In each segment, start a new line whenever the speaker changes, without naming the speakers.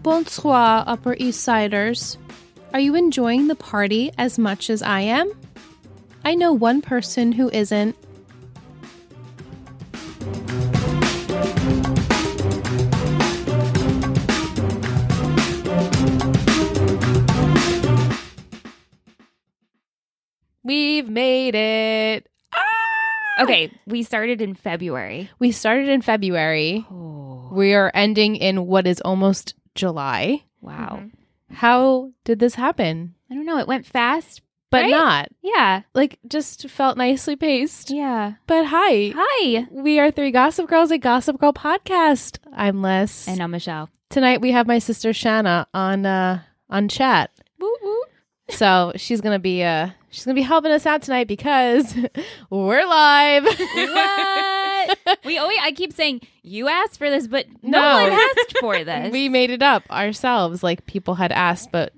Bonsoir, Upper East Siders. Are you enjoying the party as much as I am? I know one person who isn't.
We've made it. Okay, we started in February.
We started in February.
Oh,
We are ending in what is almost July.
wow.
How did this happen?
I don't know. It went fast.
But
Right?
not.
Yeah.
Like, just felt nicely paced.
Yeah.
But hi.
Hi.
We are three Gossip Girls, a Gossip Girl podcast. I'm Les.
And I'm Michelle.
tonight we have my sister Shanna on uh on chat.
Woo woo.
So she's gonna be uh she's gonna be helping us out tonight because we're live.
What? we always, I keep saying, you asked for this, but no,
No.
one asked for this.
we made it up ourselves, like people had asked, but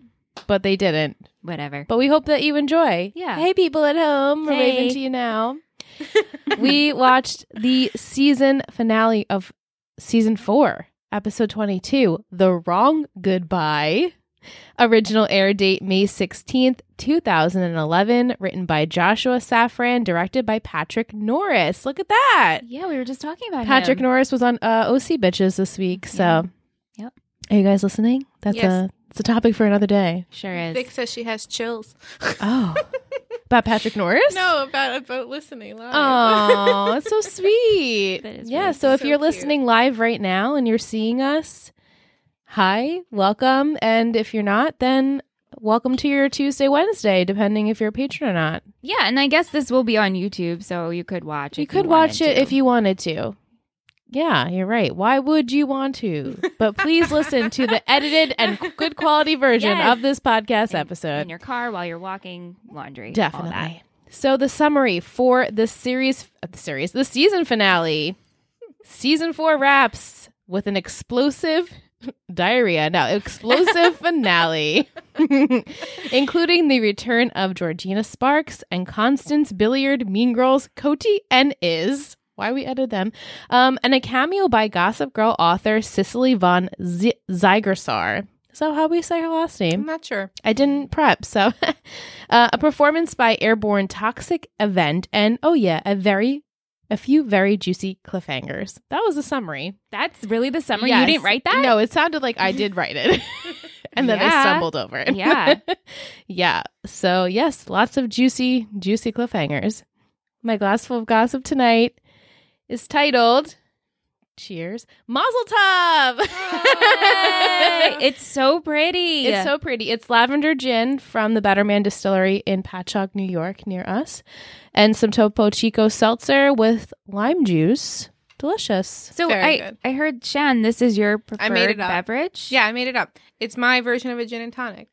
but they didn't.
Whatever.
But we hope that you enjoy.
Yeah.
Hey people at home, we're waving
Hey.
to you now. we watched the season finale of season four, episode twenty two, The Wrong Goodbye. Original air date May 16th, 2011, written by Joshua Safran, directed by Patrick Norris. Look at that.
Yeah, we were just talking about
Patrick
him.
Norris was on uh, OC Bitches this week. So,
Yeah. Yep.
Are you guys listening? That's
Yes.
a it's a topic for another day.
Sure is.
Vic says she has chills.
Oh. About Patrick Norris?
No, about about listening live.
Oh, that's so sweet.
That is
yeah.
really
so if
so
you're
cute.
listening live right now and you're seeing us, hi, welcome. And if you're not, then welcome to your Tuesday, Wednesday, depending if you're a patron or not.
Yeah, and I guess this will be on YouTube, so you could watch.
you
if
could
wanted
watch it
to.
if you wanted to. Yeah, you're right. Why would you want to? But please listen to the edited and good quality version
Yes.
of this podcast
In-
episode.
in your car while you're walking laundry. all that.
Definitely. So the summary for the series, uh, the series, the season finale, season four wraps with an explosive diarrhea. Now, explosive finale, including the return of Georgina Sparks and Constance Billiard, Mean Girls, Cody and Iz. Why we edited them, um, and a cameo by Gossip Girl author Cicely von Z- Zygersar. So, how we say her last name?
I'm not sure.
I didn't prep, so uh, a performance by Airborne Toxic Event, and oh yeah, a very, a few very juicy cliffhangers. That was a summary.
That's really the summary. You
Yes.
didn't write that?
No, it sounded like I did write it, and then I
Yeah.
stumbled over it.
Yeah.
yeah. So yes, lots of juicy, juicy cliffhangers. My glassful of gossip tonight is titled. Cheers. Mazel tov!
Yay! it's so pretty.
It's so pretty. It's lavender gin from the Betterman Distillery in Patchogue, New York, near us, and some Topo Chico seltzer with lime juice. Delicious.
So
Very
I,
good.
I heard Shan, this is your preferred
I made it up.
beverage.
Yeah, I made it up. It's my version of a gin and tonic.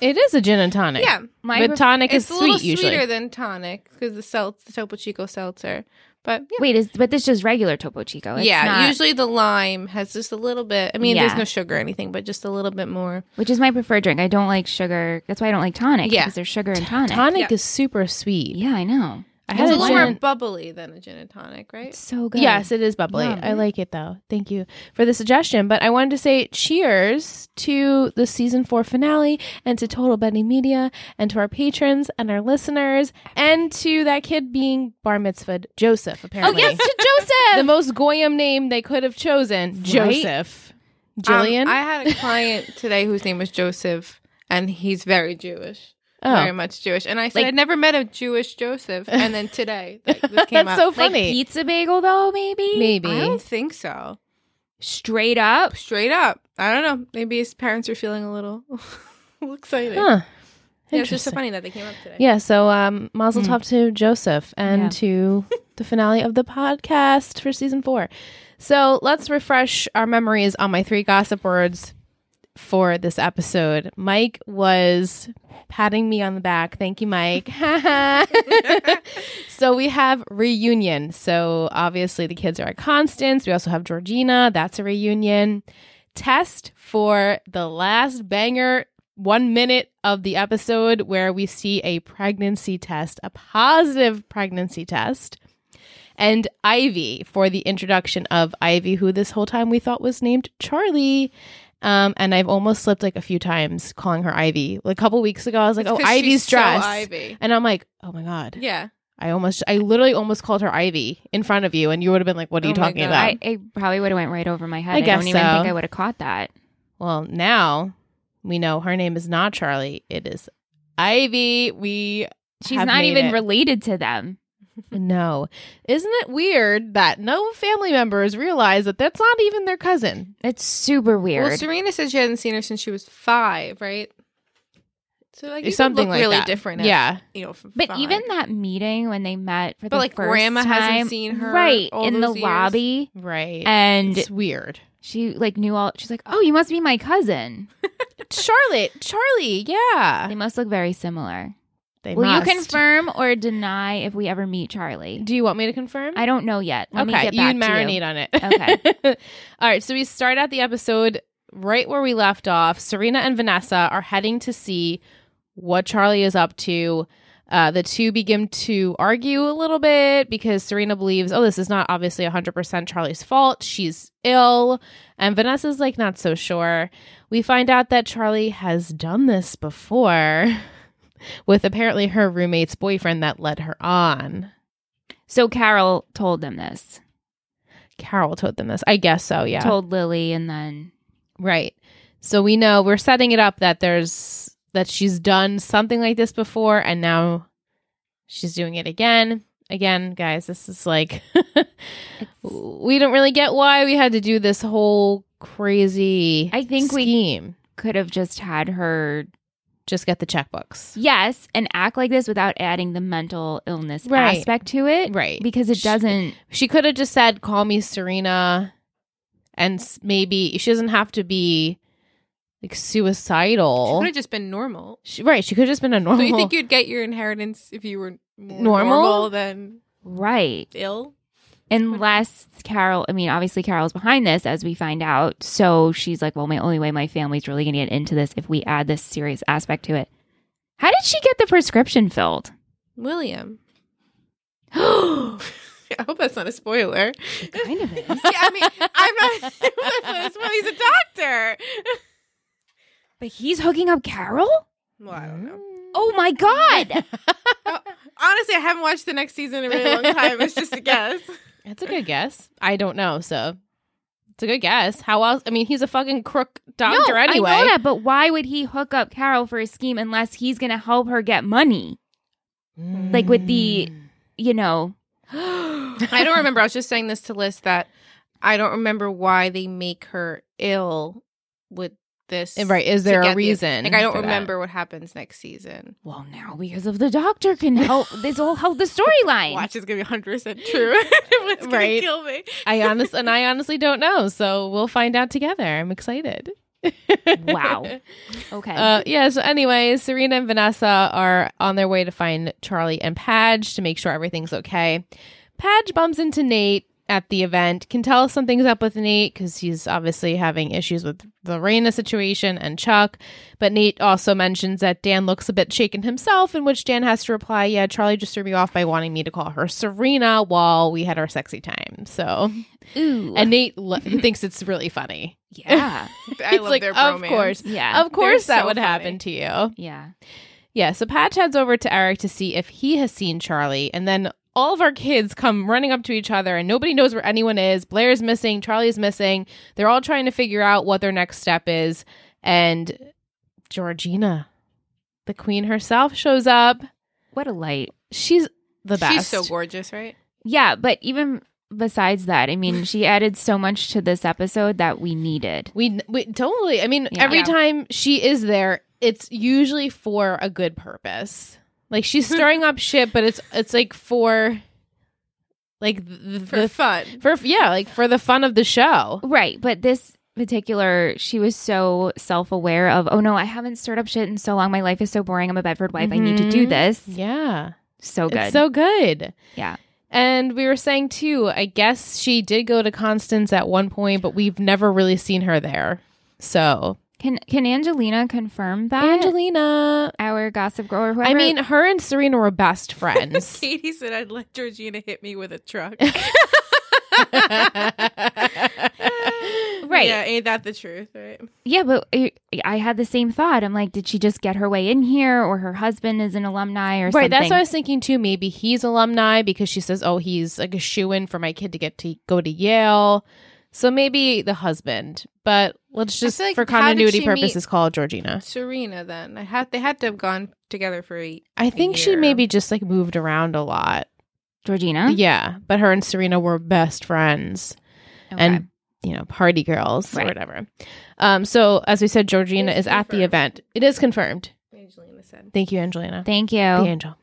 It is a gin and tonic.
Yeah,
my
but
pref-
tonic
it's
is
a
sweet
little
usually.
sweeter than tonic because the seltz, the Topo Chico seltzer. But yeah,
wait is but this is just regular Topo Chico. It's
yeah.
not-
Usually the lime has just a little bit. I mean,
Yeah.
there's no sugar or anything, but just a little bit more.
which is my preferred drink. I don't like sugar. That's why I don't like tonic.
Yeah.
because there's sugar in tonic.
Tonic
Yeah.
is super sweet.
Yeah, I know.
I
It's
had
a
a
little more
gin.
bubbly than a gin and tonic, right?
It's so good.
Yes, it is bubbly.
Yum.
I like it though. Thank you for the suggestion. But I wanted to say cheers to the season four finale and to Total Betty Media and to our patrons and our listeners and to that kid being bar mitzvahed, Joseph,
Oh
apparently.
yes, to Joseph.
the most goyim name they could have chosen Joseph. Jillian?
Um, I had a client today whose name was Joseph, and he's very Jewish.
Oh.
Very much Jewish. And I said,
Like-
I'd never met a Jewish Joseph. And then today, like, this came
That's
up.
so
like
funny.
pizza bagel though, maybe
Maybe.
I don't think so.
straight up.
Straight up. I don't know. Maybe his parents are feeling a little excited.
Huh.
Yeah, it's just so
Interesting.
funny that they came up today.
Yeah, so um, Mazel Tov to Joseph and
Yeah.
to the finale of the podcast for season four. So let's refresh our memories on my three gossip words for this episode. Mike was patting me on the back. Thank you, Mike. so we have reunion. So obviously the kids are at Constance. We also have Georgina. That's a reunion. Test for the last banger one minute of the episode where we see a pregnancy test, a positive pregnancy test. And Ivy for the introduction of Ivy, who this whole time we thought was named Charlie. Um, and I've almost slipped like a few times calling her Ivy. Like a couple weeks ago, I was like,
It's
"Oh,
'cause she's
Ivy's
so
dress,"
Ivy.
and I'm like, "Oh my god,
Yeah.
I almost, I literally almost called her Ivy in front of you, and you would have been like, "What are you
Oh my
talking
God.
about?"
I, I probably would have went right over my head.
I
I,
guess
don't even
so.
think I would have caught that.
Well, now we know her name is not Charlie. It is Ivy. We
She's
Have
not
made
even
it.
related to them.
know. Isn't it weird that no family members realize that that's not even their cousin?
It's super weird.
Well, Serena said she hadn't seen her since she was five, right? So like you could
Something
look
like
really
that.
different. at,
Yeah.
you know, from
but
five.
even that meeting when they met for
But,
the
like,
first
grandma hasn't
time-
seen her
right
all
in the
those years.
lobby,
Right.
and
it's weird.
she like knew all. She's like, "Oh, you must be my cousin.
Charlotte, Charlie, yeah.
They must look very similar."
Uh, They
Will
must.
you confirm or deny if we ever meet Charlie?
Do you want me to confirm?
I don't know yet. Let me
okay,
get
you
back to
marinate
you.
on it.
Okay.
All right, so we start out the episode right where we left off. Serena and Vanessa are heading to see what Charlie is up to. Uh, the two begin to argue a little bit because Serena believes, oh, this is not obviously 100% Charlie's fault. She's ill. And Vanessa's like, not so sure. We find out that Charlie has done this before with apparently her roommate's boyfriend that led her on.
So Carol told them this.
Carol told them this. I guess so, yeah.
Told Lily, and then
Right. So we know we're setting it up that there's that she's done something like this before and now she's doing it again. Again, guys, this is like we don't really get why we had to do this whole crazy
I think we-
scheme.
could have just had her
Just get the checkbooks.
yes and act like this without adding the mental illness
Right.
aspect to it,
Right.
Because it
Sh-
doesn't.
She could have just said, "Call me Serena," and s- maybe she doesn't have to be like
she
suicidal.
could have just been normal.
She- right? She could have just been a normal.
So you think you'd get your inheritance if you were more
Normal?
normal? than
Right.
ill?
Unless Carol, I mean, obviously Carol's behind this, as we find out. So she's like, well, my only way my family's really going to get into this if we add this serious aspect to it. How did she get the prescription filled?
William. I hope that's not a spoiler.
Kind of is.
Yeah, I mean, I'm not. that's not a spoiler. He's a doctor.
But he's hooking up Carol?
Well, I don't know.
Mm.
Oh my God.
Mm-hmm. Honestly, I haven't watched the next season in a really long time. It's just a guess.
That's a good guess. I don't know, so it's a good guess. How else? I mean, he's a fucking crook doctor
no,
anyway.
I know that, but why would he hook up Carol for a scheme unless he's going to help her get money?
Mm.
Like with the, you know,
I don't remember. I was just saying this to Liz that I don't remember why they make her ill with this.
Eh, right. Is
to
there
get
a
the-
reason?
Like I don't
for that?
remember what happens next season.
well, now because of the doctor can help this will help the storyline.
Watch is gonna be hundred percent true. it's gonna
Right.
kill me.
I honestly and I honestly don't know, so we'll find out together. I'm excited.
Wow. Okay.
Uh, yeah. So, anyway, Serena and Vanessa are on their way to find Charlie and Padge to make sure everything's okay. Padge bumps into Nate at the event, can tell something's up with Nate because he's obviously having issues with the Raina situation and Chuck. But Nate also mentions that Dan looks a bit shaken himself, in which Dan has to reply, "Yeah, Charlie just threw me off by wanting me to call her Serena while we had our sexy time." So,
Ooh.
and Nate lo- he thinks it's really funny.
yeah.
I
It's
love
like,
their
of
romance.
course.
Yeah.
Of course,
They're
that
so
would happen
funny.
to you.
yeah.
Yeah, so Patch heads over to Eric to see if he has seen Charlie, and then all of our kids come running up to each other, and nobody knows where anyone is. Blair's missing, Charlie's missing. They're all trying to figure out what their next step is, and Georgina, the queen herself, shows up.
What a light.
She's the best.
She's so gorgeous, right?
Yeah, but even besides that, I mean, she added so much to this episode that we needed.
We, we totally. I mean,
Yeah.
every
Yeah.
time she is there, it's usually for a good purpose. Like she's stirring up shit, but it's it's like for like the,
For
the
fun.
for yeah, like for the fun of the show.
Right, but this particular she was so self-aware of, "Oh no, I haven't stirred up shit in so long. My life is so boring. I'm a Bedford wife. I need to do
Mhm.
this."
Yeah,
So good.
it's so good.
Yeah.
and we were saying too. I guess she did go to Constance at one point, but we've never really seen her there. So
Can can Angelina confirm that?
Angelina,
Our gossip girl or whoever.
I mean, her and Serena were best friends.
Katie said I'd let Georgina hit me with a truck.
Right.
Yeah, ain't that the truth, right?
Yeah, but I, I had the same thought. I'm like, did she just get her way in here, or her husband is an alumni, or
Right,
something?
that's what I was thinking too. Maybe he's alumni because she says, "Oh, he's like a shoe in for my kid to get to go to Yale." So maybe the husband, but let's just
feel like,
for
how did
continuity
she
purposes
meet-
call Georgina.
Serena then. I had they had to have gone together for a
I think she
year.
maybe just like moved around a lot. Hmm?
Georgina.
Yeah, but her and Serena were best friends.
Okay.
and you know party girls or
Right.
whatever um so as we said georgina is
It is
at the
confirmed.
event it is confirmed
Angelina said.
thank you angelina
thank you.
the angel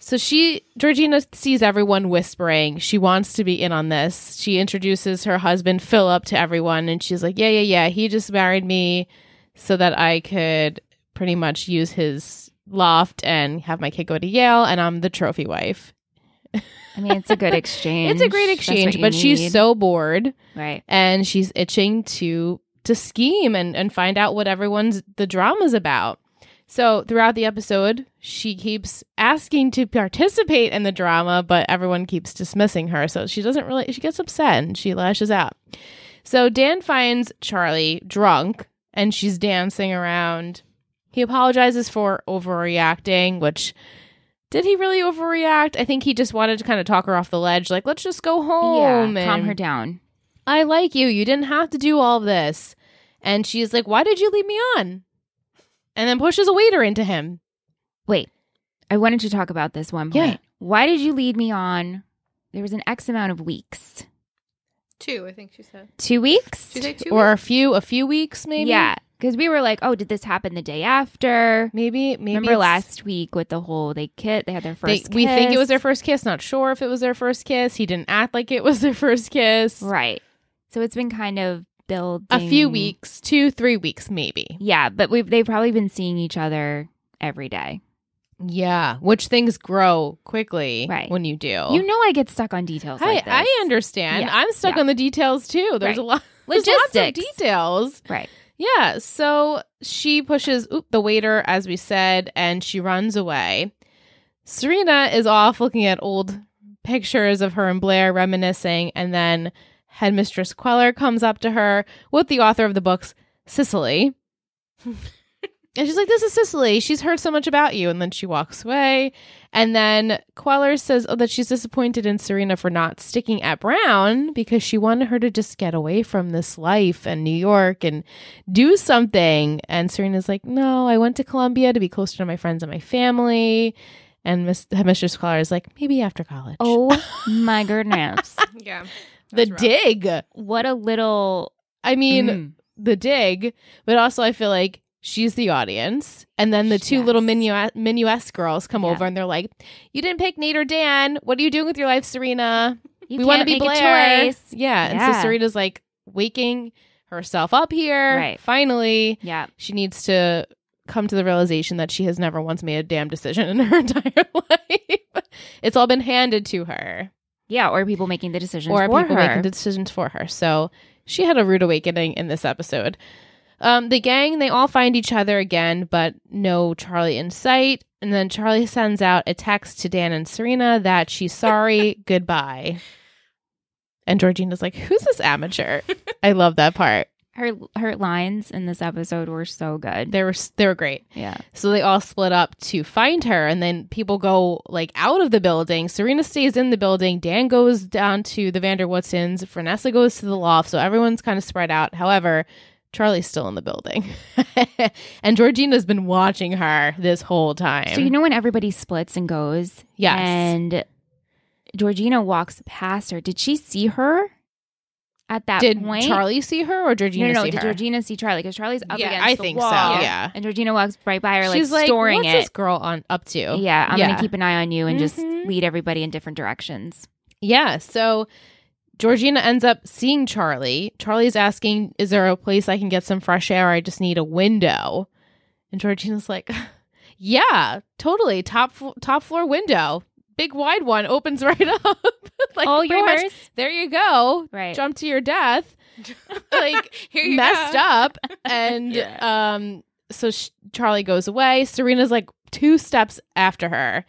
so she georgina sees everyone whispering she wants to be in on this she introduces her husband philip to everyone and she's like yeah yeah yeah he just married me so that i could pretty much use his loft and have my kid go to yale and i'm the trophy wife
I mean, it's a good exchange.
it's a great
That's what
exchange
you
but she's
need.
so bored
right.
and she's itching to to scheme and and find out what everyone's the drama's about. So throughout the episode, she keeps asking to participate in the drama, but everyone keeps dismissing her. So she doesn't really she gets upset and she lashes out. So Dan finds Charlie drunk and she's dancing around. He apologizes for overreacting, which did he really overreact? I think he just wanted to kind of talk her off the ledge, like, let's just go home.
yeah, calm
and-
her down.
I like you. You didn't have to do all this. And she's like, Why did you leave me on? And then pushes a waiter into him.
Wait, I wanted to talk about this one point.
Yeah.
Why did you lead me on? There was an X amount of weeks.
Two, I think she said.
Two weeks.
Did she say two?
or
weeks?
a few a few weeks maybe.
Yeah, because we were like, oh, did this happen the day after?
Maybe maybe
Remember
it's-
last week with the whole they kit they had their
they-
first.
we think it was their
kiss.
first kiss, not sure if it was their first kiss. He didn't act like it was their first kiss.
right. So it's been kind of building
A few weeks, two, three weeks maybe.
Yeah, but we've they've probably been seeing each other every day.
Yeah. Which things grow quickly
Right.
when you do.
You know, I get stuck on details.
I,
like this.
Oh. I understand.
Yeah.
I'm stuck
Yeah.
on the details too. There's
Right.
a lot there's
Logistics.
lots of details.
Right.
Yeah, so she pushes oop, the waiter, as we said, and she runs away. Serena is off looking at old pictures of her and Blair reminiscing, and then Headmistress Queller comes up to her with the author of the books, Cicely. and she's like, This is Cicely. She's heard so much about you. And then she walks away. And then Queller says oh, that she's disappointed in Serena for not sticking at Brown because she wanted her to just get away from this life and New York and do something. And Serena's like, No, I went to Columbia to be closer to my friends and my family. And Miss, Headmistress Queller is like, Maybe after college.
Oh my goodness!
Yeah.
the
That's rough.
dig.
What a little.
I mean,
Mm.
the dig, but also I feel like she's the audience. And then the two little
Yes.
minu- minuesque girls come
Yeah.
over and they're like, You didn't pick Nate or Dan. What are you doing with your life, Serena?
You
we want to
can't
be
make a
Blair.
choice.
Yeah. And so
Yeah.
Serena's like waking herself up here.
Right.
Finally,
Yeah,
she needs to come to the realization that she has never once made a damn decision in her entire life. it's all been handed to her
yeah, or people making the decisions
or
for
people
her.
making decisions for her. So she had a rude awakening in this episode. Um, the gang they all find each other again, but no Charlie in sight. And then Charlie sends out a text to Dan and Serena that she's sorry, goodbye. And Georgina's like, "Who's this amateur?" I love that part.
her her lines in this episode were so good.
They were they were great.
yeah,
So they all split up to find her, and then people go like out of the building. Serena stays in the building. Dan goes down to the Vanderwoodsons. Vanessa goes to the loft. So everyone's kind of spread out. However, Charlie's still in the building, and Georgina's been watching her this whole time.
So you know when everybody splits and goes,
yes,
and Georgina walks past her. Did she see her at that
did
point?
Charlie see her or Georgina
no, no, no.
see
Did
her?
Georgina see Charlie? Because Charlie's up
Yeah,
against
I
the
think
wall,
so. Yeah,
and Georgina walks right by her, like
she's like,
storing
"What's
it.
this girl on up to?"
Yeah, I'm
Yeah.
gonna keep an eye on you and just
Mhm.
lead everybody in different directions.
Yeah. So Georgina ends up seeing Charlie. Charlie's asking, Is there a place I can get some fresh air? I just need a window. And Georgina's like, Yeah, totally. Top, fl- top floor window. Big wide one opens right up. like,
All
pretty much,
yours,
there you go.
right?
Jump to your death. Like,
Here you
messed
go.
up. And um, so sh- Charlie goes away. Serena's like two steps after her,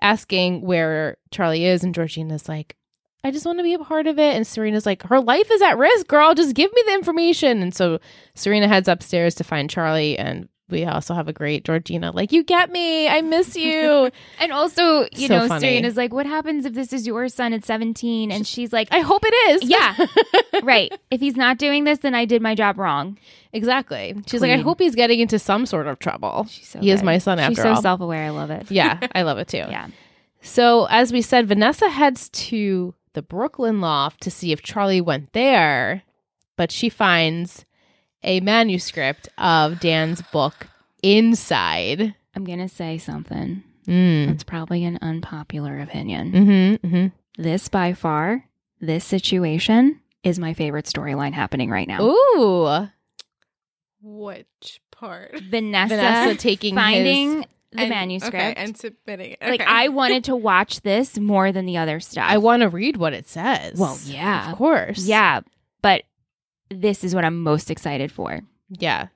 asking where Charlie is, and Georgina's like, I just want to be a part of it. And Serena's like, her life is at risk, girl. Just give me the information. And so Serena heads upstairs to find Charlie. And we also have a great Georgina, like, you get me. I miss you.
And also, you
So
know,
funny.
Serena's like, what happens if this is your son at 17? And she's like,
I hope it is.
Yeah. right. If he's not doing this, then I did my job wrong.
exactly. She's like, I
Queen.
hope he's getting into some sort of trouble.
She's so
he is
good.
my son after
She's so
all.
self aware. I love it.
yeah, I love it too.
Yeah.
So, as we said, Vanessa heads to the Brooklyn loft to see if Charlie went there, but she finds a manuscript of Dan's book inside.
I'm going to say something
Mm.
that's probably an unpopular opinion.
Mm-hmm, mm-hmm.
This, by far, this situation is my favorite storyline happening right now.
Ooh,
Which part?
Vanessa,
Vanessa taking
finding
His,
the
And-
manuscript.
okay, and submitting it.
Like,
Okay.
I wanted to watch this more than the other stuff.
I want to read what it says.
Well, yeah.
of course.
Yeah. But this is what I'm most excited for.
yeah.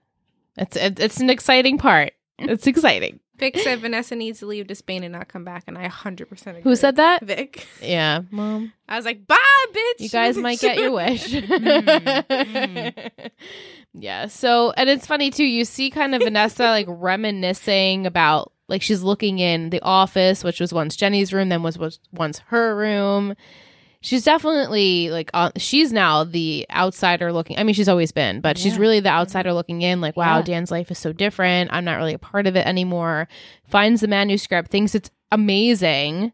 It's it, it's an exciting part. It's exciting.
Vic said Vanessa needs to leave to Spain and not come back, and I 100% agree.
Who said that?
Vic?
Yeah, mom.
I was like, "Bye, bitch."
You guys might get your wish.
Mm.
yeah. So, and it's funny too. You see kind of Vanessa like reminiscing about like she's looking in the office, which was once Jenny's room, then was was once her room. She's definitely like uh, she's now the outsider looking. I mean, she's always been, but she's
Yeah. Mm-hmm.
really the outsider looking in. Like, wow,
Yeah.
Dan's life is so different. I'm not really a part of it anymore. Finds the manuscript, thinks it's amazing,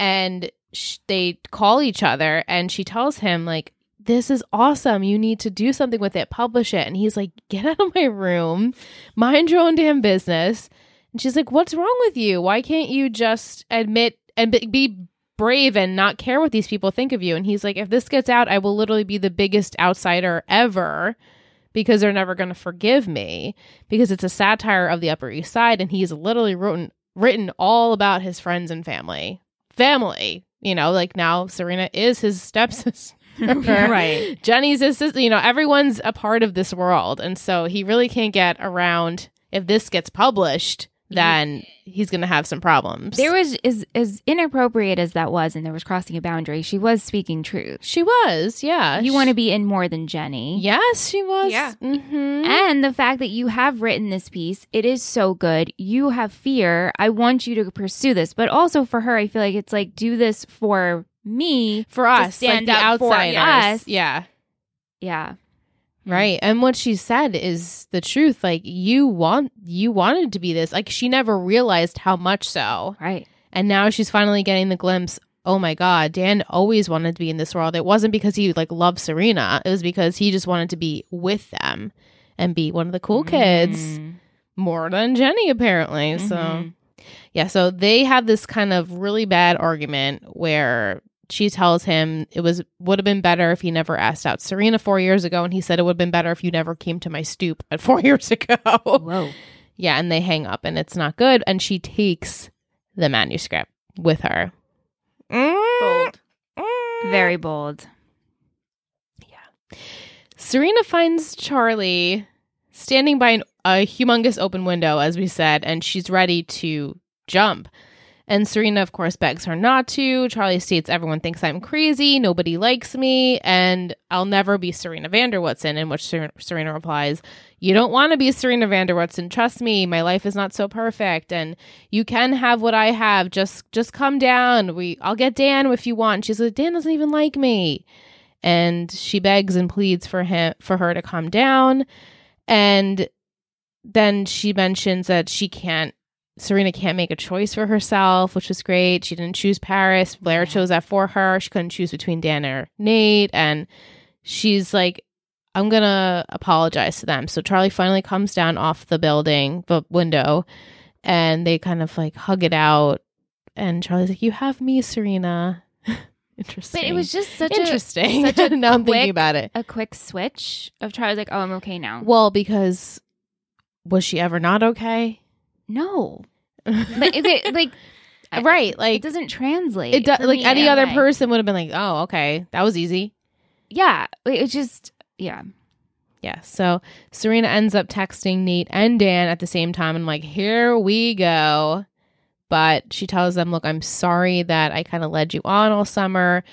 and sh- they call each other and she tells him like this is awesome you need to do something with it publish it and he's like get out of my room mind your own damn business and she's like what's wrong with you why can't you just admit and be- be brave and not care what these people think of you and he's like if this gets out i will literally be the biggest outsider ever because they're never going to forgive me because it's a satire of the upper east side and he's literally written written all about his friends and family family. You know, like now Serena is his stepsister.
Right.
Jenny's his sister. You know, everyone's a part of this world. And so he really can't get around if this gets published, then he's going to have some problems.
There was as as inappropriate as that was, and there was crossing a boundary. She was speaking truth.
she was, yeah.
You want to be in more than Jenny.
Yes, she was.
Yeah.
hmm
And the fact that you have written this piece, it is so good. You have fear. I want you to pursue this, but also for her, I feel like it's like do this for me.
For us,
stand
like the
up for
outsiders.
us.
Yeah.
Yeah,
Right. And what she said is the truth. Like you want you wanted to be this. Like she never realized how much so.
right.
and now she's finally getting the glimpse oh my god dan always wanted to be in this world it wasn't because he like loved serena it was because he just wanted to be with them and be one of the cool kids
Mm.
more than jenny apparently so
Mhm.
yeah so they have this kind of really bad argument where she tells him it was would have been better if he never asked out serena four years ago and he said it would have been better if you never came to my stoop at four years ago
whoa,
yeah, and they hang up and it's not good. And she takes the manuscript with her.
Bold.
very bold.
Serena finds Charlie standing by an, a humongous open window, as we said, and she's ready to jump. And Serena, of course, begs her not to. Charlie states, Everyone thinks I'm crazy. Nobody likes me. And I'll never be Serena Vanderwoodson. In which Ser- Serena replies, You don't want to be Serena Vanderwoodson. Trust me. My life is not so perfect. And you can have what I have. Just just come down. We I'll get Dan if you want. She's like, Dan doesn't even like me. And she begs and pleads for him for her to come down. And then she mentions that she can't Serena can't make a choice for herself, which was great. She didn't choose Paris. Blair chose that for her. She couldn't choose between Dan or Nate. And she's like, I'm going to apologize to them. So Charlie finally comes down off the building, the window, and they kind of like hug it out. And Charlie's like, You have me, Serena. Interesting.
But it was just such a
interesting.
such a
now I'm thinking
quick-
about it.
a quick switch of Charlie's like, oh, I'm okay now.
Well, because was she ever not okay?
no, but okay, like, I-
right. Like,
it doesn't translate.
it does
for
like
me,
any
and
other
like-
person would have been like oh okay that was easy
Yeah, like, it's just yeah.
yeah so serena ends up texting nate and dan at the same time and like here we go but she tells them look i'm sorry that i kind of led you on all summer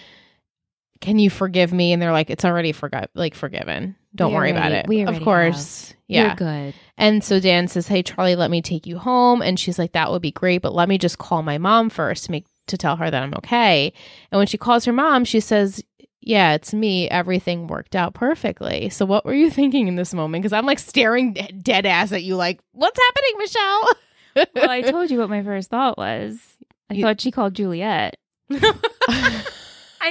can you forgive me? And they're like, it's already forgot, like forgiven. Don't
We
worry
already-
about it.
we
of
already
course, yeah.
You're good.
And so Dan says, "Hey Charlie, let me take you home." And she's like, "That would be great, but let me just call my mom first to make to tell her that I'm okay." And when she calls her mom, she says, "Yeah, it's me. Everything worked out perfectly." So what were you thinking in this moment? Because I'm like staring d- dead ass at you, like, "What's happening, Michelle?"
Well, I told you what my first thought was. I
You-
thought she called Juliet. I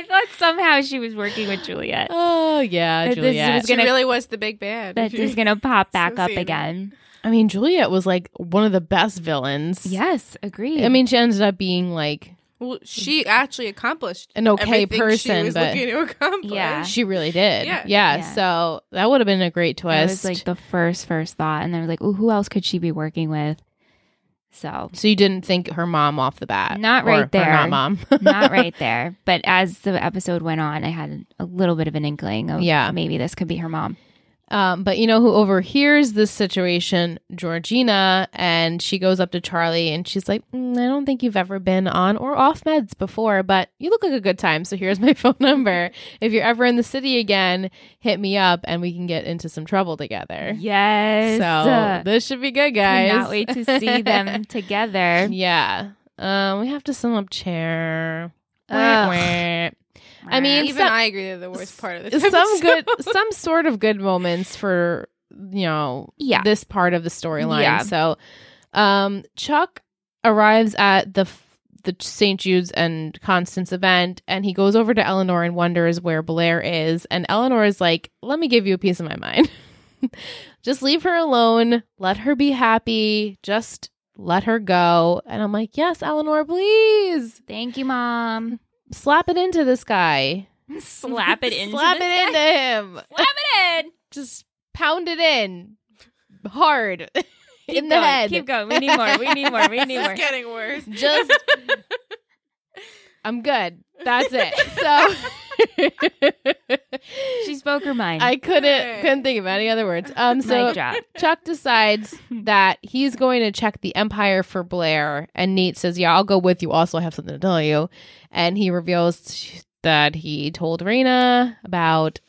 thought somehow she was working with Juliet.
oh yeah,
This
Juliet.
was
She
gonna-
really was the big bad.
That
She-
is going to pop back up
Associated.
again.
I mean, Juliet was like one of the best villains.
Yes, agreed.
I mean, she ended up being like
well, she actually accomplished
Mm. an okay
everything
person,
she was
but
looking to accomplish.
Yeah.
she really did.
Yeah.
Yeah.
So that would have been a great
that
twist.
was like the first first thought, and I was like, "Ooh, who else could she be working with?" So
so you didn't think her mom off the bat?
Not
Or-
right
or
there.
not mom.
not right there. But as the episode went on, I had a little bit of an inkling of
Yeah.
maybe this could be her mom.
Um, but you know who overhears this situation? Georgina. And she goes up to Charlie and she's like, "Mm, I don't think you've ever been on or off meds before, but you look like a good time. So here's my phone number. If you're ever in the city again, hit me up and we can get into some trouble together.
Yes.
So
Uh,
this should be good, guys.
cannot wait to see them together.
yeah. Um, we have to sum up chair.
Ugh.
Wah, wah. I mean,
Even
some-
I agree that the worst part of this.
some
episode.
good some sort of good moments for you know
yeah.
this part of the storyline
Yeah.
so um chuck arrives at the f- the st jude's and constance event and he goes over to eleanor and wonders where blair is and eleanor is like let me give you a piece of my mind just leave her alone let her be happy just let her go and i'm like yes eleanor please
Thank you, mom.
slap it into this guy
Slap it into
slap
this
it
guy.
into him
Slap it in.
just pound it in hard
Keep
in the
going,
head.
Keep going. We need more. We need more. We need
This
more.
is getting worse.
Just I'm good. That's it. So
She spoke her mind.
I couldn't couldn't think of any other words. Um so
Mic drop.
Chuck decides that he's going to check the Empire for Blair, and Nate says, "Yeah, I'll go with you. Also, I have something to tell you." And he reveals that he told Raina about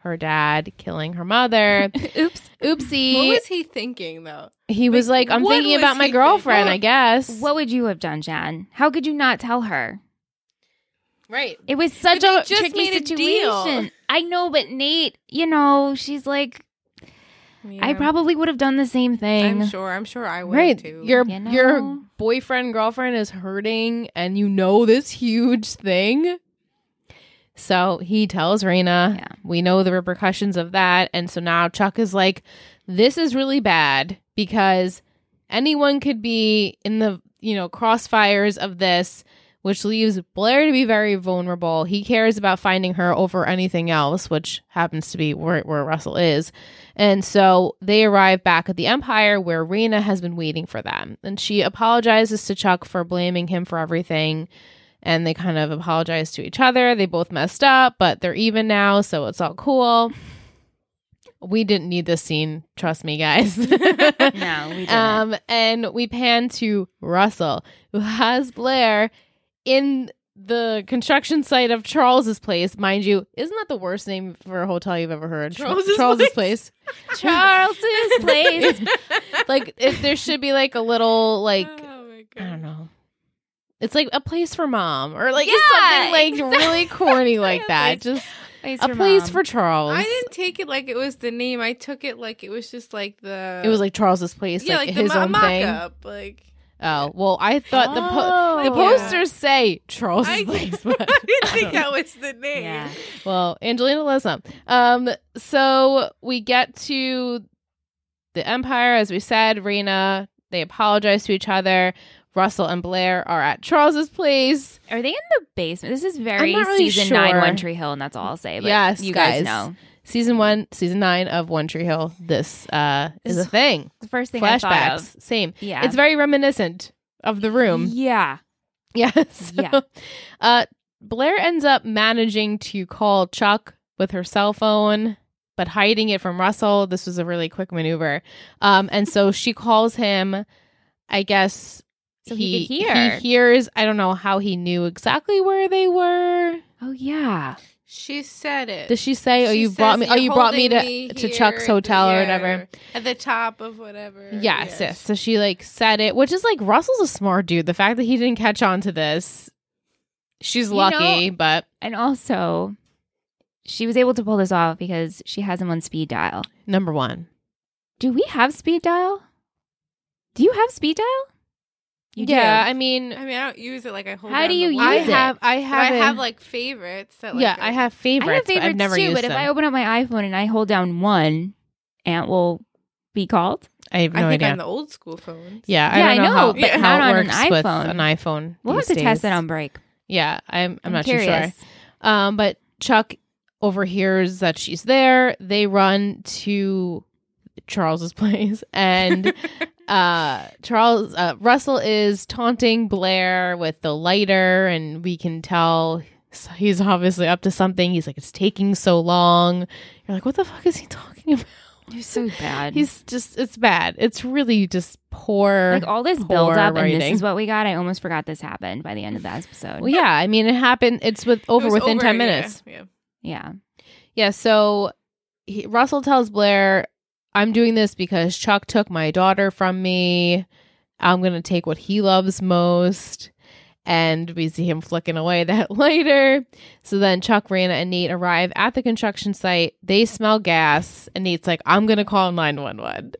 her dad killing her mother.
Oops.
Oopsie.
What was he thinking though?
He was
Like,
like, I'm
what
thinking
was
about my
he thinking?
girlfriend, I guess.
What would you have done, Jan? How could you not tell her?
Right.
It was such
But they
a
just
tricky
made a deal.
situation. I know, but Nate, you know, she's like, I probably would have done the same thing.
I'm sure. I'm sure I would
right.
too.
Your
You
your
know?
boyfriend, girlfriend is hurting and you know this huge thing. So he tells Raina,
Yeah.
we know the repercussions of that. And so now Chuck is like, this is really bad because anyone could be in the, you know, crossfires of this, which leaves Blair to be very vulnerable. He cares about finding her over anything else, which happens to be where, where Russell is. And so they arrive back at the Empire where Rena has been waiting for them. And she apologizes to Chuck for blaming him for everything. And they kind of apologize to each other. They both messed up, but they're even now, so it's all cool. We didn't need this scene, trust me, guys.
No, we didn't.
Um, and we pan to Russell, who has Blair in the construction site of Charles's place. Mind you, isn't that the worst name for a hotel you've ever heard? Char-
Charles's
place.
Charles's place.
like, if there should be like a little like
Oh my
I don't
God.
know. It's like a place for mom, or like
Yeah,
something like really corny like
A
that.
place-
Just
Place
a
for
place
mom.
for Charles.
I didn't take it like it was the name. I took it like it was just like the.
It was like Charles's place,
yeah,
like,
like,
his
the
own
mock
thing.
up. Like
Oh well, I thought the po- the
Oh.
yeah.
posters say Charles's
I,
place.
I
but-
didn't think that was the name.
Yeah.
Well, Angelina Lesna. Um, so we get to the Empire, as we said, Rena, they apologize to each other. Russell and Blair are at Charles's place.
Are they in the basement? This is very
not really
season
sure.
nine One Tree Hill, and that's all I'll say. But
Yes,
you
guys.
guys, know
Season one, season nine of One Tree Hill. This uh is a
This
thing.
the first thing I thought of.
Flashbacks. Same.
Yeah,
It's very reminiscent of the room.
Yeah,
Yes.
Yeah.
Uh, Blair ends up managing to call Chuck with her cell phone, but hiding it from Russell. This was a really quick maneuver. Um, and so she calls him, I guess.
So he could hear.
He hears. I don't know how he knew exactly where they were.
oh yeah.
She said it.
Does she say, "Oh,
She
you
says
brought me"? Oh,
you're
you brought me to
holding me
to
here
Chuck's
at
hotel
the-
or whatever.
At the top of whatever.
Yes, yes. So she like said it, which is like Russell's a smart dude. The fact that he didn't catch on to this, she's
You
lucky, but
And also, she was able to pull this off because she has him on speed dial.
number one,
Do we have speed dial? Do you have speed dial? You
yeah.
do.
I mean,
I mean, I don't use it like I hold.
How
down
do
the
you
line.
I
use it?
have, I
But I
have,
have,
it-
like favorites. That, like,
yeah,
are-
I have favorites,
I have
but
favorites
I've never
too,
used
but
them.
if I open up my iPhone and I hold down one, Ant will be called.
I have
I
no
think
idea.
on the old school phones.
yeah, I
Yeah,
don't
I
know, how,
know, but
how
not
it
on an
works with
iPhone.
an iPhone.
We'll have
these
to test
days.
that on break.
Yeah, I'm. I'm, not too sure.
curious.
Um, but Chuck overhears that she's there. They run to Charles's place, and uh, Charles uh, Russell is taunting Blair with the lighter, and we can tell s- he's obviously up to something. He's like, "It's taking so long." You're like, "What the fuck is he talking about?"
You're so bad.
He's just. It's bad. It's really just poor.
like all this
poor
build up, and
writing.
this is what we got. I almost forgot this happened by the end of the episode.
well, yeah, I mean, it happened. It's with
It
over
was
within ten
yeah,
minutes.
Yeah.
yeah.
Yeah, so he, Russell tells Blair, I'm doing this because Chuck took my daughter from me. I'm going to take what he loves most. And we see him flicking away that lighter. So then Chuck, Rana, and Nate arrive at the construction site. They smell gas, and Nate's like, I'm going to call 911.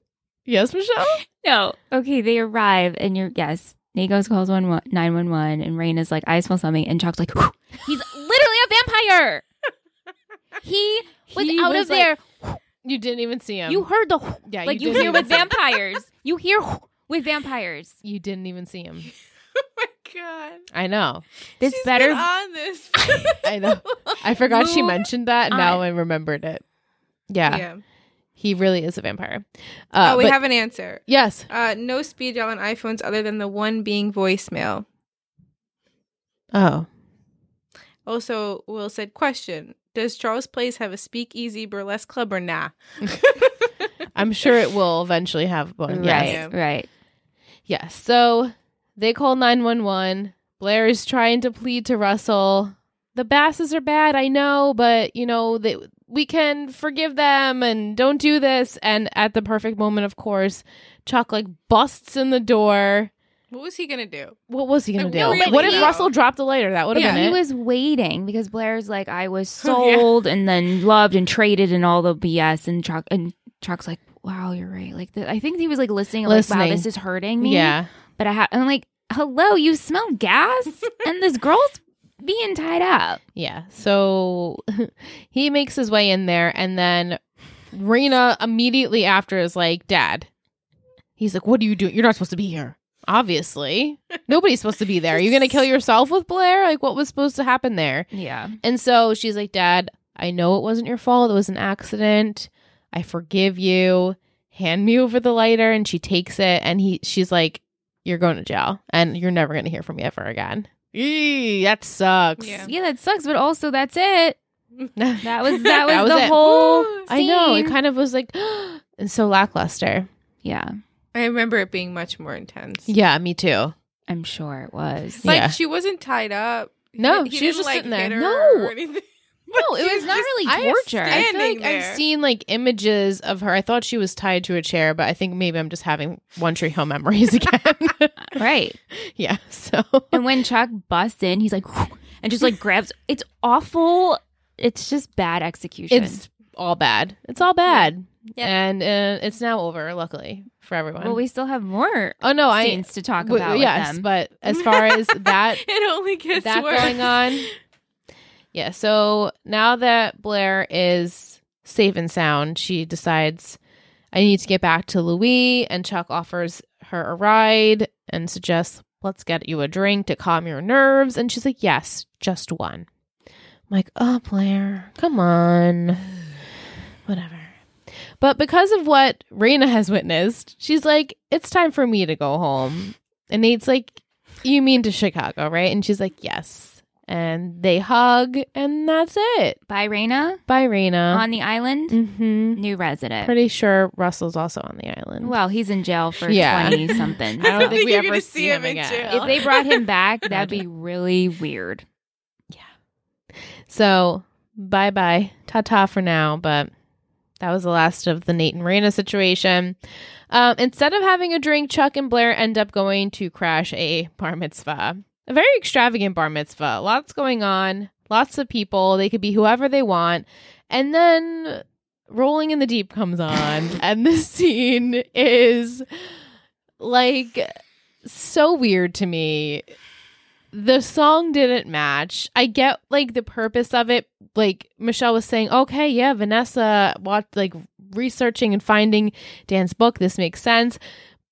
Yes, Michelle?
No. Okay, they arrive, and you're yes. Nagos calls one nine one one, and Rain is like, "I smell something," and Chuck's like, "Whew." "He's literally a vampire. He was
He
out
was
of
like-
there.
You didn't even see him.
You heard the whew.
yeah,
like you,
didn't
hear
even
with
see him.
vampires. You hear whew with vampires.
You didn't even see him.
oh my god.
I know.
This
She's
better.
been on this.
I know. I forgot she
Move
mentioned that. Now I remembered it.
Yeah.
Yeah. He really is a vampire. Uh,
oh, we
but-
have an answer.
yes.
Uh, no speed dial on iPhones other than the one being voicemail.
Oh,
Also, Will said, "Question: Does Charles Place have a speakeasy burlesque club or nah?"
I'm sure it will eventually have one.
Right.
Yes.
Right.
Yes. So they call 911. Blair is trying to plead to Russell. The basses are bad, I know, but you know that we can forgive them and don't do this. And at the perfect moment, of course, Chuck like busts in the door.
What was he gonna do?
What was he gonna
Like,
do?
no,
really,
what if
though.
Russell dropped a lighter? That would have
Yeah.
been
He
it.
was waiting because Blair's like, I was
Oh, yeah.
sold and then loved and traded and all the BS. And Chuck and Chuck's like, wow, you're right. Like, th- I think he was like listening, like,
Listening.
wow, this is hurting me.
yeah.
But I ha- I'm like, hello, you smell gas, and this girl's being tied up.
Yeah. So he makes his way in there and then Rena immediately after is like, Dad. He's like, What are you doing? You're not supposed to be here. Obviously. Nobody's supposed to be there. Are you gonna kill yourself with Blair? Like what was supposed to happen there?
Yeah.
And so she's like, Dad, I know it wasn't your fault. It was an accident. I forgive you. Hand me over the lighter and she takes it and he she's like, You're going to jail and you're never gonna hear from me ever again. Eee, that sucks.
Yeah.
Yeah, that sucks, but also that's it. That was that was,
That was
the
it.
whole.
I know. It
scene.
kind of was like, and so lackluster.
yeah,
I remember it being much more intense.
Yeah, me too.
I'm sure it was.
Like-
Like
Yeah.
she wasn't tied up. He
No,
didn't- he
she was
didn't,
just
like,
sitting there.
hit her
No.
or anything.
no, it was not
I
really
have
torture.
I feel like
standing
I've
there.
seen like images of her. I thought she was tied to a chair, but I think maybe I'm just having One Tree Hill memories again.
right.
yeah. So
And when Chuck busts in, he's like, "Whew," and just like grabs. It's awful. It's just bad execution.
it's all bad. It's all bad. And uh, it's now over, luckily for everyone.
well, we still have more
oh no, I
scenes to talk
w-
about. with
yes,
them.
but as far as that
It only gets
that
worse.
going on. Yeah, so now that Blair is safe and sound, she decides I need to get back to Louis and Chuck offers her a ride and suggests let's get you a drink to calm your nerves and she's like, "Yes, just one." I'm like, "Oh, Blair, come on." Whatever. But because of what Raina has witnessed, she's like, "It's time for me to go home." And Nate's like, you mean to Chicago, right? And she's like, yes. And they hug, and that's it.
by Raina
Bye, Raina.
on the island,
hmm
new resident.
Pretty sure Russell's also on the island.
Well, he's in jail for
Yeah.
twenty something.
I don't
I
think
think
we
you're
ever
gonna
see,
see
him,
him in
again.
jail.
if they brought him back, that'd be really weird.
So bye bye, ta ta for now. But that was the last of the Nate and Raina situation. Um, instead of having a drink, Chuck and Blair end up going to crash a bar mitzvah, a very extravagant bar mitzvah. Lots going on, lots of people. They could be whoever they want, and then Rolling in the Deep comes on, and this scene is like so weird to me. The song didn't match. I get like the purpose of it. Like Michelle was saying, okay, yeah, Vanessa watched like researching and finding Dan's book. This makes sense.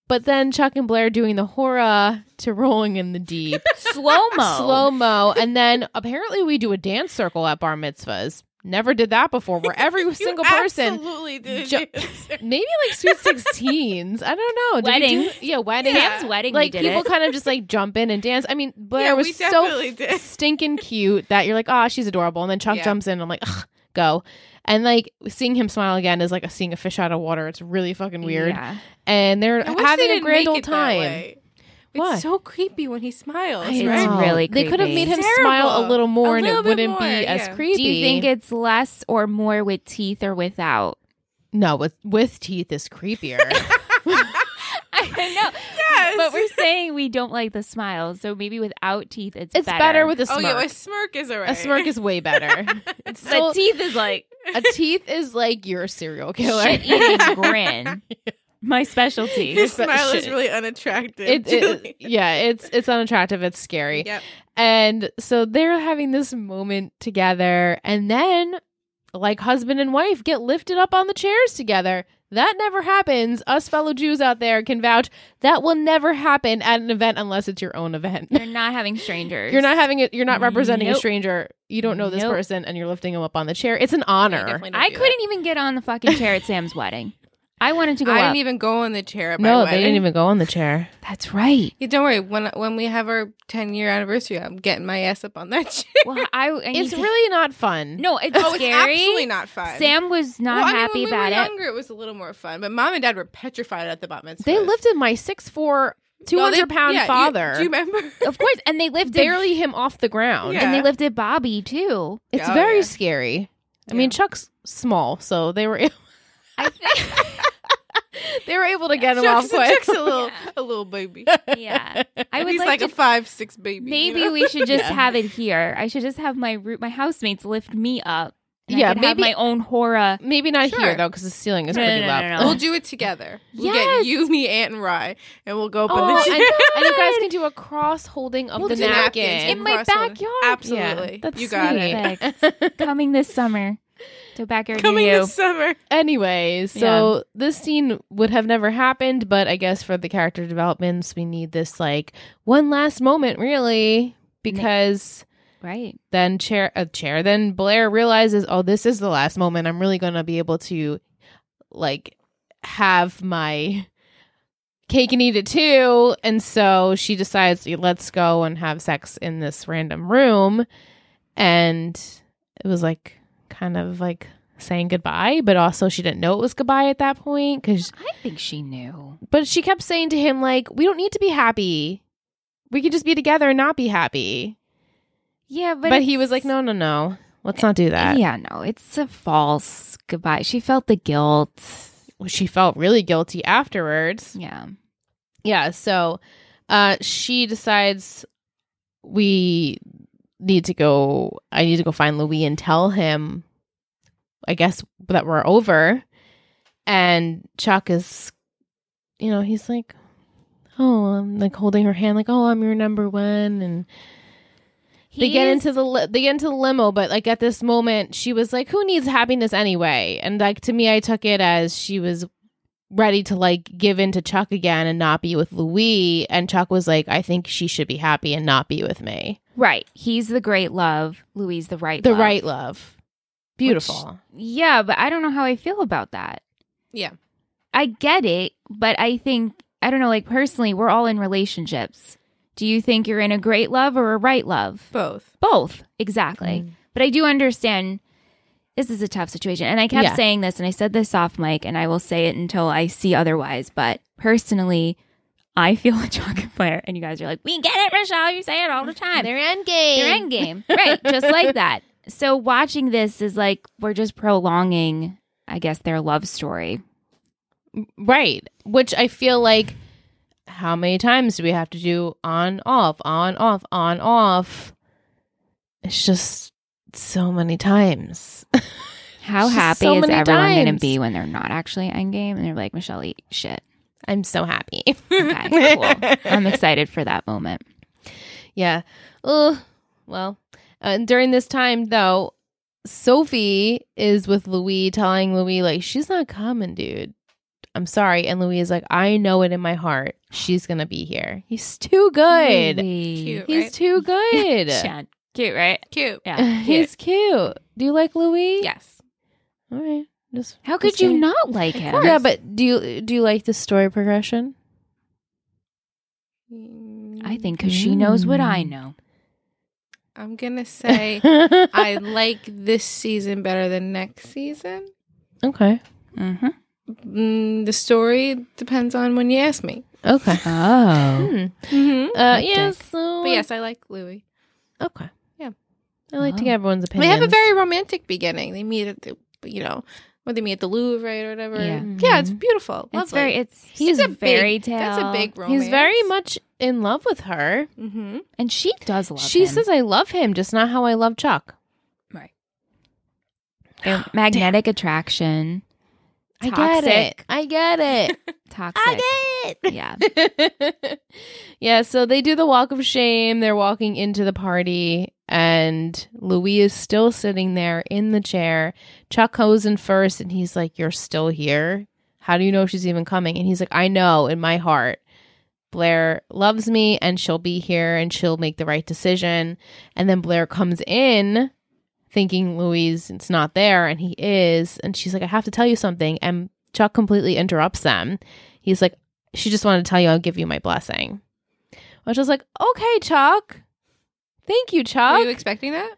But then Chuck and Blair doing the horror to rolling in the deep,
Slow mo.
slow mo, and then apparently we do a dance circle at bar mitzvahs. Never did that before. Where every single person
Absolutely did.
ju- maybe like sweet sixteens. I don't know. Did we do-
Weddings.
yeah, weddings.
Sam's wedding.
Like
we did
people
it.
kind of just like jump in and dance. I mean, Blair
Yeah, we
was so
definitely did.
stinking cute that you're like, ah, she's adorable. And then Chuck
Yeah.
jumps in. I'm like, Ugh, go. And like seeing him smile again is like seeing a fish out of water. It's really fucking weird.
Yeah.
And they're
I wish they
having a
didn't
grand
make
old
it that
time.
way.
What?
It's so creepy when he smiles,
I
right?
know.
really
They could have
creepy.
made him
Terrible.
smile a little more,
A
and
little
it
bit
wouldn't be
more,
as
yeah.
creepy.
Do you think it's less or more with teeth or without?
no? With with teeth is creepier.
I know.
Yes.
But we're saying we don't like the smiles, so maybe without teeth, it's
it's
better.
better. with a
oh
smirk.
yeah, a smirk is alright.
A smirk is way better. it's
the
still,
teeth is like
a teeth is like you're a serial killer.
shit eating grin. My specialty.
His smile is
shit.
really unattractive.
It- it-
Julie.
yeah, it's it's unattractive. It's scary.
Yep.
And so they're having this moment together, and then, like husband and wife, get lifted up on the chairs together. That never happens. Us fellow Jews out there can vouch that will never happen at an event unless it's your own event.
You're not having strangers.
You're not having it. You're not representing a
Nope.
stranger. You don't know this
Nope.
person, and you're lifting him up on the chair. It's an
Yeah,
honor.
definitely don't
I
do
couldn't even get on the fucking chair at Sam's wedding. I wanted to
that.
go
I
up.
didn't even go on the chair. At my
no, they
wedding.
didn't even go on the chair.
That's right.
Yeah, don't worry. When when we have our ten year anniversary, I'm getting my ass up on that chair.
Well, I. I need
It's
to-
really not fun.
no. It's
Oh, it's
scary.
absolutely not fun.
Sam was not
Well, I mean,
happy
when we
about
were
it.
Younger, it was a little more fun, but mom and dad were petrified at the bat mitzvah.
They lifted my 6'4", 200 pound father.
do you remember?
Of course, and they lifted
barely him off the ground.
Yeah.
and they lifted Bobby too.
It's
Oh,
very
yeah.
scary. I
Yeah.
mean, Chuck's small, so they were
I think.
they were able to get him
Chuck's,
off quick.
Chuck's a little,
Yeah.
a little baby.
yeah, I would
He's
like,
like,
to
a five, six baby. you
Maybe
know?
we should just
Yeah.
have it here. I should just have my root, my housemates lift me up. And
Yeah,
I could have
maybe-
my own horror.
Maybe not
Sure.
here though, because the ceiling is
No, no,
pretty
no,
loud.
no, no.
We'll do it together. We'll
Yes.
get you, me, Aunt, and Rye, and we'll go up on
Oh,
the
and,
chair.
and you guys can do a cross holding of
We'll
the
do napkins.
napkin.
In my
Cross one.
backyard.
Absolutely.
Yeah, that's
you got it.
it.
Coming this summer to backyard near
Coming
you.
this summer.
anyway, so this scene would have never happened, but I guess for the character developments, we need this like one last moment, really, because.
right.
then chair a chair then blair realizes oh this is the last moment i'm really gonna be able to like have my cake and eat it too and so she decides let's go and have sex in this random room and it was like kind of like saying goodbye but also she didn't know it was goodbye at that point because
I think she knew.
but she kept saying to him like we don't need to be happy we could just be together and not be happy
Yeah, but
but, he was
it's-
like, no, no, no. Let's not do that.
Yeah, no, it's a false goodbye. She felt the guilt.
Well, She felt really guilty afterwards.
Yeah,
Yeah. So uh, she decides we need to go. I need to go find Louis and tell him, I guess, that we're over. And Chuck is, you know, he's like, oh, I'm like holding her hand, like, oh, I'm your number one. And they get
He's-
into the li- they get into the limo, but like at this moment, she was like, "Who needs happiness anyway?" And like to me, I took it as she was ready to like give in to Chuck again and not be with Louis. And Chuck was like, "I think she should be happy and not be with me."
right. He's the great love. Louis the right.
The
love.
right love, beautiful.
Yeah, but I don't know how I feel about that.
Yeah.
I get it, but I think I don't know, like personally, we're all in relationships. Do you think you're in a great love or a right love?
Both.
Both, exactly.
Mm.
But I do understand this is a tough situation. And I kept
Yeah.
saying this and I said this off mic and I will say it until I see otherwise, but personally, I feel a chocolate player and you guys are like, "We get it, Rochelle, you say it all the time."
Their end game.
Your end game. Right. Just like that. so watching this is like we're just prolonging, I guess, their love story.
Right. Which I feel like how many times do we have to do on off, on off, on off? It's just so many times.
How
Just
happy
so
is
many
everyone going
times.
to be when they're not actually endgame and they're like, Michelle, eat shit.
I'm so happy.
Okay, cool. I'm excited for that moment.
Yeah. Ugh. Well, and during this time though, Sophie is with Louis, telling Louis like she's not coming, dude. I'm sorry, and Louis is like, I know it in my heart. She's gonna be here. He's too good.
Cute.
Cute.
He's
right?
too good.
Cute, right?
Cute.
Yeah.
He's cute. Do you like Louis?
Yes.
All right. Just
How could
Just
you
kidding.
not like him?
yeah, but do you do you like the story progression?
I think because she knows what I
Mm.
know.
I'm gonna say I like this season better than next season.
okay.
Mm-hmm.
Mm, the story depends on when you ask me.
Okay.
Oh.
Hmm.
Mm-hmm.
Uh,
Hectic.
yeah. So
But yes, I like Louis.
Okay.
Yeah.
I like to
Oh.
get everyone's
They
opinion.
have a very romantic beginning. They meet at the, you know, when they meet at the Louvre, right, or whatever.
Yeah. Mm-hmm.
Yeah, it's
Mm-hmm.
beautiful.
It's
Lovely.
very, it's,
He's
he's
a
a
big-
fairy tale.
That's a big romance.
He's very much in love with her.
Mm-hmm.
And she does love
she
him.
says, "I love him, just not how I love Chuck."
They're magnetic attraction.
I get it.
Toxic.
I get it.
Toxic.
I get
yeah.
it. yeah. So they do the walk of shame. They're walking into the party, and Louis is still sitting there in the chair. Chuck goes in first, and he's like, "You're still here? How do you know she's even coming?" And he's like, "I know in my heart." Blair loves me and she'll be here and she'll make the right decision. And then Blair comes in thinking Louise it's not there and he is and she's like I have to tell you something and Chuck completely interrupts them. He's like she just wanted to tell you I'll give you my blessing. Which I was like, "Okay, Chuck. Thank you, Chuck."
Were you expecting that?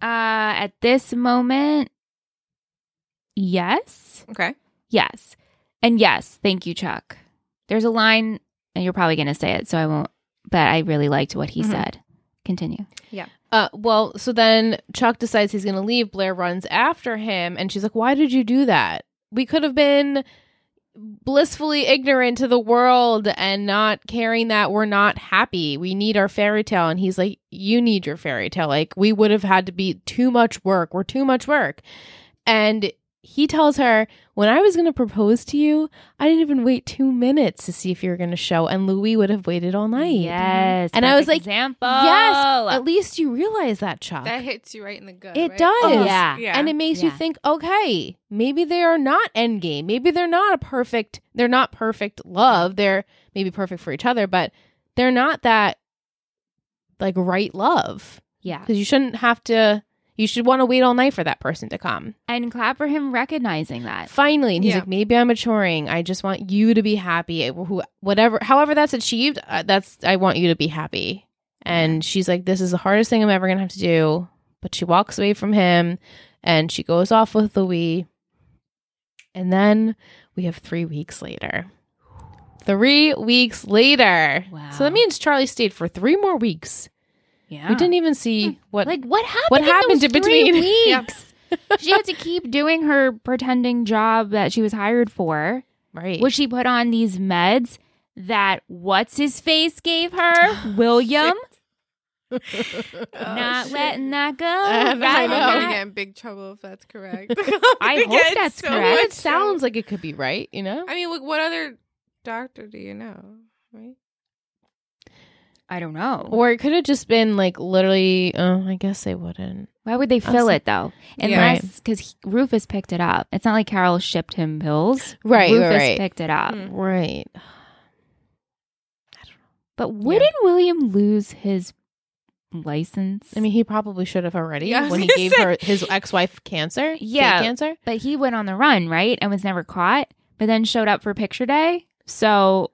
Uh, at this moment, yes.
Okay.
Yes. And yes, thank you, Chuck. There's a line, and you're probably going to say it, so I won't, but I really liked what he
Mm-hmm.
Mhm.
said. Continue.
Uh, well, so then Chuck decides he's going to leave. Blair runs after him, and she's like, "Why did you do that? We could have been blissfully ignorant to the world and not caring that we're not happy. We need our fairy tale." And he's like, "You need your fairy tale. Like we would have had to be too much work. We're too much work." And he tells her, "When I was going to propose to you, I didn't even wait two minutes to see if you were going to show, and Louis would have waited all night."
Yes.
And I was
perfect
like,
example. Oh,
yes, At least you realize that, Chuck.
That hits you right in the gut.
It
right? Uh-huh.
does.
Oh, yeah.
Yeah.
And it makes you
Yeah.
think, okay, maybe they are not endgame. Maybe they're not a perfect, they're not perfect love. They're maybe perfect for each other, but they're not that like right love.
yeah.
Because you shouldn't have to, you should want to wait all night for that person to come.
And clap for him recognizing that.
Finally. And he's
Yeah.
like, maybe I'm maturing. I just want you to be happy. Who, whatever, however that's achieved, uh, that's, I want you to be happy. And she's like, this is the hardest thing I'm ever going to have to do. But she walks away from him and she goes off with Louis. And then we have three weeks later. Three weeks later.
Wow.
So that means Charlie stayed for three more weeks.
Yeah.
We
Hmm.
didn't even see what.
like, what happened?
What
in those
happened in
three
between?
Weeks? she had to keep doing her pretending job that she was hired for.
right.
Would she put on these meds that what's his face gave her? William?
Oh,
Not
shit.
letting that go.
I
I'm
know.
Rather
I
gonna
not-
get in big trouble if that's correct.
I hope that's
I mean,
correct.
it sounds like it could be right, you know?
I mean, like, what other doctor do you know? Right?
I don't know.
Or it could have just been like literally, oh, I guess they wouldn't.
Why would they fill
Also-
it though?
Yeah.
Unless because Rufus picked it up. It's not like Carol shipped him pills.
Right,
Rufus
right. Hmm.
picked it up.
Mm.
Right.
But wouldn't William lose his license?
I mean, he probably should have already
Yeah, I was
when he
gonna
gave
say.
her his ex wife cancer. fake
Yeah.
Cancer.
but he went on the run, right, and was never caught. But then showed up for picture day. So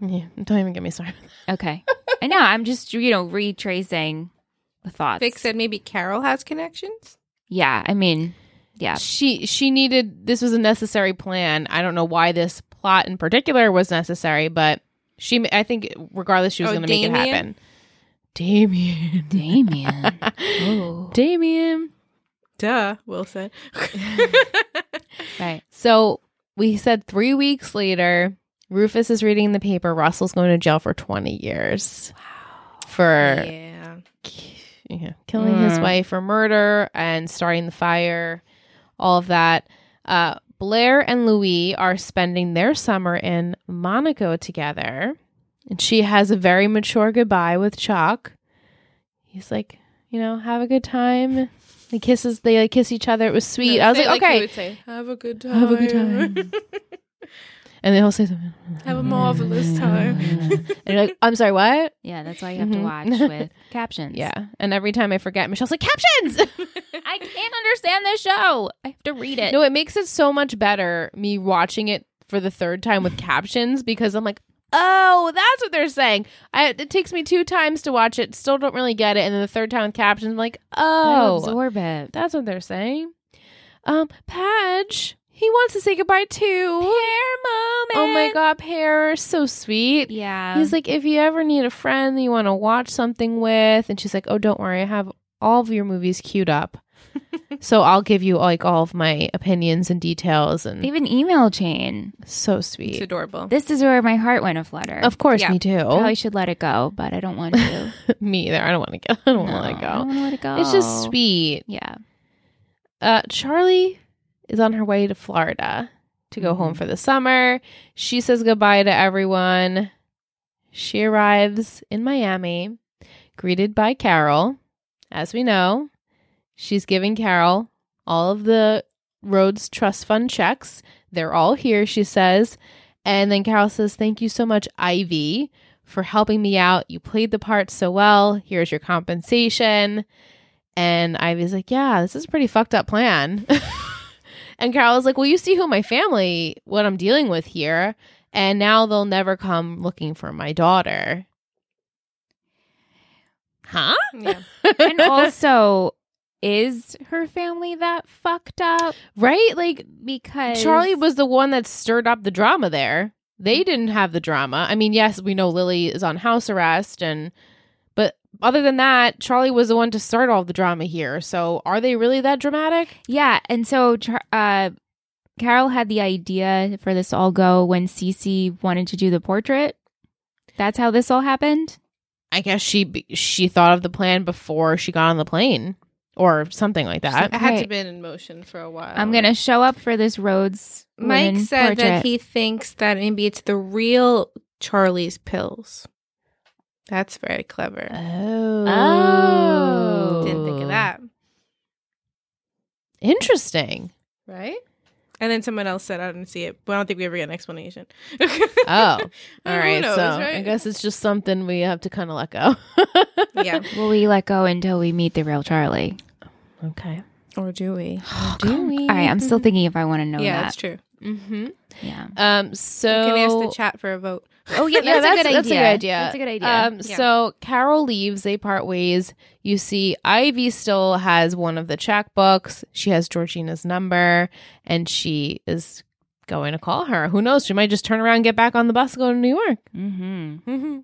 Yeah. Don't even get me started.
okay, I know. I'm just you know retracing the thoughts.
Vic said maybe Carol has connections.
Yeah, I mean, yeah,
She she needed this was a necessary plan. I don't know why this plot in particular was necessary, but she I think regardless she was
Oh,
going to make it
Damien?
happen. Damien.
Damien. Oh.
Damien.
Duh, Wilson.
Right.
So we said three weeks later, Rufus is reading the paper. Russell's going to jail for 20 years for
yeah.
k- yeah, killing his
Mm.
wife for murder and starting the fire, all of that. Uh, Blair and Louis are spending their summer in Monaco together. And she has a very mature goodbye with Chuck. He's like, you know, have a good time. They kisses, they like kiss each other. It was sweet.
No,
I was
say it
like,
you
okay,
would say, have a good time.
Have a good time. and they'll say something.
have a marvelous
Uh.
time.
And you're like, I'm sorry, what?
Yeah, that's why you have to
Mhm.
watch with captions.
Yeah. And every time I forget, Michelle's like, captions.
I can't understand this show. I have to read it.
no, it makes it so much better me watching it for the third time with captions because I'm like, oh, that's what they're saying. I, it takes me two times to watch it, still don't really get it. And then the third time with captions, I'm like,
Gotta
oh,
absorb it.
that's what they're saying. Um, Padge, he wants to say goodbye too. Oh my God, Pear, so sweet.
Yeah.
He's like, if you ever need a friend that you want to watch something with, and she's like, oh, don't worry, I have all of your movies queued up, so I'll give you like all of my opinions and details, and
they have an email chain.
so
It's
sweet.
adorable.
This is where my heart went aflutter.
Of course,
Yeah.
me too.
Probably should let it go, but I don't want to.
me either. I don't want to go. I don't
No,
want to let
I don't
go.
wanna let it go.
It's just sweet.
Yeah.
Uh, Charlie is on her way to Florida to go home
Mhm.
for the summer. She says goodbye to everyone. She arrives in Miami, greeted by Carol. As we know, she's giving Carol all of the Rhodes Trust Fund checks. They're all here, she says. And then Carol says, Thank you so much, Ivy, for helping me out. You played the part so well. Here's your compensation. And Ivy's like, Yeah, this is a pretty fucked up plan. and Carol's like, Well, you see who my family, what I'm dealing with here. And now they'll never come looking for my daughter. Huh?
Yeah.
And also, is her family that fucked up?
right? Like,
Because
Charlie was the one that stirred up the drama there. They didn't have the drama. I mean, yes, we know Lily is on house arrest and but other than that, Charlie was the one to start all the drama here. So are they really that dramatic?
Yeah, and so Char- uh, Carol had the idea for this all go when Cece wanted to do the portrait. That's how this all happened.
I guess she be- she thought of the plan before she got on the plane or something like
like,
that.
It had to
Right.
been in motion for a while.
I'm gonna show up for this Rhodes.
Mike
women
said that
portrait.
he thinks that maybe it's the real Charlie's pills. That's very clever.
Oh.
Oh.
Didn't think of that,
Interesting.
right? And then someone else said, "I didn't see it," but I don't think we ever get an explanation.
Oh. All
Who
right.
knows,
so I
right?
guess it's just something we have to kind of let go.
yeah.
Will we let go until we meet the real Charlie?
Okay.
Or do we?
Do we?
All right, I'm still thinking if I want to know
yeah, that's
that.
true.
Oh, Mm-hmm.
Yeah.
Um, so
you can ask the chat for a vote.
Oh yeah,
Yeah,
that's, a good
that's- that's a
idea.
good idea.
That's a good idea.
Um,
Yeah.
So Carol leaves. They part ways. You see, Ivy still has one of the checkbooks. She has Georgina's number, and she is going to call her. Who knows? She might just turn around, and get back on the bus, and go to New York.
mm-hmm.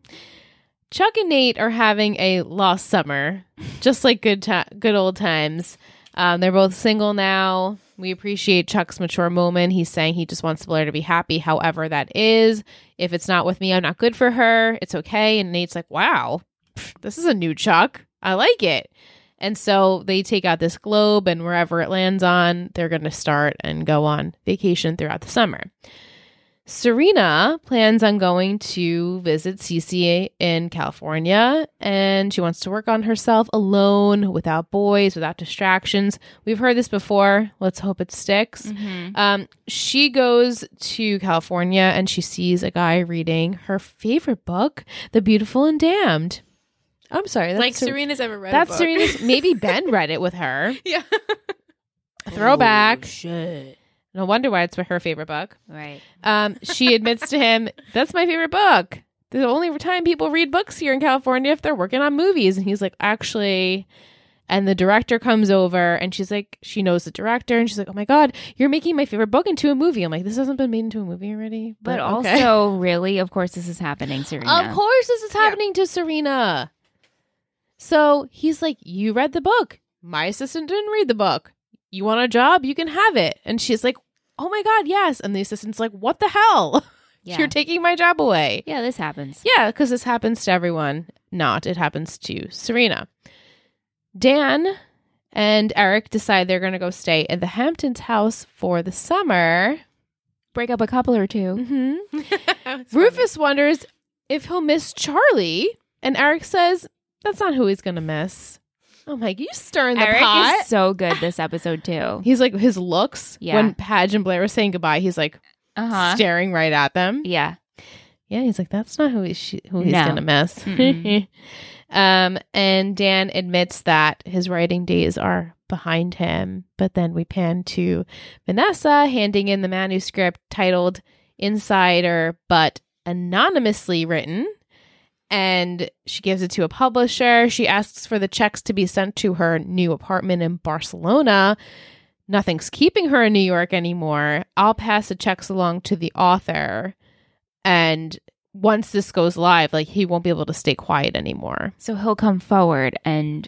Chuck and Nate are having a lost summer, just like good ti good old times. Um, they're both single now. We appreciate Chuck's mature moment. He's saying he just wants Blair to be happy, however that is. If it's not with me, I'm not good for her. It's okay. And Nate's like, wow, pff, this is a new Chuck. I like it. And so they take out this globe, and wherever it lands on, they're going to start and go on vacation throughout the summer. Serena plans on going to visit Cece in California and she wants to work on herself alone, without boys, without distractions. We've heard this before. Let's hope it sticks.
Mm-hmm.
Um, she goes to California and she sees a guy reading her favorite book, The Beautiful and Damned. I'm sorry. That's
like
Ser-
Serena's ever read. a
That's
book.
Serena's. Maybe Ben read it with her.
yeah.
Throwback.
shit.
No wonder why it's her favorite book.
Right.
Um, she admits to him, "That's my favorite book. The only time people read books here in California if they're working on movies." And he's like, "Actually," and the director comes over, and she's like, she knows the director, and she's like, "Oh my god, you're making my favorite book into a movie." I'm like, "This hasn't been made into a movie already."
But
okay.
also, really, of course, this is happening, Serena.
of course, this is
Yeah.
happening to Serena. So he's like, You read the book. My assistant didn't read the book. You want a job? You can have it. And she's like, Oh my God, yes. And the assistant's like, What the hell?
Yeah.
You're taking my job away.
yeah, this happens.
Yeah, because this happens to everyone. Not, it happens to Serena. Dan and Eric decide they're going to go stay at the Hamptons house for the summer.
Break up a couple or two.
Mm-hmm.
It's funny.
Rufus wonders if he'll miss Charlie, and Eric says that's not who he's gonna miss. Oh my, you stirring the
Eric
pot.
is so good this episode too.
he's like his looks
Yeah.
when Padge and Blair were saying goodbye. He's like
Uh huh.
staring right at them.
Yeah.
Yeah, he's like that's not who he's she- who he's
No.
gonna miss.
Mm-mm.
um, and Dan admits that his writing days are behind him. But then we pan to Vanessa handing in the manuscript titled "Insider," but anonymously written. and she gives it to a publisher. She asks for the checks to be sent to her new apartment in Barcelona. Nothing's keeping her in New York anymore. I'll pass the checks along to the author. And once this goes live, like he won't be able to stay quiet anymore
So he'll come forward and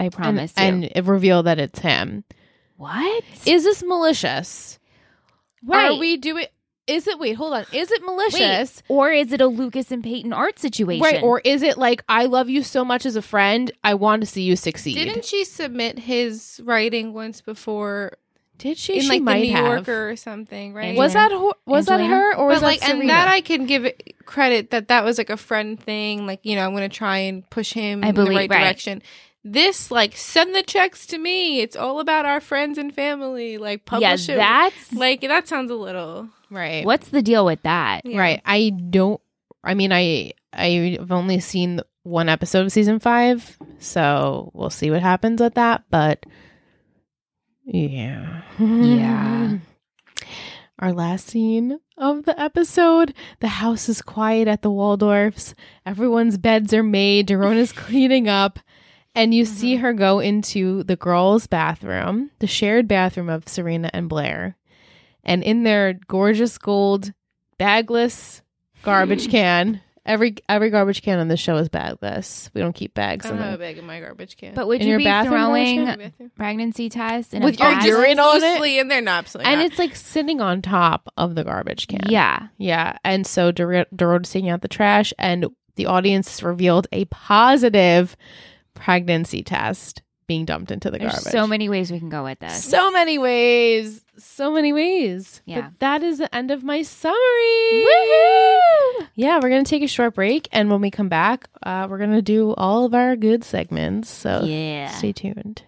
I
and,
promise you.
and reveal that it's him.
what?
Is this malicious?
Right.
Are we doing? Is it? Wait, hold on. Is it malicious?
or is it a Lucas and Peyton art situation?
Right, or is it like I love you so much as a friend, I want to see you succeed?
Didn't she submit his writing once before
Did she?
in
she
like the
might
New
have.
Yorker or something, right?
Was that ho- was that
Angelina?
her or was
but like,
that Serena?
and that I can give it credit that that was like a friend thing. Like, you know, I'm going to try and push him
I
in
believe-
the right,
right.
direction. This, like, send the checks to me. It's all about our friends and family. Like,
yeah,
publish it.
that's
Like, that sounds a little
right,
what's the deal with that?
yeah.
right. I don't. I mean, I I've only seen one episode of season five, so we'll see what happens with that. But yeah,
Yeah.
Our last scene of the episode: the house is quiet at the Waldorfs. Everyone's beds are made. Dorona's cleaning up. And you see
Mm-hmm.
her go into the girls' bathroom, the shared bathroom of Serena and Blair. And in their gorgeous gold bagless garbage can, every every garbage can on the show is bagless. We don't keep
I
bags in
don't
Oh,
have a
them.
bag in my garbage can.
But would
In
you
your
be
bathroom,
throwing
Alicia?
pregnancy tests in
With
a
your
bag?
urine on it?
Loosely in there, not absolutely.
And
not.
it's like sitting on top of the garbage can.
Yeah.
Yeah. And so Dor- Dorota's taking out the trash, and the audience revealed a positive pregnancy test being dumped into the
There's
garbage.
so many ways we can go with this.
So many ways. So many ways.
Yeah.
But that is the end of my summary. Woohoo! Yeah, we're going to take a short break. And when we come back, uh, we're going to do all of our good segments. So
Yeah.
stay tuned.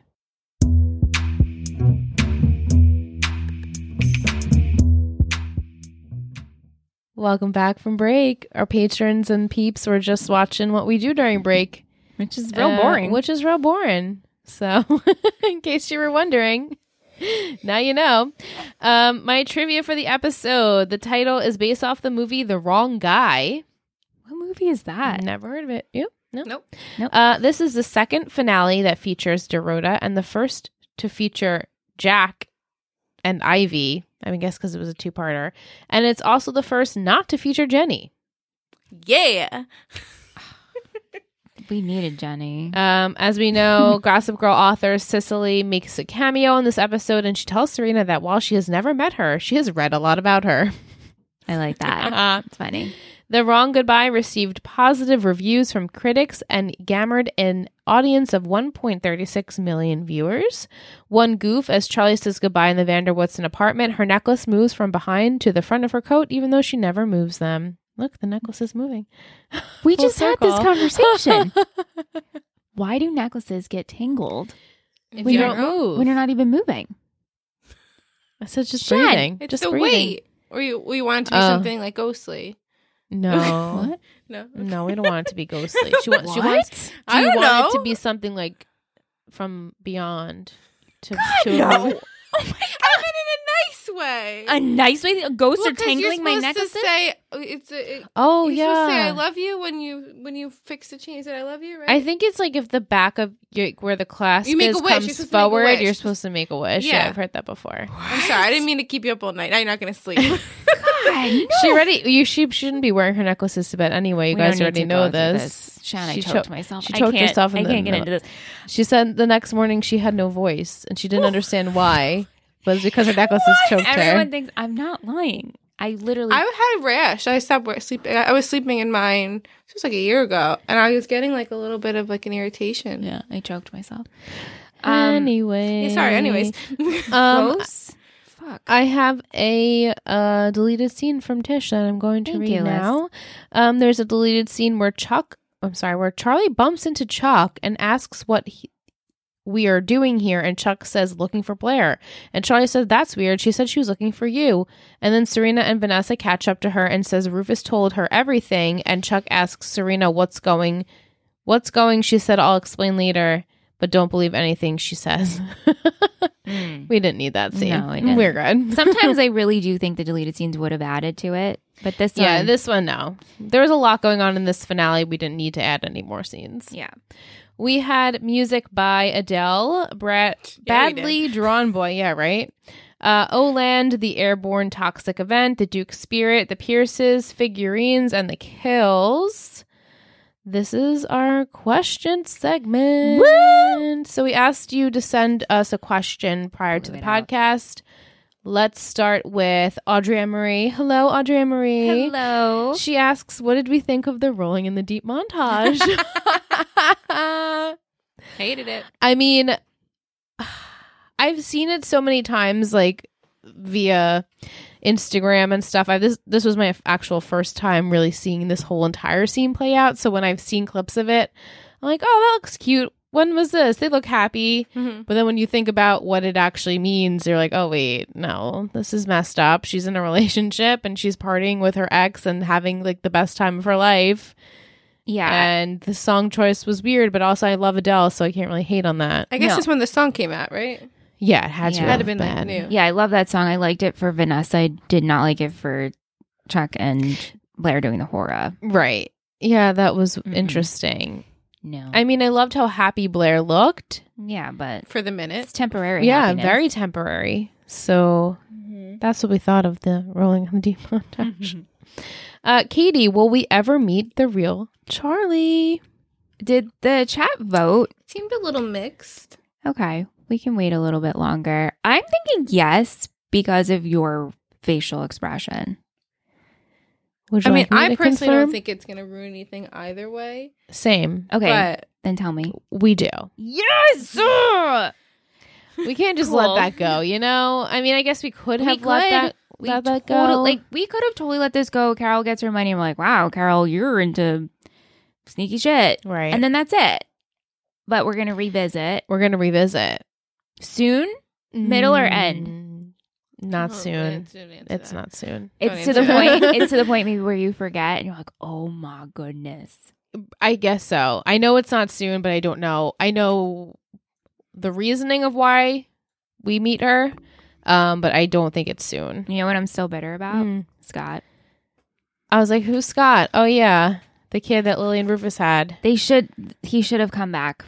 Welcome back from break. Our patrons and peeps were just watching what we do during break.
Which is
Uh, which is real boring. So, in case you were wondering, now you know. Um, my trivia for the episode: the title is based off the movie "The Wrong Guy."
what movie is that?
Never heard of it. You? No.
Nope.
Nope.
Uh, this is the second finale that features Dorota and the first to feature Jack and Ivy. I mean, guess because it was a two-parter, and it's also the first not to feature Jenny.
yeah.
We needed Jenny.
Um, as we know, Gossip Girl author Cicely makes a cameo in this episode, and she tells Serena that while she has never met her, she has read a lot about her.
I like that.
Uh,
It's funny.
the Wrong Goodbye received positive reviews from critics and garnered an audience of 1.36 million viewers. One goof, as Charlie says goodbye in the Vanderwoodson apartment, her necklace moves from behind to the front of her coat, even though she never moves them. Look, the necklace is moving.
We
Full
just had
circle.
this conversation. Why do necklaces get tangled
If
We
you
don't move.
when you're not even moving?
I said just
Shed.
breathing.
It's
just
the
breathing.
weight. Or you, we want it to be
Oh.
something like ghostly.
No.
No.
No, we don't want it to be ghostly. She wants. She
What?
wants. Do
I
you
don't
want it to
know.
be something like from beyond? To,
God, no.
Oh my god! I mean, in a nice way.
A nice way. Ghosts
Well,
are
'cause you're
tangling my
supposed
necklaces.
to Say it's a. It,
Oh
you're supposed to say I
yeah.
love you when you when you fix the chain. You said I love you, right?
I think it's like if the back of your, where the clasp
You make
is
a wish. You're
comes
supposed to make a
forward,
wish.
you're supposed to make a wish. Yeah.
Yeah.
I've heard that before.
I'm sorry. I didn't mean to keep you up all night. Now you're not going to sleep.
God, no.
She already you she shouldn't be wearing her necklaces to bed anyway. You
We
guys
don't
already
need to go
know
through
this.
Shan, I
She
choked
cho-
myself.
she
I
choked
can't-
herself in
I can't
the-
get into this.
She said the next morning she had no voice and she didn't understand why. But it's because her necklaces choked
Everyone
her.
thinks I'm not lying. I literally.
I had a rash. I stopped wor- sleep. I I was sleeping in mine. It was like a year ago, and I was getting like a little bit of like an irritation.
yeah, I choked myself.
anyway,
um, Yeah, sorry. Anyways,
um,
Gross. Fuck.
I have a uh, deleted scene from Tish that I'm going to
Thank
read
you, Liz.
now. Um, there's a deleted scene where Chuck, I'm sorry, where Charlie bumps into Chuck and asks what he, we are doing here, and Chuck says looking for Blair, and Charlie says that's weird. She said she was looking for you, and then Serena and Vanessa catch up to her and says Rufus told her everything, and Chuck asks Serena what's going, what's going. She said I'll explain later, but don't believe anything she says.
Mm.
We didn't need that scene.
No, we didn't.
We're good.
Sometimes I really do think the deleted scenes would have added to it, but this
yeah,
one,
this one, no. There was a lot going on in this finale. We didn't need to add any more scenes.
yeah,
We had music by Adele, Brett,
Yeah, we did.
Badly Drawn Boy. Yeah, right. Uh, Oland, the Airborne Toxic Event, the Duke Spirit, the Pierces, Figurines, and the Kills. This is our question segment. So we asked you to send us a question prior to the
Blew it out.
podcast. Let's start with Audrey Emery. Hello, Audrey Emery.
hello,
She asks, "What did we think of the Rolling in the Deep montage?"
hated it.
I mean, I've seen it so many times, like via Instagram and stuff. I this this was my f- actual first time really seeing this whole entire scene play out. So when I've seen clips of it, I'm like, "Oh, that looks cute." When was this? They look happy. But then when you think about what it actually means, you're like, oh, wait, no, this is messed up. She's in a relationship and she's partying with her ex and having like the best time of her life.
yeah.
And the song choice was weird, but also I love Adele, so I can't really hate on that.
I guess
No.
it's when the song came out, right?
Yeah, it had to
Yeah.
have
That'd have been like
been.
new.
Yeah, I love that song. I liked it for Vanessa. I did not like it for Chuck and Blair doing the horror.
Right. Yeah, that was
Mm-mm.
interesting.
No.
I mean, I loved how happy Blair looked.
yeah, but
For the
it's
minute,
temporary.
yeah,
happiness.
very temporary. So that's what we thought of the Rolling on the Deep
Mm-hmm.
montage. uh, Katie, will we ever meet the real Charlie?
Did the chat vote?
seemed a little mixed.
Okay, we can wait a little bit longer. I'm thinking yes because of your facial expression.
Would
I
you
mean,
like me
I
to
personally
confirm?
don't think it's gonna ruin anything either way.
same.
Okay,
But
then tell me.
We do.
Yes.
We can't just
Cool.
let that go. You know. I mean, I guess we could
We
have let
could.
that
We
let that go.
totally, like we could have totally let this go. Carol gets her money. and we're like, wow, Carol, you're into sneaky shit.
right.
and then that's it. But we're gonna revisit
we're gonna revisit
soon. Middle
Mm,
or
I
Not
don't really
soon.
Oh, answer that.
It's not soon.
Don't
It's to the
answer
point.
that.
It's to the point maybe where you forget and you're like, oh my goodness.
I guess so. I know it's not soon, but I don't know. I know the reasoning of why we meet her, um, but I don't think it's soon.
You know what I'm still bitter about,
Mm.
Scott.
I was like, "Who's Scott? Oh yeah, the kid that Lily and Rufus had."
They should. He should have come back.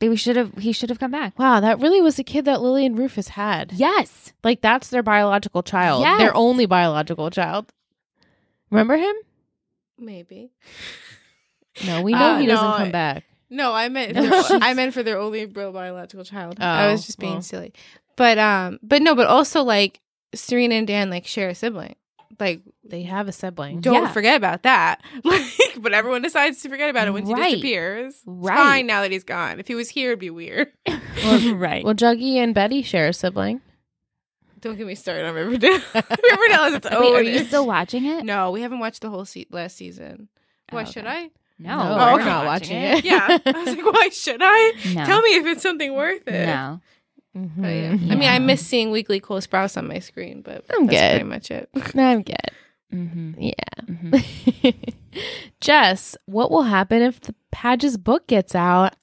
They should have. He should have come back.
Wow, that really was the kid that Lily and Rufus had.
Yes.
Like that's their biological child.
Yes.
Their only biological child. Remember him?
maybe.
No, we know
Uh,
he doesn't
no,
come back.
No, I meant
No,
for,
she's-
I meant for their only real biological child.
Oh,
I was just being
well.
silly. But um but no, but also like Serena and Dan like share a sibling. Like
They have a sibling.
don't
Yeah.
forget about that. Like but everyone decides to forget about it once
Right.
he disappears. It's
Right.
fine now that he's gone. If he was here it'd be weird.
right.
Well, Juggy and Betty share a sibling.
Don't get me started on Riverdale. Riverdale is its own.
Wait, are you still watching it?
Oh, no, we haven't watched the whole se- last season. Why
Oh,
should
okay.
I?
No,
No,
we're
not watching it.
Yeah. I was like, why should I?
No.
Tell me if it's something worth it.
No.
Mm-hmm.
But yeah.
Mhm.
I mean,
Yeah.
I miss seeing Weekly Cole Sprouse on my screen, but
I'm
that's
good.
pretty much it.
I'm good.
Mm-hmm.
Yeah.
Mm-hmm.
Jess, what will happen if the Page's book gets out?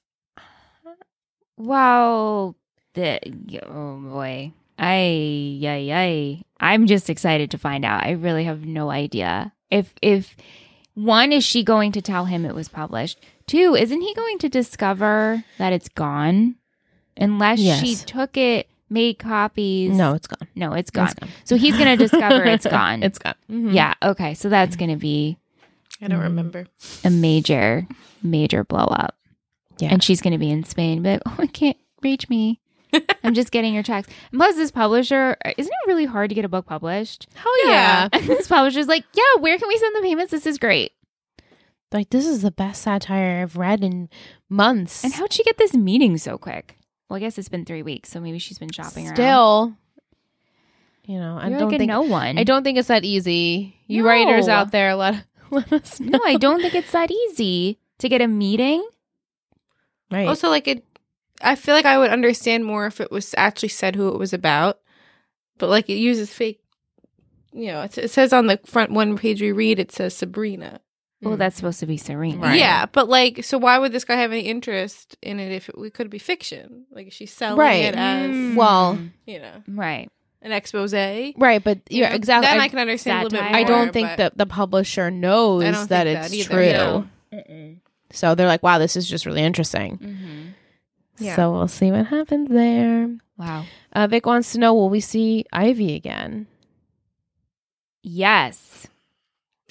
Well, the oh boy, I yay yay. I'm just excited to find out. I really have no idea if if one is she going to tell him it was published. Two, isn't he going to discover that it's gone unless she
Yes.
took it? made copies.
No, it's gone.
no, it's gone.
It's gone.
So he's gonna discover it's gone. Mm-hmm.
It's gone. Mhm.
yeah. Okay. So that's gonna be
I don't remember.
a major, major blow up.
Yeah.
And she's gonna be in Spain, but oh, I can't reach me. I'm just getting your checks. And plus, this publisher isn't it really hard to get a book published?
Hell yeah.
And this publisher's like, yeah, where can we send the payments? This is great.
Like, this is the best satire I've read in months.
And how'd she get this meeting so quick? Well, I guess it's been three weeks, so maybe she's been shopping around.
Still, you know, I
You're
don't
like a
think
no one.
I don't think it's that easy. You
No.
writers out there, let let us know.
No, I don't think it's that easy to get a meeting.
Right.
Also, like it, I feel like I would understand more if it was actually said who it was about, but like it uses fake. You know, it, it says on the front one page we read, it says Sabrina.
Well, Oh, that's supposed to be Serena.
Mm. Right.
Yeah, but like, so why would this guy have any interest in it if it, it could be fiction? Like, she's selling
Right.
it as
Mm. Well,
you know
right.
an expose. You
right, but yeah,
know,
exactly.
Then
I,
I, can understand a little bit.
satire.
I don't
more,
think
but-
that the publisher knows
I don't
that
think
it's
that either,
true.
no.
So they're like, wow, this is just really interesting.
Mm-hmm.
Yeah.
So we'll see what happens there.
Wow.
Uh, Vic wants to know will we see Ivy again?
Yes.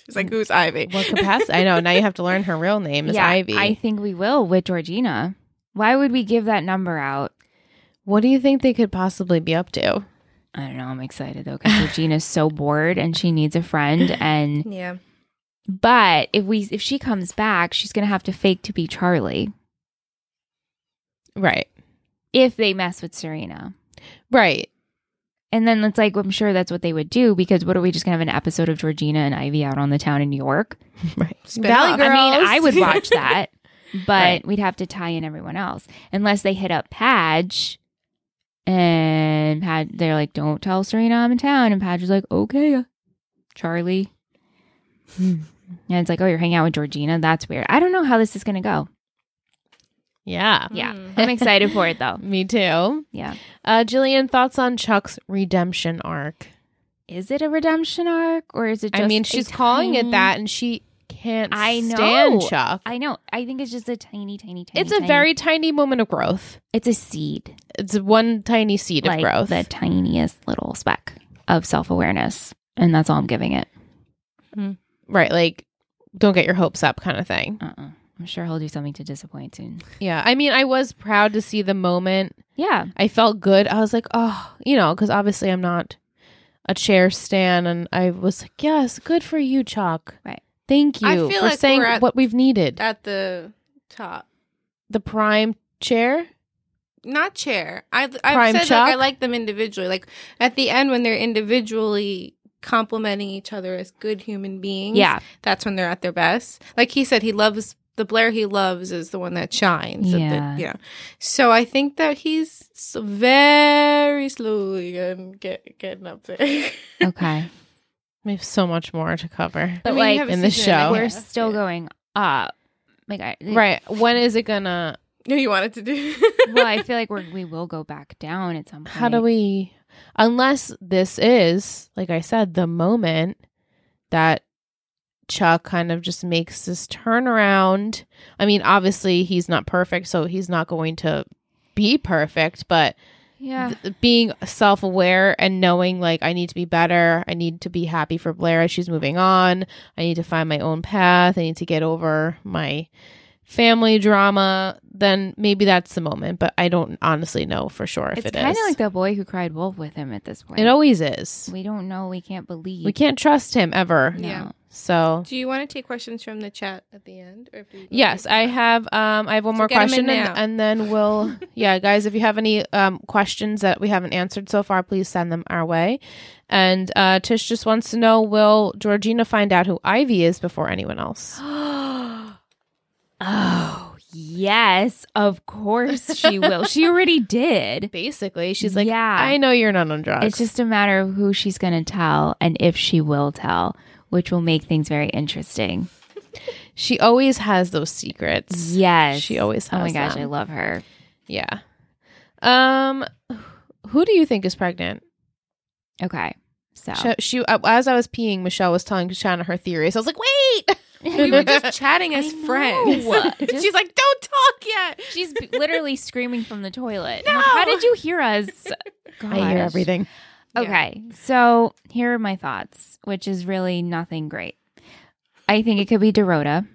She's
Mm.
like, who's Ivy?
What capacity? I know. Now you have to learn her real name is
yeah,
Ivy.
I think we will with Georgina. Why would we give that number out?
what do you think they could possibly be up to?
I don't know. I'm excited though because Georgina's so bored and she needs a friend. And
Yeah.
but if we if she comes back, she's gonna have to fake to be Charlie
Right.
if they mess with Serena.
Right.
And then it's like I'm sure that's what they would do because what are we just gonna have an episode of Georgina and Ivy out on the town in New York?
Right.
Spin
Valley
off.
Girl.
I mean,
Girls.
I would watch that, but
Right.
we'd have to tie in everyone else unless they hit up Padge. And Pad, they're like, "Don't tell Serena I'm in town." And Padge is like, "Okay, Charlie."
Hmm.
And it's like, "Oh, you're hanging out with Georgina? That's weird." I don't know how this is gonna go.
Yeah.
Yeah,
Mm.
I'm excited for it though.
Me too.
Yeah,
Uh, Jillian, thoughts on Chuck's redemption arc?
is it a redemption arc or is it? Just
I mean,
a
she's calling it
tiny-
that, and she can't
I know.
stand Chuck.
I know. I think it's just a tiny, tiny, tiny.
it's a
tiny-
very tiny moment of growth.
It's a seed,
It's one tiny seed
like
of growth.
the tiniest little speck of self awareness, and that's all I'm giving it.
Right. Like, don't get your hopes up, kind of thing.
Uh-uh. I'm sure he'll do something to disappoint soon.
Yeah. I mean, I was proud to see the moment.
Yeah.
I felt good. I was like, oh, you know, because obviously I'm not a chair stan. And I was like, yes, good for you, Chuck.
Right.
Thank you
I feel
for
like
saying
we're at-
what we've needed.
At the top.
the prime chair.
Not chair. I I've
Prime
said
Chuck?
like I like them individually. Like at the end when they're individually complimenting each other as good human beings.
Yeah.
That's when they're at their best. Like he said he loves the Blair he loves is the one that shines. at the-
Yeah.
you know. So I think that he's s- very slowly um, get, getting up there.
Okay.
We have so much more to cover.
But
I mean, you
like,
have a
in the
season and a
show.
half.
We're still
Yeah.
going up. Like I
Right. When is it gonna?
No, you wanted to do.
well, I feel like we're, we will go back down at some point.
How do we? Unless this is, like I said, the moment that Chuck kind of just makes this turnaround. I mean, obviously he's not perfect, so he's not going to be perfect, but
Yeah.
th- being self-aware and knowing like I need to be better, I need to be happy for Blair as she's moving on. I need to find my own path. I need to get over my family drama. Then maybe that's the moment, but I don't honestly know for sure if
It's
it
kind of
is.
like the boy who cried wolf with him at this point.
it always is.
we don't know. We can't believe.
We can't trust him ever.
No.
Yeah.
So
do you want to take questions from the chat at the end? Or if you
yes, I have. Um, I have one
So
more
get 'em in
question,
now.
and, and then we'll. yeah, guys, if you have any um, questions that we haven't answered so far, please send them our way. And uh, Tish just wants to know: Will Georgina find out who Ivy is before anyone else?
oh yes, of course she will. she already did.
Basically, she's like,
Yeah.
I know you're not on drugs.
It's just a matter of who she's going to tell and if she will tell, which will make things very interesting.
she always has those secrets.
Yes.
She always has.
Oh my gosh,
them.
I love her.
Yeah. Um, who do you think is pregnant?
Okay. So
Sh- she, uh, as I was peeing, Michelle was telling Shana her theories. I was like, wait.
we were just chatting as
I know.
friends.
Just-
She's like, "Don't talk yet."
she's b- literally screaming from the toilet. I'm like, How did you hear us?
I hear
Gosh.
everything.
Yeah.
Okay. So here are my thoughts, which is really nothing great. I think it could be Dorota.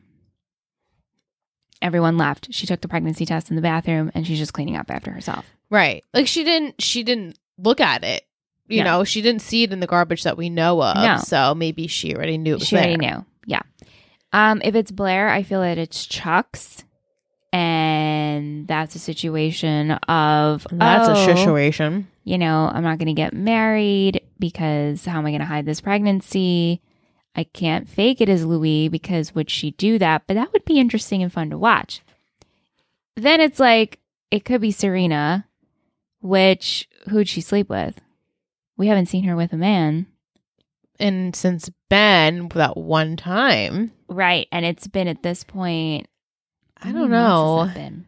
Everyone left. She took the pregnancy test in the bathroom and she's just cleaning up after herself.
Right. Like she didn't she didn't look at it. You
No.
know, she didn't see it in the garbage that we know of.
No.
So maybe she already knew it was
she already
there.
knew. Yeah. Um, if it's Blair, I feel that it's Chuck's. And that's a situation of
That's
oh,
a situation.
you know, I'm not going to get married because how am I going to hide this pregnancy? I can't fake it as Louis because would she do that? But that would be interesting and fun to watch. Then it's like, it could be Serena, which who'd she sleep with? We haven't seen her with a man.
And since Ben that one time,
Right. And it's been at this point,
I
how
don't
many months
know,
has that been?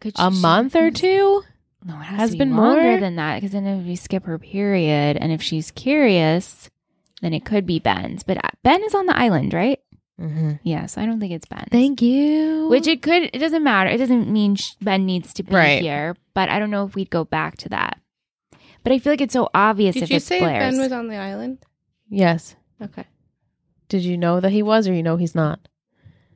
Could she-
a
she-
month or two?
No, it has,
Has
to be
been
longer
more?
than that because then if you skip her period and if she's curious, then it could be Ben's. But uh, Ben is on the island, right?
Mm-hmm.
Yeah, so I don't think it's Ben.
Thank you.
Which it could, it doesn't matter. It doesn't mean sh- Ben needs to be
Right.
here, but I don't know if we'd go back to that. But I feel like it's so obvious
Did
if
you
it's
say
Blair's.
Ben was on the island?
yes.
Okay.
Did you know that he was, or you know he's not?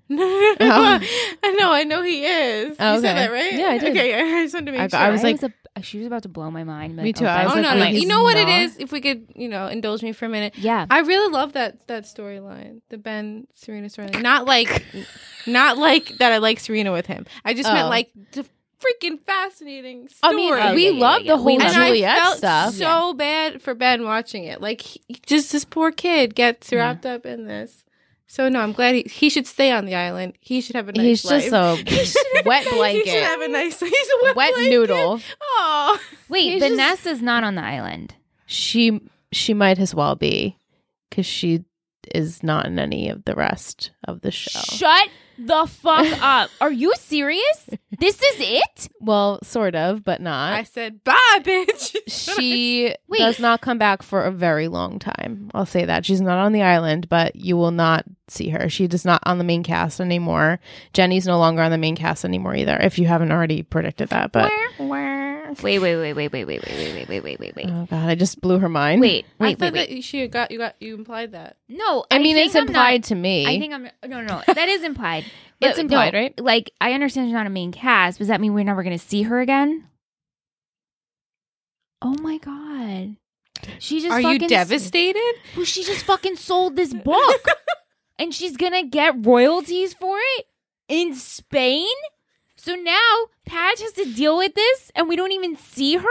No, no, no, no. I know, I know he is. You
Okay.
said that right?
Yeah, I did.
Okay, I just wanted to make
I-
sure.
I was like-
a- she was about to blow my mind.
Me too.
Oh,
I
oh
was like,
Ben's
no,
on
no.
the
he's
You know what it
island.
is? If we could, you know, indulge me for a minute.
Yeah.
I really love that that storyline, the Ben Serena storyline. Not like, not like that. I like Serena with him. I just meant
Oh.
like the freaking fascinating
I
story.
mean,
Oh,
we
yeah, yeah,
love
yeah.
the whole
We love
and
it.
Juliet
I felt
stuff.
so bad for Ben watching it. Like, he, just this poor kid gets wrapped up in this. So no, I'm glad he, he should stay on the island. He should have a nice
he's
life.
just a
He should-
wet
He should
blanket.
have a nice. He's a wet,
wet
blanket.
noodle. Uh,
Oh,
Wait,
He's just-
Vanessa's not on the island.
She she might as well be, because she is not in any of the rest of the show.
Shut the fuck up. Are you serious? This is it?
Well, sort of, but not.
I said bye, bitch.
she
Wait.
does not come back for a very long time. I'll say that. She's not on the island, but you will not see her. She does not on the main cast anymore. Jenny's no longer on the main cast anymore either, if you haven't already predicted that. But
Wait, wait, wait, wait, wait, wait, wait, wait, wait, wait, wait, wait, wait.
oh god, I just blew her mind.
Wait,
I
wait,
thought
wait, wait.
that she got you got you implied that.
No,
I mean
think
it's
I'm
implied
Not,
to me.
I think I'm no, no, no. That is implied.
It's implied, right?
Like I understand she's not a main cast. Does that mean we're never going to see her again? Oh my god, she just
Are you
fucking-
devastated?
Well, she just fucking sold this book, and she's gonna get royalties for it in Spain. So now Patch has to deal with this, and we don't even see her.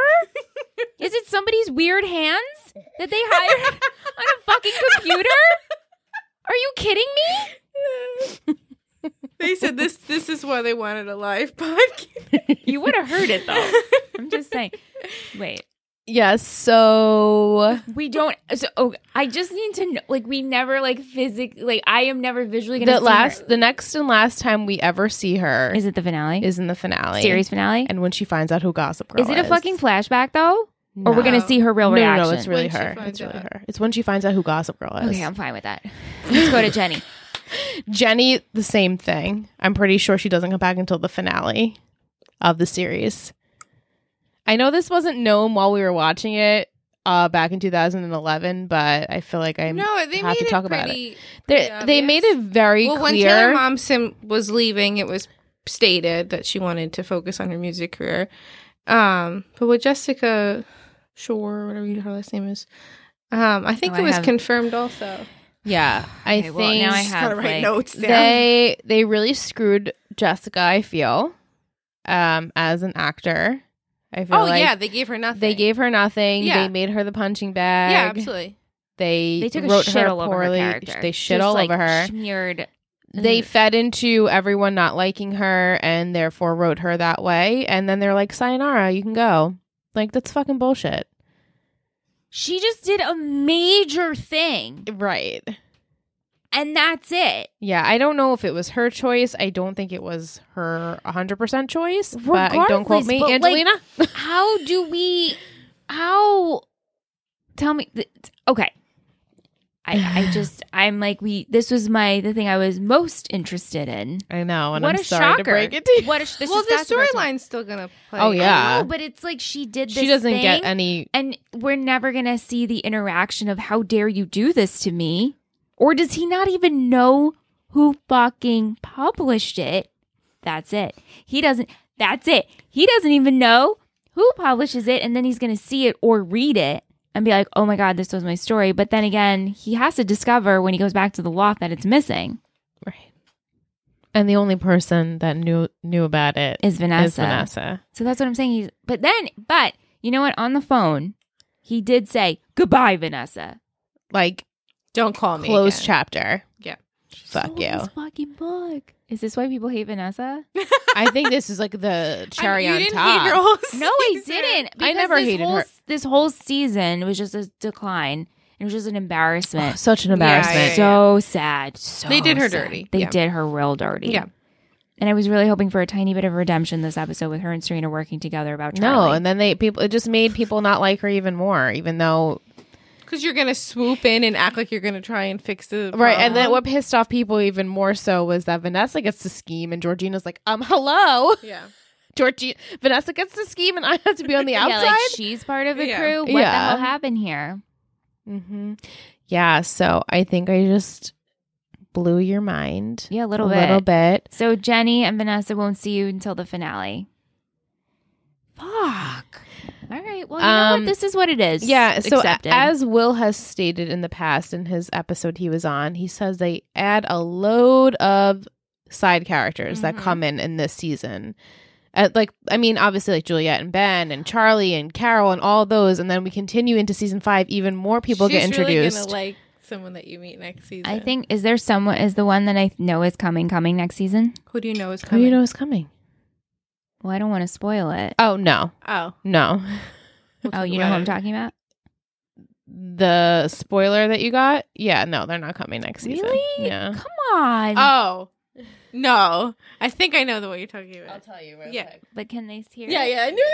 Is it somebody's weird hands that they hired on a fucking computer? Are you kidding me?
they said this. This is why they wanted a live podcast.
You would have heard it though. I'm just saying. Wait,
Yes, so
we don't. So, oh, I just need to know. Like, we never like physically. Like, I am never visually gonna.
the
see
last the next and last time we ever see her
her.
is,
is it the finale?
in the finale.
series finale?
And when she finds out who Gossip Girl
Is
is.
it a fucking flashback though? Or
No.
we're gonna see her real
no, no,
reaction?
no, it's really
When she
her.
finds
It's really
out.
her. It's when she finds out who Gossip Girl is.
okay, I'm fine with that. Let's go to Jenny.
Jenny, the same thing. I'm pretty sure she doesn't come back until the finale of the series. I know this wasn't known while we were watching it uh, back in 2011, but I feel like I'm.
no, they
have
made
to
it
talk about
pretty.
they,
pretty
they
obvious.
made it very
well, when
clear.
Taylor Momsen was leaving, it was stated that she wanted to focus on her music career. Um, but with Jessica Shore, whatever you- her last name is, um, I think
Oh,
it
I
was
haven't-
confirmed also.
yeah, I
Okay,
think
well, now I have, like-
notes
they they really screwed Jessica. I feel um, as an actor. I feel
oh
like
yeah, they gave her nothing.
they gave her nothing.
Yeah.
They made her the punching
yeah,
bag.
absolutely.
They
They took
wrote
a shit
her
all over
poorly.
her character.
They shit
Just,
all
like,
over her.
Smeared.
they
Mm.
fed into everyone not liking her and therefore wrote her that way and then they're like sayonara you can go like that's fucking bullshit
She just did a major thing,
right
and that's it.
yeah i don't know if it was her choice i don't think it was her 100% choice but don't quote
Regardless,
me
but, like-
angelina
How do we? How? Tell me. th- Okay. I, I just I'm like we this was my the thing I was most interested in.
I know, Oh, and
what
I'm
a
sorry
shocker!
to break it to you.
What a sh- this
well,
is
the
Gossip Girl to me.
storyline's still gonna play.
Oh, yeah.
No, but it's like she did. This
She doesn't
thing,
get any.
and we're never gonna see the interaction of how dare you do this to me, or does he not even know who fucking published it? That's it. He doesn't. That's it. He doesn't even know who publishes it, and then he's gonna see it or read it and be like, "Oh my god, this was my story." But then again, he has to discover when he goes back to the loft that it's missing
Right. And the only person that knew knew about it
is Vanessa.
is Vanessa.
So that's what I'm saying. He's, but then, but you know what? On the phone, he did say goodbye, Vanessa.
Like
Don't call me.
close
again.
chapter.
Yeah.
Fuck
Sold
you.
this fucking book. Is this why people hate Vanessa?
I think this is like the cherry
I mean,
on
you didn't
top.
Hate your whole
No, I
season.
didn't.
I
because
never
this
hated
whole,
her.
This whole season was just a decline. It was just an
Oh,
embarrassment.
such an
Yeah,
embarrassment.
yeah, yeah.
So sad. So
They did her
sad.
dirty.
They
Yeah.
did her real dirty.
Yeah.
And I was really hoping for a tiny bit of redemption this episode with her and Serena working together about Charlie.
No, and then they people it just made people not like her even more, even though
Because you're gonna swoop in and act like you're gonna try and fix the
right. And then
problem.
what pissed off people even more so was that Vanessa gets to scheme and Georgina's like, um, hello,
Yeah.
Georgina. Vanessa gets to scheme and I have to be on the
yeah,
outside.
like she's part of the
Yeah.
crew. What the
Yeah.
hell happened here?
hmm Yeah, so I think I just blew your mind
Yeah, a little
a
bit.
little bit.
So Jenny and Vanessa won't see you until the finale. Fuck. All right. Well, you know
Um,
what? This is what it is.
Yeah, so a-
Accept it.
as Will has stated in the past in his episode he was on, he says they add a load of side characters that
Mhm.
come in in this season. Uh, like I mean, obviously like Juliet and Ben and Charlie and Carol and all those, and then we continue into season five. Even more people
She's
get
Really
introduced.
gonna like someone that you meet next season.
I think is there someone is the one that I know is coming coming next season?
Who do you know is
Who
coming?
do Oh, you know is coming?
Well, I don't want to spoil it.
Oh no,
Oh.
no,
We'll
oh,
talk
you know who
about
I'm
it.
talking about?
the spoiler that you got. Yeah, no, they're not coming next season.
Really?
Yeah.
Come on.
Oh. No. I think I know the one you're talking about.
tell you.
Yeah.
but can they hear?
Yeah,
it?
yeah, I knew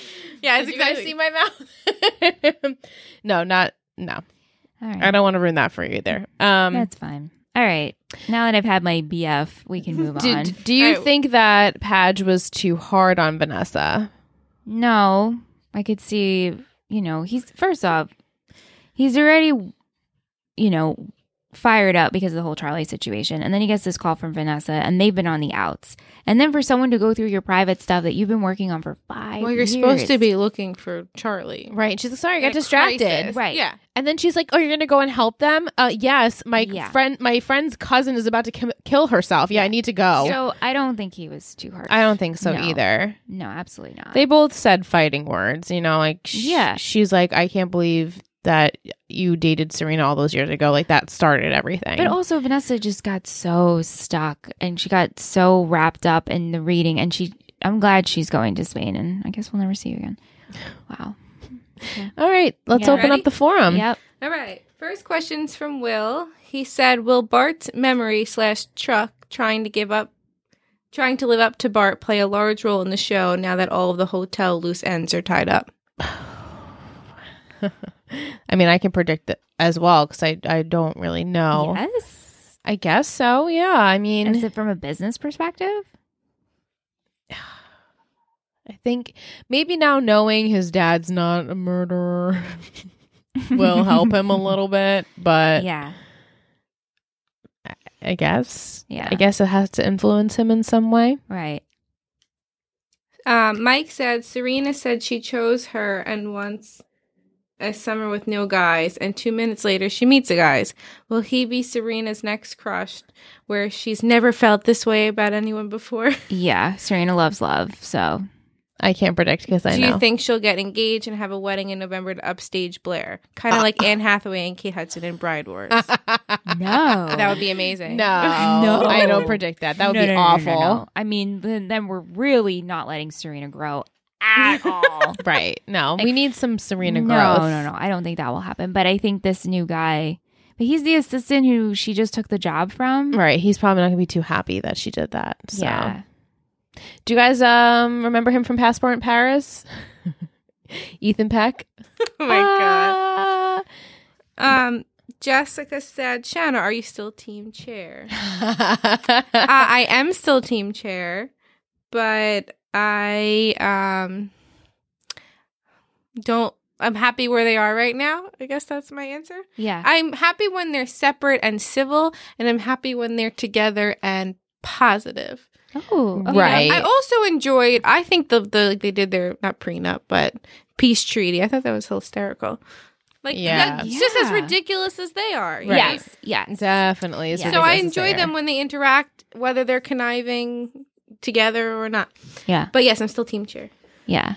yeah, it's exactly.
my mouth? no, not no.
All right.
I don't want to ruin that for you either. Um,
That's fine. All right. Now that I've had my BF, we can move
do,
on.
do you
I-
think that Padge was too hard on Vanessa?
No, I could see, you know, he's first off, he's already, you know, fired up because of the whole Charlie situation. And then he gets this call from Vanessa and they've been on the outs. And then for someone to go through your private stuff that you've been working on for five
well, you're
years-
supposed to be looking for Charlie.
Right. She's like, sorry, I
In
got
a
distracted.
crisis.
Right.
Yeah.
And then she's like, oh, you're going to go and help them? Uh, yes. My
Yeah.
friend, my friend's cousin is about to kim- kill herself. Yeah, I need to go.
So I don't think he was too hard.
I don't think so
No.
either.
no, absolutely not.
They both said fighting words, you know, like, sh-
Yeah.
she's like, I can't believe that you dated Serena all those years ago. Like, that started everything.
But also, Vanessa just got so stuck and she got so wrapped up in the reading. And she, I'm glad she's going to Spain. And I guess we'll never see you again. Wow.
all right, let's
Yeah.
open
Ready?
up the
Um,
forum.
yep.
All right. First questions from Will. He said, "Will Bart's memory slash truck trying to give up, trying to live up to Bart play a large role in the show now that all of the hotel loose ends are tied up?"
I mean, I can predict it as well because I, I don't really know.
Yes.
I guess so. Yeah. I mean,
Is it from a business perspective?
I think maybe now knowing his dad's not a murderer will help him a little bit, but
yeah.
I guess.
Yeah.
I guess it has to influence him in some way.
Right.
Um, Mike said Serena said she chose her and wants a summer with no guys, and two minutes later she meets the guys. Will he be Serena's next crush, where she's never felt this way about anyone before?
Yeah. Serena loves love. So
I can't predict because I
Do
know.
you think she'll get engaged and have a wedding in November to upstage Blair, kind of
Uh,
like Anne Hathaway and Kate Hudson in Bride Wars?
no.
that would be amazing.
uh, no, no, I don't predict that. That would be awful.
I mean, then, then we're really not letting Serena grow at all.
Right? No, we need some Serena
no,
growth.
no, no. I don't think that will happen. But I think this new guy, but he's the assistant who she just took the job from.
Right? He's probably not going to be too happy that she did that. So.
Yeah.
Do you guys um remember him from Passport in Paris? Ethan Peck.
Oh my Oh god.
Ah,
Um, Jessica said, Shanna, are you still team chair? uh,
I
I am still team chair, but I um don't. I'm happy where they are right now. I guess that's my answer.
Yeah.
I'm happy when they're separate and civil, and I'm happy when they're together and positive.
oh, okay.
Right.
I also enjoyed. I think the the like they did their not prenup but peace treaty. I thought that was hysterical. Like
Yeah.
that's just as
Yeah.
ridiculous as they are. you
Right.
know?
Yes. Yes.
Definitely.
Yeah.
So I
ridiculous
enjoy
there.
them when they interact, whether they're conniving together or not.
Yeah.
But yes, I'm still team cheer.
yeah.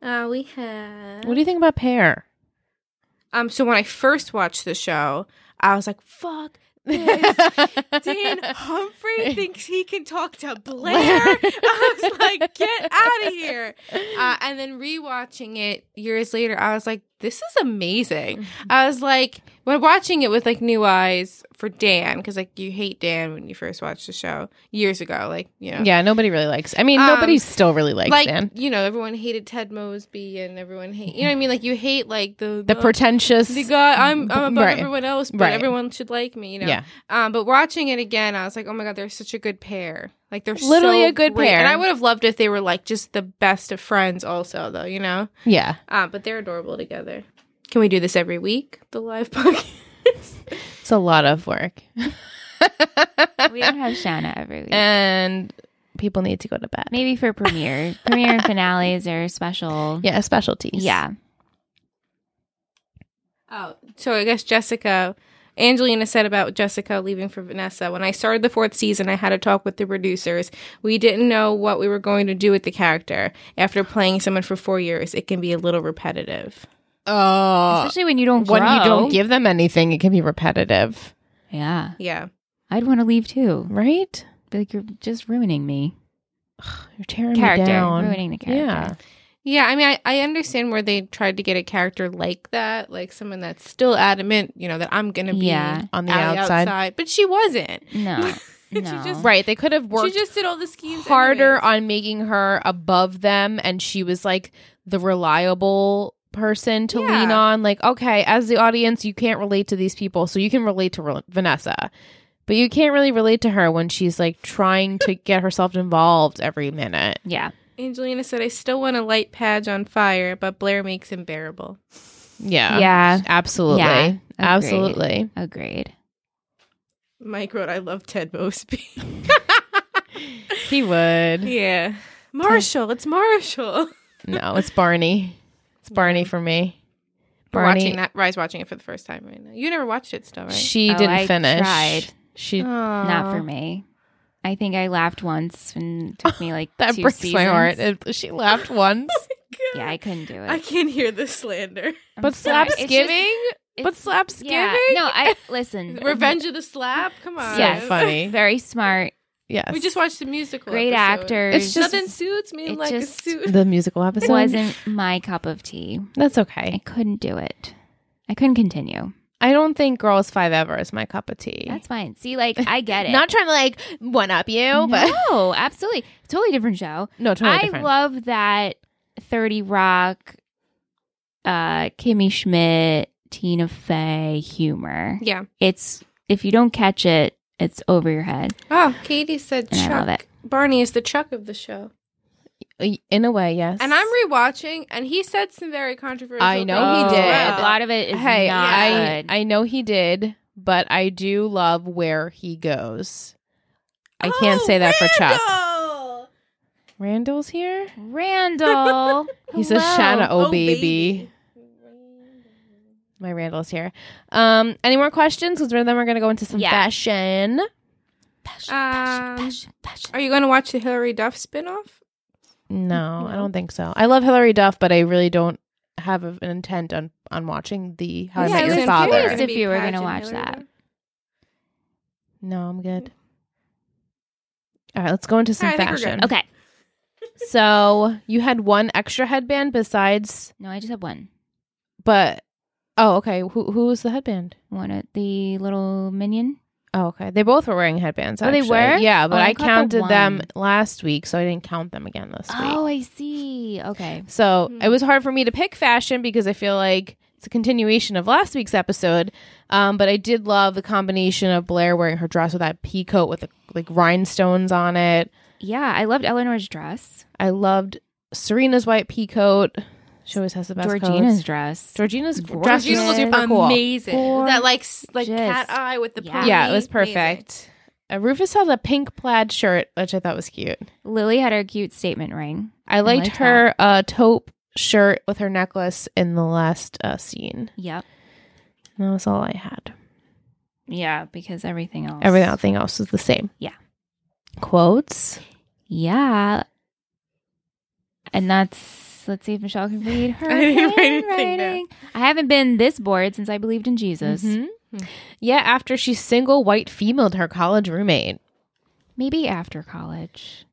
Uh, we have.
What do you think about Pear?
um. So when I first watched the show, I was like, "Fuck." this. Dan Humphrey thinks he can talk to Blair. I was like, get out of here. Uh, and then rewatching it years later, I was like, this is amazing.
Mm-hmm.
I was like, when watching it with like new eyes for Dan, because like you hate Dan when you first watched the show years ago, like you know,
yeah, nobody really likes. I mean,
Um,
nobody still really likes
like
Dan.
you know, everyone hated Ted Mosby and everyone hate, you know what I mean? Like you hate like the
The pretentious.
the guy. I'm I'm above
Right.
everyone else, but
Right.
everyone should like me, you know.
Yeah.
Um, but watching it again, I was like, oh my god, they're such a good pair. Like they're
Literally
so
a good
great.
pair.
and I would have loved if they were like just the best of friends, also though, you know.
Yeah.
Uh, but they're adorable together. Can we do this every week? The live podcast.
It's a lot of work.
We don't have Shanna every week.
and people need to go to bed.
Maybe for premiere, premiere and finales are special.
Yeah, specialties.
Yeah.
oh, so I guess Jessica. Angelina said about Jessica leaving for Vanessa. When I started the fourth season, I had a talk with the producers. We didn't know what we were going to do with the character. After playing someone for four years, it can be a little repetitive.
Oh.
Especially when you don't
When you
grow.
don't give them anything, it can be repetitive,
Yeah.
Yeah.
I'd want to leave too.
right?
Be like, you're just ruining me.
You're tearing
Character.
me down.
Ruining the
Yeah.
character.
Yeah, I mean, I, I understand where they tried to get a character like that, like someone that's still adamant, you know, that I'm going to be
Yeah.
On the
Ally
outside.
But she wasn't.
No.
She
no.
just-
Right. They could have worked
She just did all the schemes.
harder
anyways.
on making her above them and she was like the reliable person to lean
Yeah.
on like okay as the audience you can't relate to these people so you can relate to Re- Vanessa but you can't really relate to her when she's like trying to get herself involved every minute
yeah.
Angelina said, I still want a light patch on fire, but Blair makes him bearable.
yeah
Yeah.
absolutely
Yeah. Agreed.
absolutely
Agreed.
Mike wrote, I love Ted Mosby.
he would
yeah. Marshall, it's Marshall.
no it's Barney it's Barney for me
We're
Barney
watching that. Rye's watching it for the first time right now. You never watched it still, right?
she
Oh,
didn't
I
finish
tried. Oh,
she
Not
Uh,
for me. I think I laughed once and it took me like
that
two
breaks my
seasons.
heart It- she laughed once
Yeah, I couldn't do it.
I can't hear the slander.
I'm
But
sorry.
slaps
It's just-
giving, but
it's-
slaps
yeah.
giving.
No, I listen.
Revenge of the Slap? Come on.
so
Yes.
funny.
Very smart,
yes,
We just watched the musical.
great
episode.
actors.
It's just-
Nothing suits me
it
like
just-
a suit.
the musical episode.
wasn't my cup of tea.
That's
I
okay.
couldn't do it. I couldn't continue.
I don't think Girls Five Ever is my cup of tea.
That's fine. See, like I get it.
Not trying to like one up you, but
no, absolutely, totally different show.
no, totally
I
different.
love that Thirty Rock, uh, Kimmy Schmidt, Tina Fey humor.
Yeah.
It's if you don't catch it, it's over your head.
Oh, Katie said
And I
Chuck.
love it.
Barney is the Chuck of the show.
In a way, yes.
And I'm rewatching, and he said some very controversial
I know he
things
did.
as
A
well.
lot of it is
hey,
not
I
good.
I know he did, but I do love where he goes. I can't
Oh,
say that for Chuck. Oh,
Randall!
Randall's here.
Randall.
He says,
hello.
"Shanna, oh,
Oh,
baby." My Randall's here. Um, any more questions? Because then we're gonna go into some
Yeah.
fashion.
Passion,
Um,
passion, passion, passion.
Are you going to watch the Hillary Duff spinoff?
No, I
No?
don't think so. I love Hillary Duff, but I really don't have a- an intent on on watching the How
Yeah,
to
I
Met
was
Your
curious
Father.
if you were gonna watch that.
No, I'm good. All right, let's go into some
All right, I think we're
fashion.
good.
Okay.
So you had one extra headband besides,
No, I just have one.
but oh, okay. Who who was the headband?
One of the little minion.
Oh, okay. They both were wearing headbands.
Oh, they
actually.
were?
Yeah, but
Oh, I
I,
caught the
counted them
one.
last week, so I didn't count them again this week.
Oh, I see. Okay.
So
Hmm.
it was hard for me to pick fashion because I feel like it's It's a continuation of last week's episode, um, but I did love the combination of Blair wearing her dress with that pea coat with the, like rhinestones on it.
Yeah, I loved Eleanor's dress,
I loved Serena's white pea coat. She always has the best
Georgina's
coats.
dress.
Georgina's dress
Georgina
was
was
super cool.
amazing.
Gorgeous.
That like s- like cat eye with the
Yeah.
pony.
Yeah, it was
Amazing.
perfect. Uh, Rufus had a pink plaid shirt, which I thought was cute.
Lily had her cute statement ring.
I liked
liked
her uh, taupe shirt with her necklace in the last uh, scene.
Yep.
And that was all I had.
Yeah, because everything else.
Everything else was the same.
Yeah.
Quotes.
Yeah. And that's let's see if Michelle can read her
I didn't write anything down.
handwriting. I haven't been this bored since I believed in Jesus.
Mm-hmm.
Hmm.
Yeah, after she single white femaled her college roommate.
Maybe after college.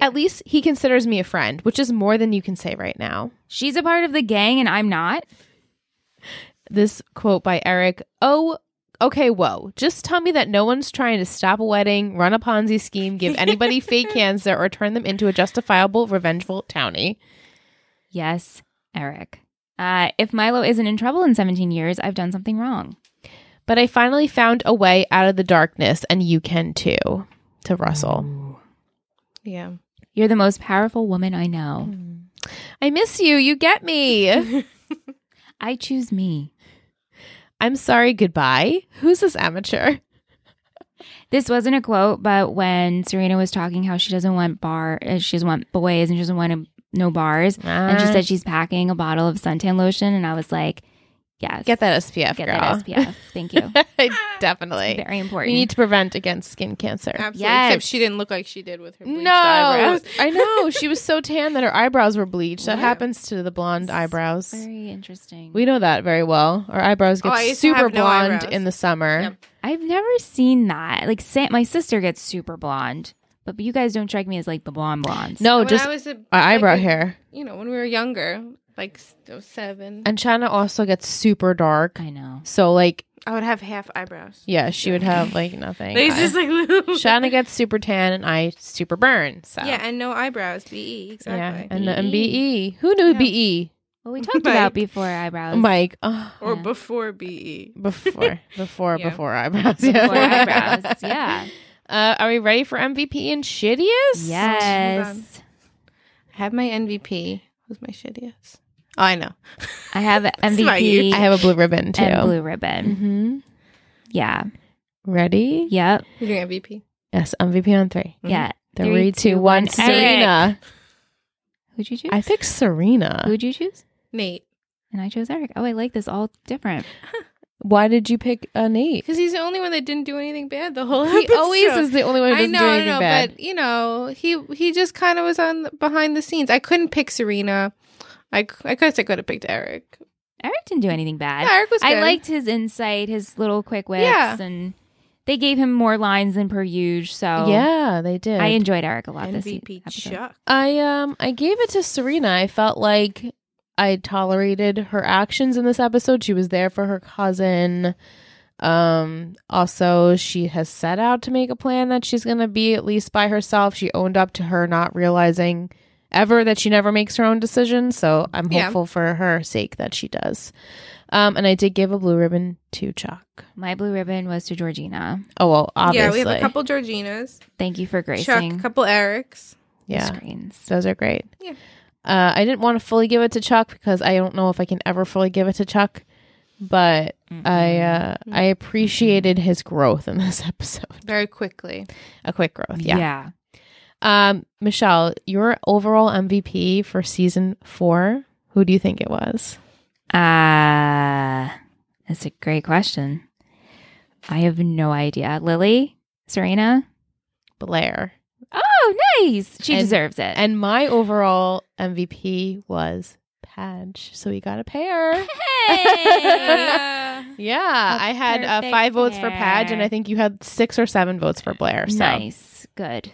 At least he considers me a friend, which is more than you can say right now.
She's a part of the gang and I'm not.
This quote by Eric. Oh, okay, whoa. Just tell me that no one's trying to stop a wedding, run a Ponzi scheme, give anybody fake cancer, or turn them into a justifiable, revengeful townie.
Yes, Eric. Uh, if Milo isn't in trouble in 17 years, I've done something wrong.
But I finally found a way out of the darkness, and you can too. To Russell.
Yeah.
You're the most powerful woman I know.
I miss you. You get me.
I choose me.
I'm sorry. Goodbye. Who's this amateur?
This wasn't a quote, but when Serena was talking how she doesn't want bar, uh, she doesn't want boys and she doesn't want a, no bars, and she said she's packing a bottle of suntan lotion, and I was like, yes,
Get that SPF,
get
girl.
that SPF. Thank you.
Definitely.
Very
We
important.
need to prevent against skin cancer.
Absolutely.
Yes.
Except she didn't look like she did with her bleached
No,
eyebrows.
I know. She was so tan that her eyebrows were bleached. That
Yeah.
happens to the blonde eyebrows.
Very interesting.
We know that very well. Our eyebrows
Oh,
get
I used to
super
have no
blonde
eyebrows.
in the summer.
Yep.
I've never seen that. Like, Sam, my sister gets super blonde, but you guys don't strike me as like the blonde blondes.
No,
When
Oh, just
I was a,
our eyebrow
like a-
hair.
You know, when we were younger, like s- I was seven,
And China also gets super dark.
I know.
So like,
I would have half eyebrows.
yeah, she would have like nothing.
They
I-
just like little.
Shauna gets super tan and I super burn. So
yeah, and no eyebrows. Be exactly. E.
and the
BE.
MBE. Who knew
Yeah.
BE?
Well, we talked
Mike.
about before eyebrows.
Mike. Oh,
or
Yeah.
before E. be.
before, before,
Yeah.
before eyebrows.
Before eyebrows. Yeah.
Uh, are we ready for MVP and shittiest?
Yes.
I have my MVP. Who's my shittiest? Oh, I know.
I have
not
MVP
you.
I have a blue ribbon too.
and blue ribbon.
Mm-hmm.
Yeah.
Ready?
Yep.
You're doing MVP.
Yes, MVP on three.
Mhm.
Yeah.
Three, two, one.
Eric.
Serena.
Who'd you choose?
I picked Serena.
Who'd you choose?
Nate,
And I chose Eric. Oh, I like this all different.
Why did you pick a Nate?
because he's the only one that didn't do anything bad the whole
He
episode.
always is the only one who
I
doesn't
know,
do
I
anything
know,
bad.
but you know, he he just kind of was on the, behind the scenes. I couldn't pick Serena. I, c- I guess I could have picked Eric.
Eric didn't do anything bad.
Yeah, Eric was.
I
good.
liked his insight, his little quick wits,
Yeah.
and they gave him more lines than per usual. So
yeah, they did.
Oh. I enjoyed Eric a lot this e-,
MVP
episode.
Chuck.
I um I gave it to Serena. I felt like I tolerated her actions in this episode. She was there for her cousin. Um also she has set out to make a plan that she's going to be at least by herself. She owned up to her not realizing ever that she never makes her own decisions, so I'm
Yeah.
hopeful for her sake that she does. Um and I did give a blue ribbon to Chuck.
My blue ribbon was to Georgina.
Oh well, obviously.
Yeah, we have a couple Georginas,
Thank you for
Chuck,
gracing
a couple Erics.
the
Yeah.
screens.
Those are great.
Yeah.
Uh, I didn't want to fully give it to Chuck because I don't know if I can ever fully give it to Chuck, but I uh, I appreciated his growth in this episode.
Very quickly.
A quick growth, yeah. Um, Michelle, your overall MVP for season four, who do you think it was?
Ah, that's a great question. I have no idea. Lily, Serena.
Blair.
Oh, nice. She
And-
deserves it.
And my overall MVP was Padge. So we got a pair.
hey.
Yeah,
A
I had uh,
perfect
five votes for Padge,
pair.
and I think you had six or seven votes for Blair. So.
nice. Good.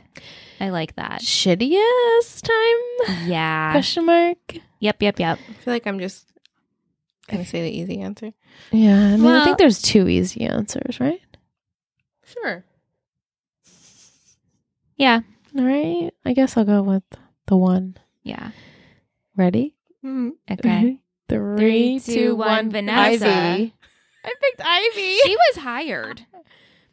I like that.
shittiest time?
Yeah.
Question mark.
Yep, yep, yep.
I feel like I'm just gonna say the easy answer.
Yeah, I mean, I
Well-
think there's two easy answers, right?
Sure.
Yeah.
All right, I guess I'll go with the one.
Yeah.
Ready?
Mm.
Okay.
Three,
Three,
two,
two,
one.
one, Vanessa.
Ivy. I picked Ivy.
She was hired.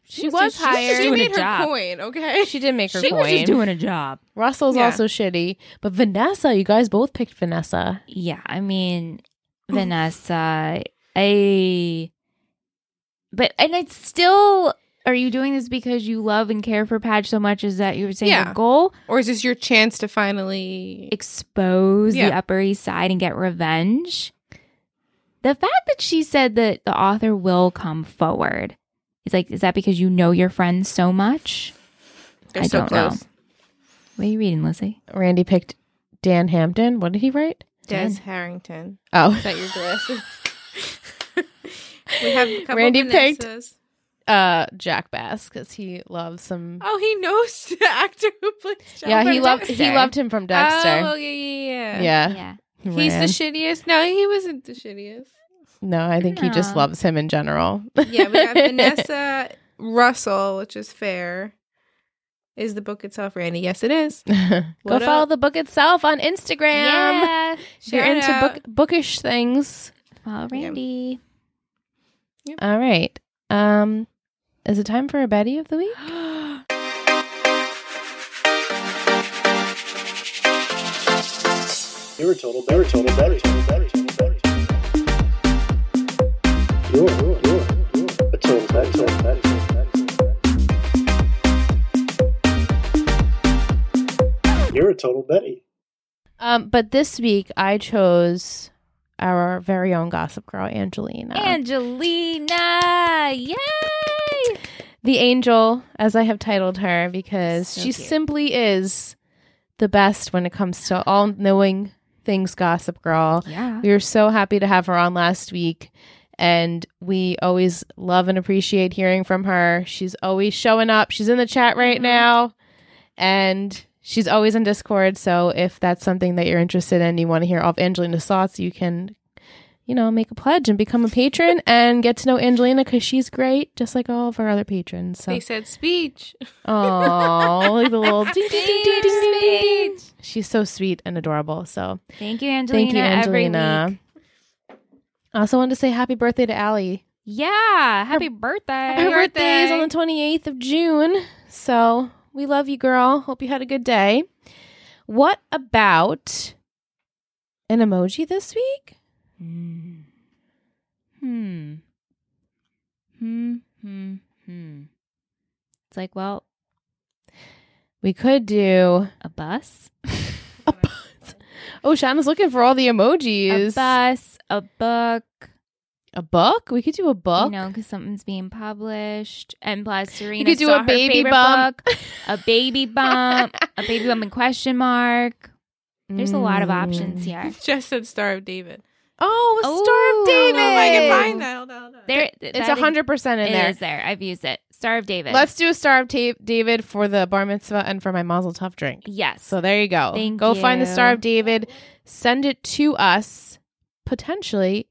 She,
was
was
just- she was
hired.
just
She
doing
made
a
her
job.
coin, okay?
She did make her
she
coin.
was just doing a job.
Russell's
Yeah.
also shitty, but Vanessa, you guys both picked Vanessa.
Yeah, I mean, Vanessa, I. But and it's still. Are you doing this because you love and care for Padge so much? Is that you were saying
Yeah.
your goal?
Or is this your chance to finally
Expose the
Yeah.
Upper East Side and get revenge. The fact that she said that the author will come forward. It's like, is that because you know your friends so much?
They're
I
so
don't know.
close.
What are you reading, Lizzie?
Randy picked Dan Hampton. What did he write?
Des
Done.
Harrington.
Oh,
Is that your glasses? we have a couple
Randy picked-
Vanessas.
uh, Jack Bass because he loves some.
Oh, he knows the actor who plays John
yeah, he
from
loved he
Dexter.
loved him from Dexter.
Oh, yeah, yeah, yeah.
yeah.
Yeah.
He's
Ran.
the shittiest. No, he wasn't the shittiest.
no, I think he just
No.
loves him in general.
Yeah, we have Vanessa Russell, which is fair. Is the book itself Randy? Yes, it is.
Go
What
follow
up?
the book itself on Instagram.
Yeah.
If you're
Shout
into
out.
book bookish things.
Follow Randy.
All right. Um, is it time for a Betty of the week?
You're a total better, total better, total better, total better. You're, you're, you're, you're a total better, total better, total better. You're a total Betty.
Um, but this week I chose our very own Gossip Girl, Angelina,
Angelina. Yay.
the Angel, as I have titled her, because
So
she
cute.
simply is the best when it comes to all knowing things. Gossip Girl.
Yeah.
We were so happy to have her on last week. And we always love and appreciate hearing from her. She's always showing up. She's in the chat right
Mhm.
now. And she's always in Discord. So if that's something that you're interested in, you want to hear all of Angelina's thoughts, you can, you know, make a pledge and become a patron and get to know Angelina because she's great, just like all of our other patrons. So,
They said speech.
oh, like the little ding, ding, ding, ding, ding, ding, ding.
Speech.
She's so sweet and adorable. So,
Thank you, Angelina.
Thank you,
every
Angelina.
week.
I also wanted to say happy birthday to Allie.
Yeah. Happy birthday.
Her birthday is on the 28th of June. So we love you, girl. Hope you had a good day. What about an emoji this week?
Hmm. Hmm. Hmm. Hmm. Hmm. It's like, well,
We could do.
a bus,
A bus. Oh, Shauna's looking for all the emojis.
a bus, a book.
A book? We could do a book.
You know, because something's being published, and plus Serena
could do
saw
a
her
baby
favorite
bump.
book, a baby bump, um, a baby bump in question mark. There's a lot of
Mm.
options here.
Just said Star of David.
Oh, a
Ooh,
Star of
I
David.
don't know
If Oh, I can find that. Hold on, hold on.
There,
It's hundred percent in
It
there.
is there. I've used it. Star of David.
Let's do a Star of Ta- David for the bar mitzvah and for my Mazel Tov drink.
Yes.
So there you go.
Thank
go find the Star
you.
of David. Send it to us, potentially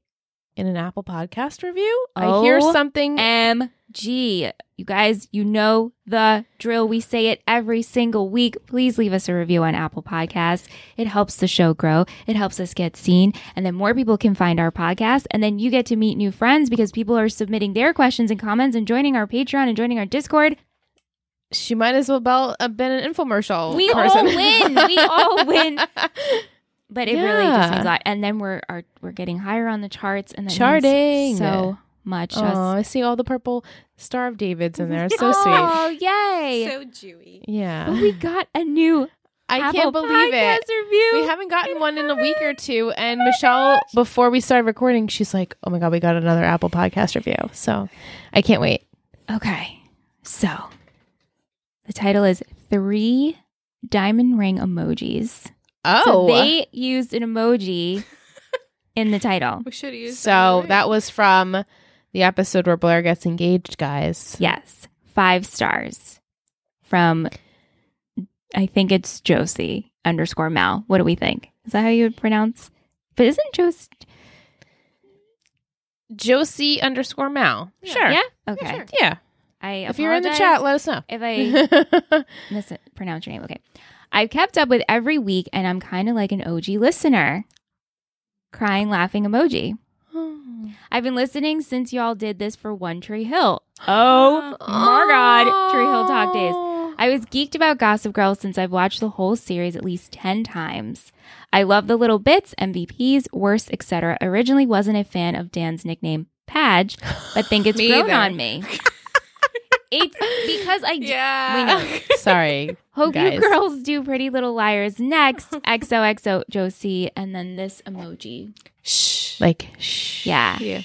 in an Apple Podcast review. I hear
Oh,
something.
M G. You guys, you know the drill. We say it every single week. Please leave us a review on Apple Podcasts. It helps the show grow. It helps us get seen. And then more people can find our podcast. And then you get to meet new friends because people are submitting their questions and comments and joining our Patreon and joining our Discord.
she might as well bell- have been an infomercial.
We all
person.
win. We all win. But it really just
Yeah.
means a lot. And then we're are, we're getting higher on the charts and that means
Charting.
so much. to
Oh,
us.
I see all the purple Star of Davids in there. It's so sweet.
Oh, yay.
So Jewy.
Yeah.
we got a new
I
Apple
can't believe it.
Podcast Review.
We haven't gotten
We
one in a week or
haven't.
two. And Michelle, before we started recording, she's like, oh my God, we got another Apple podcast review. So I can't wait.
okay, so the title is Three Diamond Ring Emojis.
Oh,
so they used an emoji in the title.
We should have used
So that was from the episode where Blair gets engaged, guys.
Yes, five stars from I think it's Josie underscore Mal. What do we think? Is that how you would pronounce? But isn't Josie?
Josie underscore Mal.
Yeah.
Sure.
Yeah.
Yeah.
Okay.
sure.
I
If you're in the
apologize
chat, let us know.
If I mispronounce your name. Okay. I've kept up with every week and I'm kind of like an OG listener. crying laughing emoji. I've been listening since y'all did this for One Tree Hill. Oh my God, Tree Hill Talk Days. I was geeked about Gossip Girl since I've watched the whole series at least 10 times. I love the little bits, MVPs, worst, etc. Originally wasn't a fan of Dan's nickname, Padge, but think it's
Me
grown
either.
on me. it's because I do-
Yeah.
We
Sorry.
hope
Guys.
you girls do Pretty Little Liars next. XOXO Josie, and then this emoji.
Shh.
Like, shh.
Yeah.
Yeah.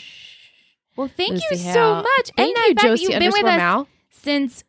Well, thank you
Lucy
so
Hale.
much.
Thank
and
you,
the fact that
Josie
you've been
underscore
with us
Mal.
since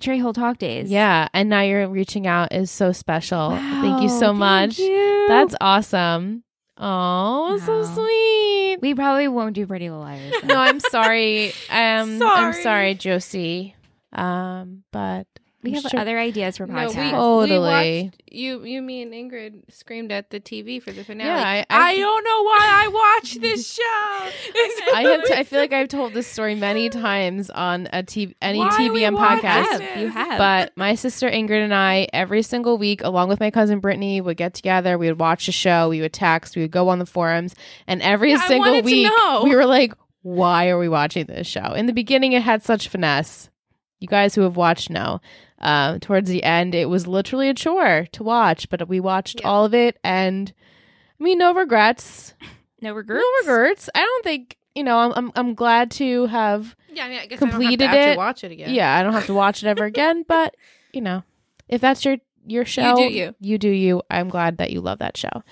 Trey Hill Talk Days.
Yeah, and now you're reaching out is so special. Thank you
Wow,
so
thank
much.
you.
That's awesome. Oh, so
Wow.
sweet.
we probably won't do Pretty Little Liars. then.
no, I'm sorry. Um, I'm
Sorry.
sorry, Josie. Um, but
we
I'm
have
sure-
other ideas for podcasts.
we
Totally.
watched- you, you, me, and Ingrid screamed at the TV for the finale.
Yeah, I-
I,
I-
don't know why I watched this show. I
I have. T- I feel like I've told this story many times on a T- any
Why are we
TBM
watching
podcast.
You
Yes.
have. You have.
But my sister Ingrid and I, every single week, along with my cousin Brittany, would get together. We would watch a show. We would text. We would go on the forums, and every
Yeah, I
single
wanted to
week,
know.
we were like, "Why are we watching this show?" In the beginning, it had such finesse. You guys who have watched know. Um, towards the end, it was literally a chore to watch, but we watched
Yeah.
all of it, and I mean, no regrets.
no regrets.
No regrets. I don't think you know. I'm I'm, I'm glad to have
yeah, I mean, I guess
Completed
I don't have to actually
it.
watch it
yeah.
again.
I don't have to watch it ever again, but you know, if that's your your show,
do you.
You do you. I'm glad that you love that show.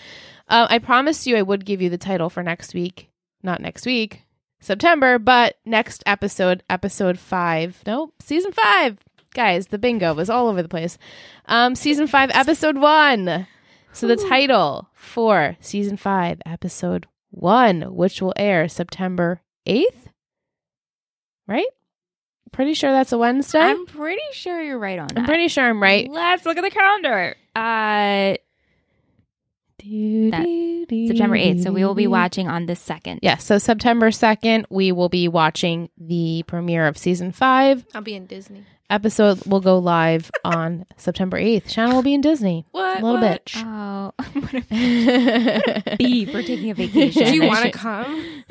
Uh, I promised you I would give you the title for next week. Not next week, September, but next episode, episode five. Nope, season five. Guys, the bingo was all over the place. Um, season five, episode one. So the title for season five, episode one, which will air September eighth, right? Pretty sure that's a Wednesday.
I'm pretty sure you're right on that.
I'm pretty sure I'm right.
Let's look at the calendar. Uh, September 8th. So we will be
Mm-hmm.
watching on the 2nd.
Yes. so September 2nd, we will be watching the premiere of season five.
I'll be in Disney.
Episode will go live on September 8th. Shannon will be in Disney.
What?
Little
what?
bitch.
Oh, I'm gonna
B
be for taking a vacation.
Do you
That
want to
shit-
come?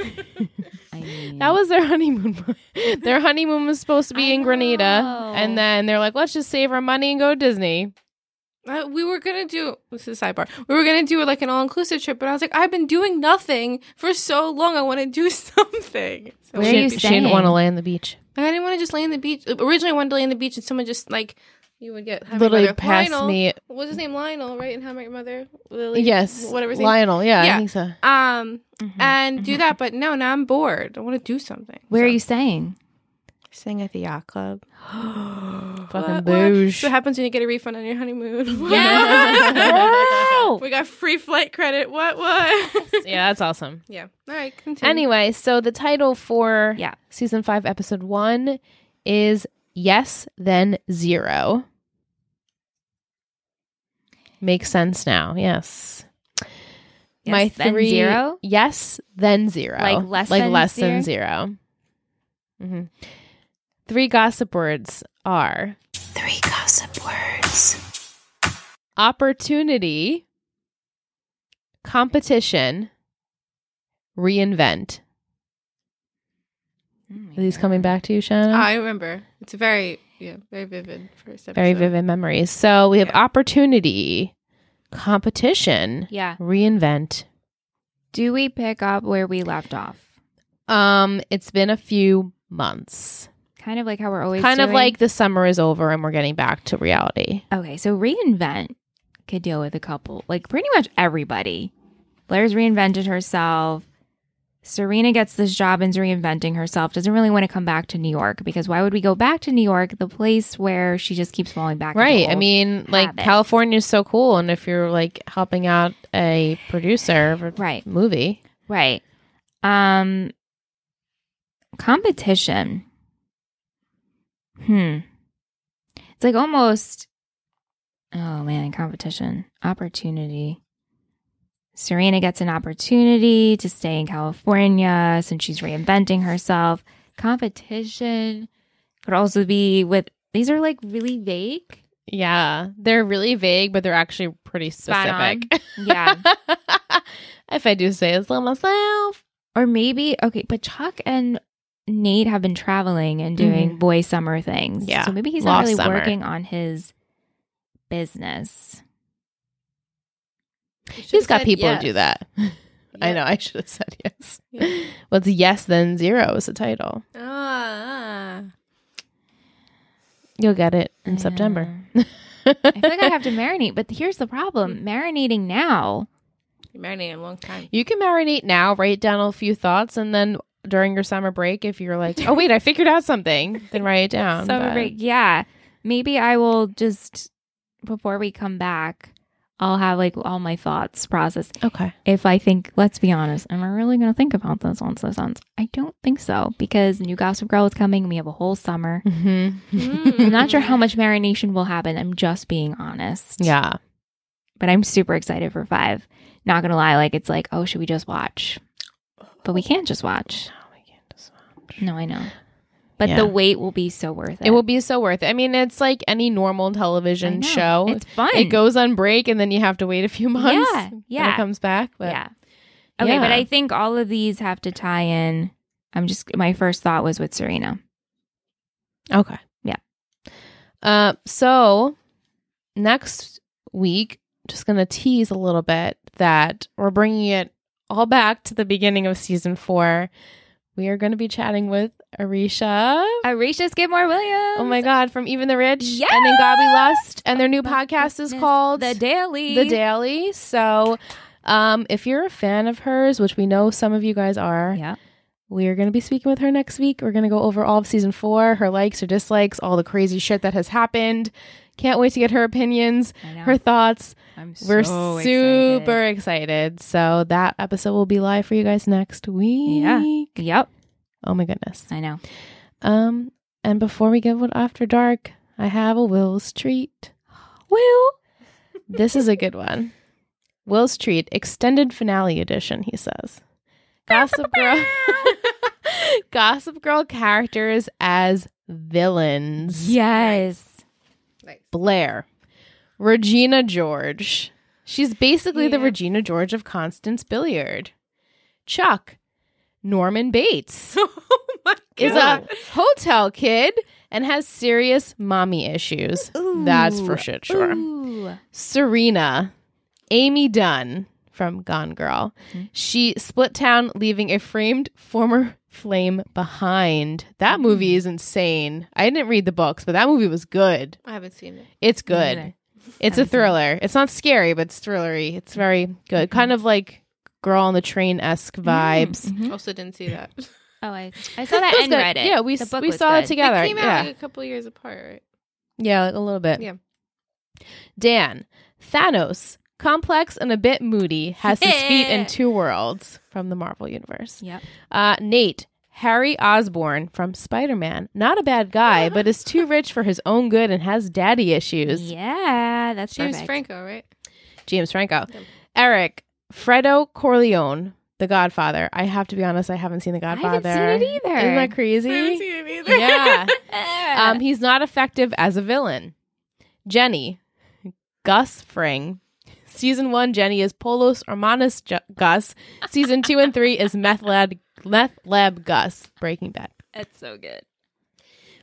I mean,
That was their honeymoon. plan. their honeymoon was supposed to be
I
in Grenada.
know.
And then they're like, let's just save our money and go to Disney.
Uh, we were gonna do this is a sidebar. We were gonna do like an all inclusive trip, but I was like, I've been doing nothing for so long. I want to do something. So
Where are
she,
you
she didn't want to
staying?
lay on the beach.
I didn't want to just lay on the beach. Uh, Originally, I wanted to lay on the beach, and someone just like you would get How I Met Your
Literally
Mother.
passed
Lionel.
me.
What was his name? Lionel, right? And How I Met Your Mother, Lily.
yes.
whatever his name.
Lionel. Yeah, I
Yeah.
think so.
Um,
Mhm.
and do that, but no, now I'm bored. I want to do something.
Where are
So,
you staying?
Sing at the yacht club.
Fucking
What- what?
boosh.
What happens when you get a refund on your honeymoon?
Oh.
Girl!
we got free flight credit. What? What?
yeah, that's awesome.
yeah. All right. Continue.
Anyway, so the title for
Yeah.
season five, episode one is Yes, Then Zero. Makes sense now. Yes.
Yes, then zero?
Yes, then zero.
Like less than
zero. Mm-hmm. Three gossip words are
Three gossip words.
opportunity, competition, reinvent. Are these coming back to you, Shannon?
Ah, I remember. It's very yeah, very vivid first episode.
Very vivid memories. So we have
Yeah.
opportunity, competition,
Yeah.
reinvent.
Do we pick up where we left off?
Um, it's been a few months.
Kind of like how we're always
kind of
doing?
like the summer is over and we're getting back to reality.
Okay, so reinvent could deal with a couple, like pretty much everybody. Blair's reinvented herself. Serena gets this job and's reinventing herself. Doesn't really want to come back to New York because why would we go back to New York, the place where she just keeps falling back? into
Right. I
old-
mean, like
habits.
California's so cool and if you're like helping out a producer of a
right,
movie,
right. Um, competition. Hmm. It's like almost. Oh man, competition, opportunity. Serena gets an opportunity to stay in California since she's reinventing herself. Competition could also be with these are like really vague.
yeah, they're really vague but they're actually pretty
Spot
specific.
Yeah.
I If I do say so myself.
Or maybe okay, but Chuck and Nate have been traveling and doing boy summer things.
Mm-hmm. Yeah.
So maybe he's
Lost
not really
summer.
working on his business.
He's got people who do that. I know. I should have said yes. Well, it's yes, then zero is the title.
Ah.
You'll get it
I
in September.
know. I feel like I have to marinate, but here's the problem. Marinating now.
You marinated a long time.
You can marinate now, write down a few thoughts, and then during your summer break, if you're like, oh, wait, I figured out something, then write it down.
Summer
But
break. Yeah. Maybe I will just before we come back, I'll have like all my thoughts processed.
Okay.
if I think, let's be honest, am I really going to think about those once those ends? I don't think so because new Gossip Girl is coming. We have a whole summer.
Mm-hmm.
I'm
Hmm.
not sure how much marination will happen. I'm just being honest.
Yeah.
But I'm super excited for five. Not going to lie. Like, it's like, oh, should we just watch? But
Oh.
we can't just watch. No, I know. But
Yeah.
the wait will be so worth it.
It will be so worth it. I mean, it's like any normal
I
television
know.
show.
It's fun.
it goes on break and then you have to wait a few months.
Yeah,
when
yeah.
it comes back. But
yeah. Okay, but
Yeah.
I think all of these have to tie in. I'm just, my first thought was with Serena.
Okay.
Yeah.
Uh, so next week, just going to tease a little bit that we're bringing it all back to the beginning of season four. We are going to be chatting with Arisha.
Arisha Skidmore Williams.
Oh my God, from Even the Rich
Yes!
and then God We Lust. And their new
Oh my
podcast is
goodness.
called
The Daily.
The Daily. So um, if you're a fan of hers, which we know some of you guys are,
Yeah.
we are going to be speaking with her next week. We're going to go over all of season four, her likes, her dislikes, all the crazy shit that has happened. Can't wait to get her opinions,
I know.
her thoughts.
I'm
We're
so
super
excited.
excited. So that episode will be live for you guys next week.
Yep.
Oh my goodness.
I know.
Um, and before we get one after dark, I have a Will's treat.
Will.
This is a good one. Will's treat, extended finale edition, he says. Gossip Girl. Gossip Girl characters as villains.
Yes.
Nice.
Blair. Regina George. She's basically the
Yeah.
Regina George of Constance Billiard. Chuck. Norman Bates
oh my god.
is a hotel kid and has serious mommy issues. That's for shit sure.
Ooh.
Serena, Amy Dunn from Gone Girl.
Mm-hmm.
She split town, leaving a framed former flame behind.
Mm-hmm.
That movie is insane. I didn't read the books, but that movie was good.
I haven't seen it.
It's good.
neither.
It's a thriller. It's not scary, but it's thrillery. It's very good.
Mm-hmm.
Kind of like Girl on the Train esque vibes.
Mhm.
Also, didn't see that.
Oh, I, I saw that
It was
and
good.
read it.
Yeah, we,
The
s-
book
we
was
saw it
good.
together.
It came out
yeah.
like a couple years apart, right?
Yeah, like a little bit.
Yeah.
Dan, Thanos, complex and a bit moody, has his feet in
Yeah.
two worlds from the Marvel universe.
Yep.
Uh, Nate, Harry Osborn from Spider Man, not a bad guy, but is too rich for his own good and has daddy issues.
Yeah, that's
She was
perfect.
Franco, right?
James Franco,
Yep.
Eric, Fredo Corleone, The Godfather. I have to be honest, I haven't seen The
I
Godfather.
haven't seen it either.
Isn't that
I haven't
crazy?
seen it either.
yeah.
Yeah.
Um, he's not effective as a villain. Jenny, Gus Fring. Season one, Jenny is Polos Hermanos Ju- Gus. Season two and three is Meth Lab, Meth Lab Gus. Breaking Bad.
that's so good.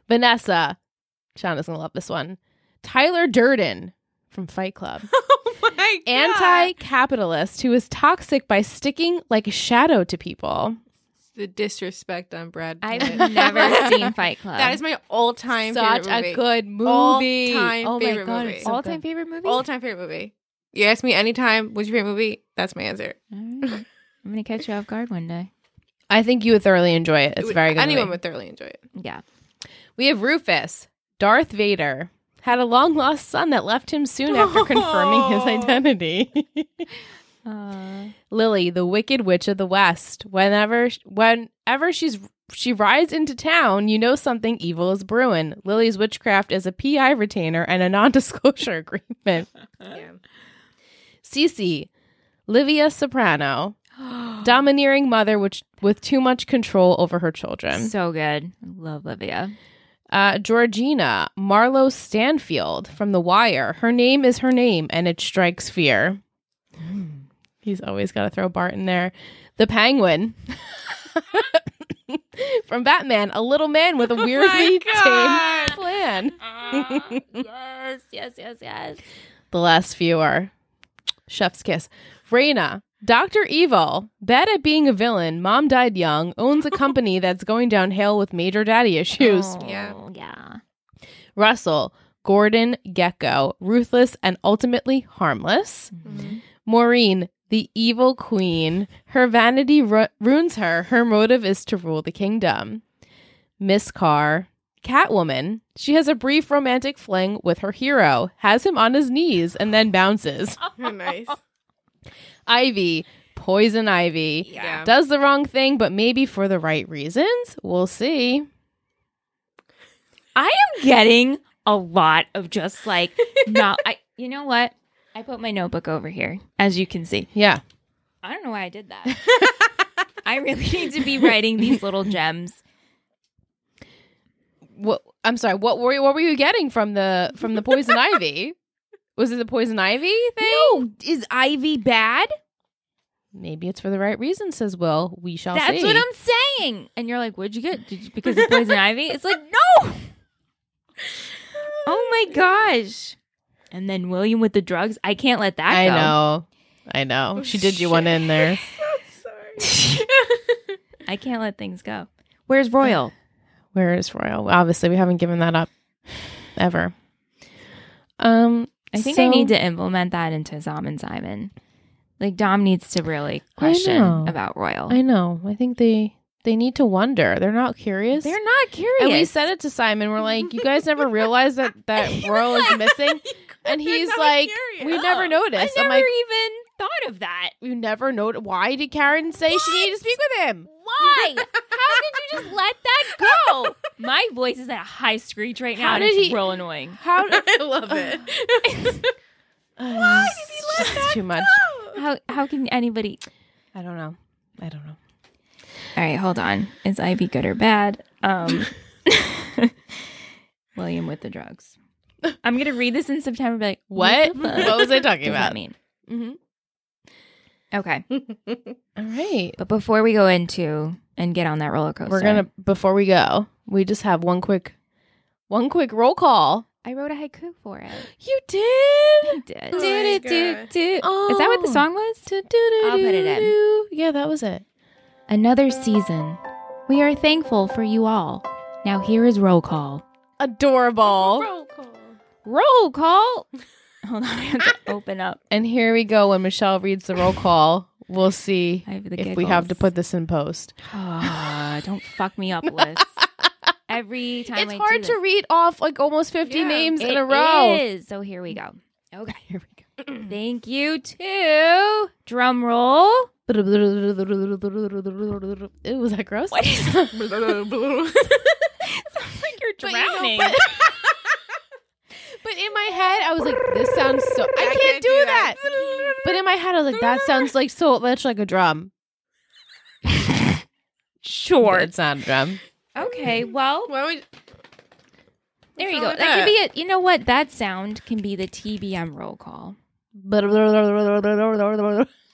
Vanessa, Shauna's gonna love this one. Tyler Durden from Fight Club,
Oh my god.
anti-capitalist who is toxic by sticking like a shadow to people.
the disrespect on Brad.
I've
Pitt.
never seen Fight Club.
That is my all-time
Such
favorite movie.
a good movie.
All-time
oh my
favorite
god,
movie.
it's so
all time
good.
favorite movie.
all-time favorite movie. You ask me anytime, what's your favorite movie? That's my answer.
All right. I'm gonna catch you off guard one day.
I think you would thoroughly enjoy it. It's
It would-
a very good.
Anyone
movie.
would thoroughly enjoy it.
Yeah.
We have Rufus, Darth Vader, had a long lost son that left him soon after confirming his
Oh.
identity.
Uh,
Lily, the Wicked Witch of the West. Whenever whenever she's she rides into town, you know something evil is brewing. Lily's witchcraft is a PI retainer and a non-disclosure agreement.
Yeah.
Cece, Livia Soprano, domineering mother which with too much control over her children.
so good. I Love Livia.
Uh, Georgina Marlo Stanfield from The Wire. Her name is her name, and it strikes fear. He's always got to throw Bart in there. The Penguin from Batman, a little man with a weirdly
Oh God. Uh,
tame plan.
yes, yes, yes, yes.
The last few are Chef's Kiss. Raina, Dr. Evil, bad at being a villain, mom died young, owns a company that's going downhill with major daddy issues.
Yeah.
Oh, yeah.
Russell, Gordon Gecko, ruthless and ultimately harmless.
Mm-hmm.
Maureen, the evil queen, her vanity ru- ruins her. Her motive is to rule the kingdom. Miss Carr, Catwoman, she has a brief romantic fling with her hero, has him on his knees, and then bounces.
nice.
Ivy, Poison Ivy,
Yeah.
does the wrong thing, but maybe for the right reasons. We'll see.
I am getting a lot of just like not I you know what? I put my notebook over here, as you can see.
Yeah.
I don't know why I did that. I really need to be writing these little gems.
What? I'm sorry. What were you, what were you getting from the from the poison ivy? Was it the poison ivy thing?
No, is Ivy bad?
Maybe it's for the right reason, says Will. We shall
That's
see.
what I'm saying. And you're like, what'd you get? Did you, because of poison ivy? It's like, no. Oh my gosh. And then William with the drugs. I can't let that
I
go.
know. I know.
Oh,
She did you one in there.
Sorry.
I can't let things go. Where's Royal?
Where is Royal? Obviously, we haven't given that up ever. Um,
I think
so-
I need to implement that into Zom and Simon. Like Dom needs to really
know.
question about Royal.
I know. I think they they need to wonder. They're not curious.
They're not curious.
And we said it to Simon. We're like, you guys never realized that that Royal is missing, and he's like, we never
Oh, I
noticed.
never
I'm like,
even thought of that.
you never know. Why did Karen say she needed to speak with him?
Why? How did you just let that go? My voice is at a high screech right now.
How
and
did
it's
he-
real annoying.
How?
I love it.
Why did he let that too much?
How how can anybody?
I don't know. I don't know.
All right, hold on. Is Ivy good or bad? Um, William with the drugs. I'm gonna read this in September. and Be like,
What?
the fuck
What was I talking
does that
about?
mean?
Mm-hmm.
Okay,
All right.
but before we go into and get on that roller coaster,
We're gonna before we go, we just have one quick, one quick roll call.
I wrote a haiku for it.
You did.
I did.
Oh my
do, do,
God.
do. Is that what the
Oh.
song was?
I'll
I'll put it in.
Yeah, that was it.
Another season. We are thankful for you all. Now here is roll call.
Adorable.
Roll call.
Roll call. Hold on, I have to open up.
And here we go. When Michelle reads the roll call, we'll see
I have the
if we have to
giggles.
put this in post.
Ah, don't fuck me up, Liz. Every time
It's
I
hard
do
to read off like almost fifty
Yeah.
names
this,
in
It
a row.
is. So here we go. Okay.
Here we go.
Thank you to drum roll.
It was that gross.
What is sounds like you're
But you know,
drowning?
but- But in my head, I was like, "This sounds so." I can't, do, that. But in my head, I was like, "That sounds like so much like a drum."
sure.
It's not a drum.
Okay. Well,
Why would
there
What's
you go.
wrong
That,
with
could
that?
be it. You know what? That sound can be the TBM roll call.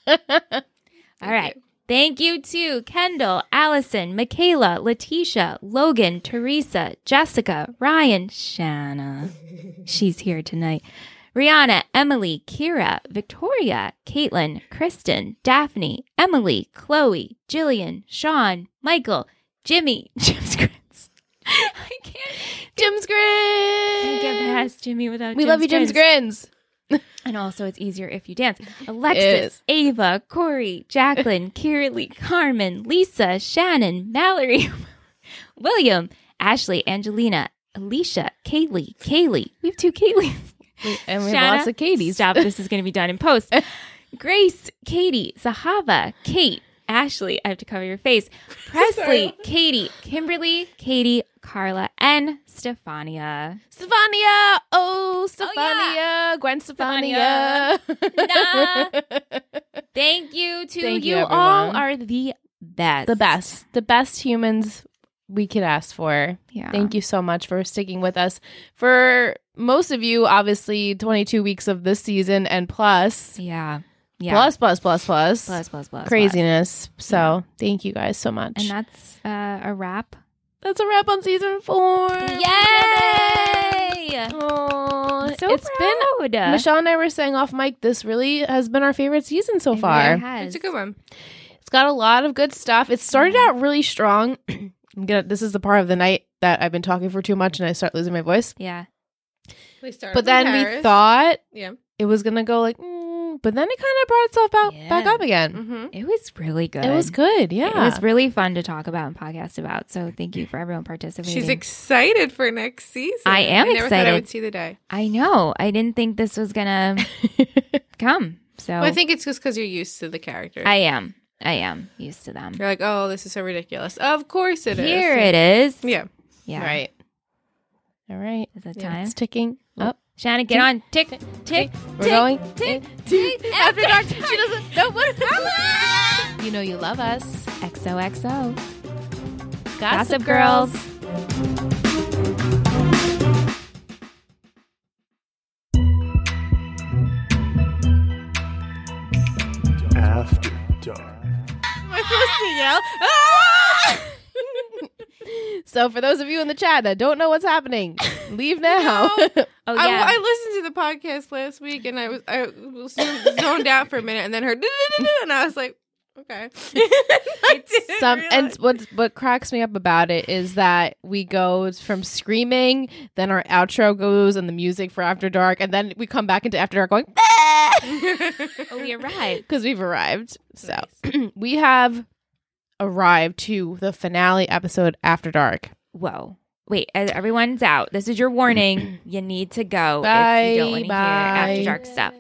All right. Thank you to Kendall, Allison, Michaela, Letitia, Logan, Teresa, Jessica, Ryan, Shanna. She's here tonight. Rihanna, Emily, Kira, Victoria, Caitlin, Kristen, Daphne, Emily, Chloe, Jillian, Sean, Michael, Jimmy, Jim Scritz. I can't,
Jim's
can't get
grins.
past Jimmy without
We love you, Jim's grins.
and also, it's easier if you dance. Alexis, Ava, Corey, Jacqueline, Kiralee, Carmen, Lisa, Shannon, Mallory, William, Ashley, Angelina, Alicia, Kaylee, Kaylee. We have two Kaylees.
And we
Shanna,
have lots of Katie's.
Stop. This is going to be done in post. Grace, Katie, Zahava, Kate, Ashley. I have to cover your face. Presley, Katie, Kimberly, Katie, Carla, and Stefania.
Stefania. Oh, Stefania.
yeah.
Gwen
Stefania.
Stefania.
Thank you to
Thank you,
you. all
everyone.
are the best.
the best. The best humans we could ask for.
Yeah.
Thank you so much for sticking with us for most of you, obviously, 22 weeks of this season and plus.
Yeah. Yeah.
Plus, plus, plus, plus.
plus, plus, plus.
Craziness. So thank you guys so much.
plus. And that's uh, a wrap.
That's a wrap on season four.
Yay!
Oh,
So
it's been
proud. been
Michelle and I were saying off mic. This really has been our favorite season so far.
It's a good one.
It's got a lot of good stuff. It started out really strong. I'm gonna. This is the part of the night that I've been talking for too much and I start losing my voice.
Yeah.
We started
But
with
then we
Paris.
thought
Yeah.
it was gonna go like, mm, but then it kind of brought itself out back
Yeah.
up again.
Mm-hmm.
It was really good.
It was good. Yeah,
It was really fun to talk about and podcast about. So thank you for everyone participating.
She's excited for next season.
I am
I never thought I
excited.
would see the day.
I know. I didn't think this was gonna come. So
Well, I think it's just because you're used to the character.
Oh. I am. I am used to them.
you're like, oh, this is so ridiculous. Of course it is.
Here it is.
Yeah.
Yeah.
right. All right,
Is it
Yeah.
time?
it's ticking up.
Shannon, get on. Tick, tick, tick.
We're going
tick,
tick after dark. She doesn't know what happened. You know you love us,
XOXO.
Gossip,
Gossip
Girls.
Girls.
After dark.
Am I supposed to yell? Ah! so for those of you in the chat that don't know what's happening, leave now.
Oh,
I,
yeah.
I listened to the podcast last week and I was I was zoned out for a minute and then heard and I was like, okay. I didn't
Some and
realize-
what what cracks me up about it is that we go from screaming, then our outro goes and the music for After Dark, and then we come back into After Dark going
oh, we arrived.
because we've arrived. So we have arrived to the finale episode After Dark.
Whoa. Wait, e- everyone's out. This is your warning. You need to go if you don't want to
Bye,
hear
bye.
after dark stuff.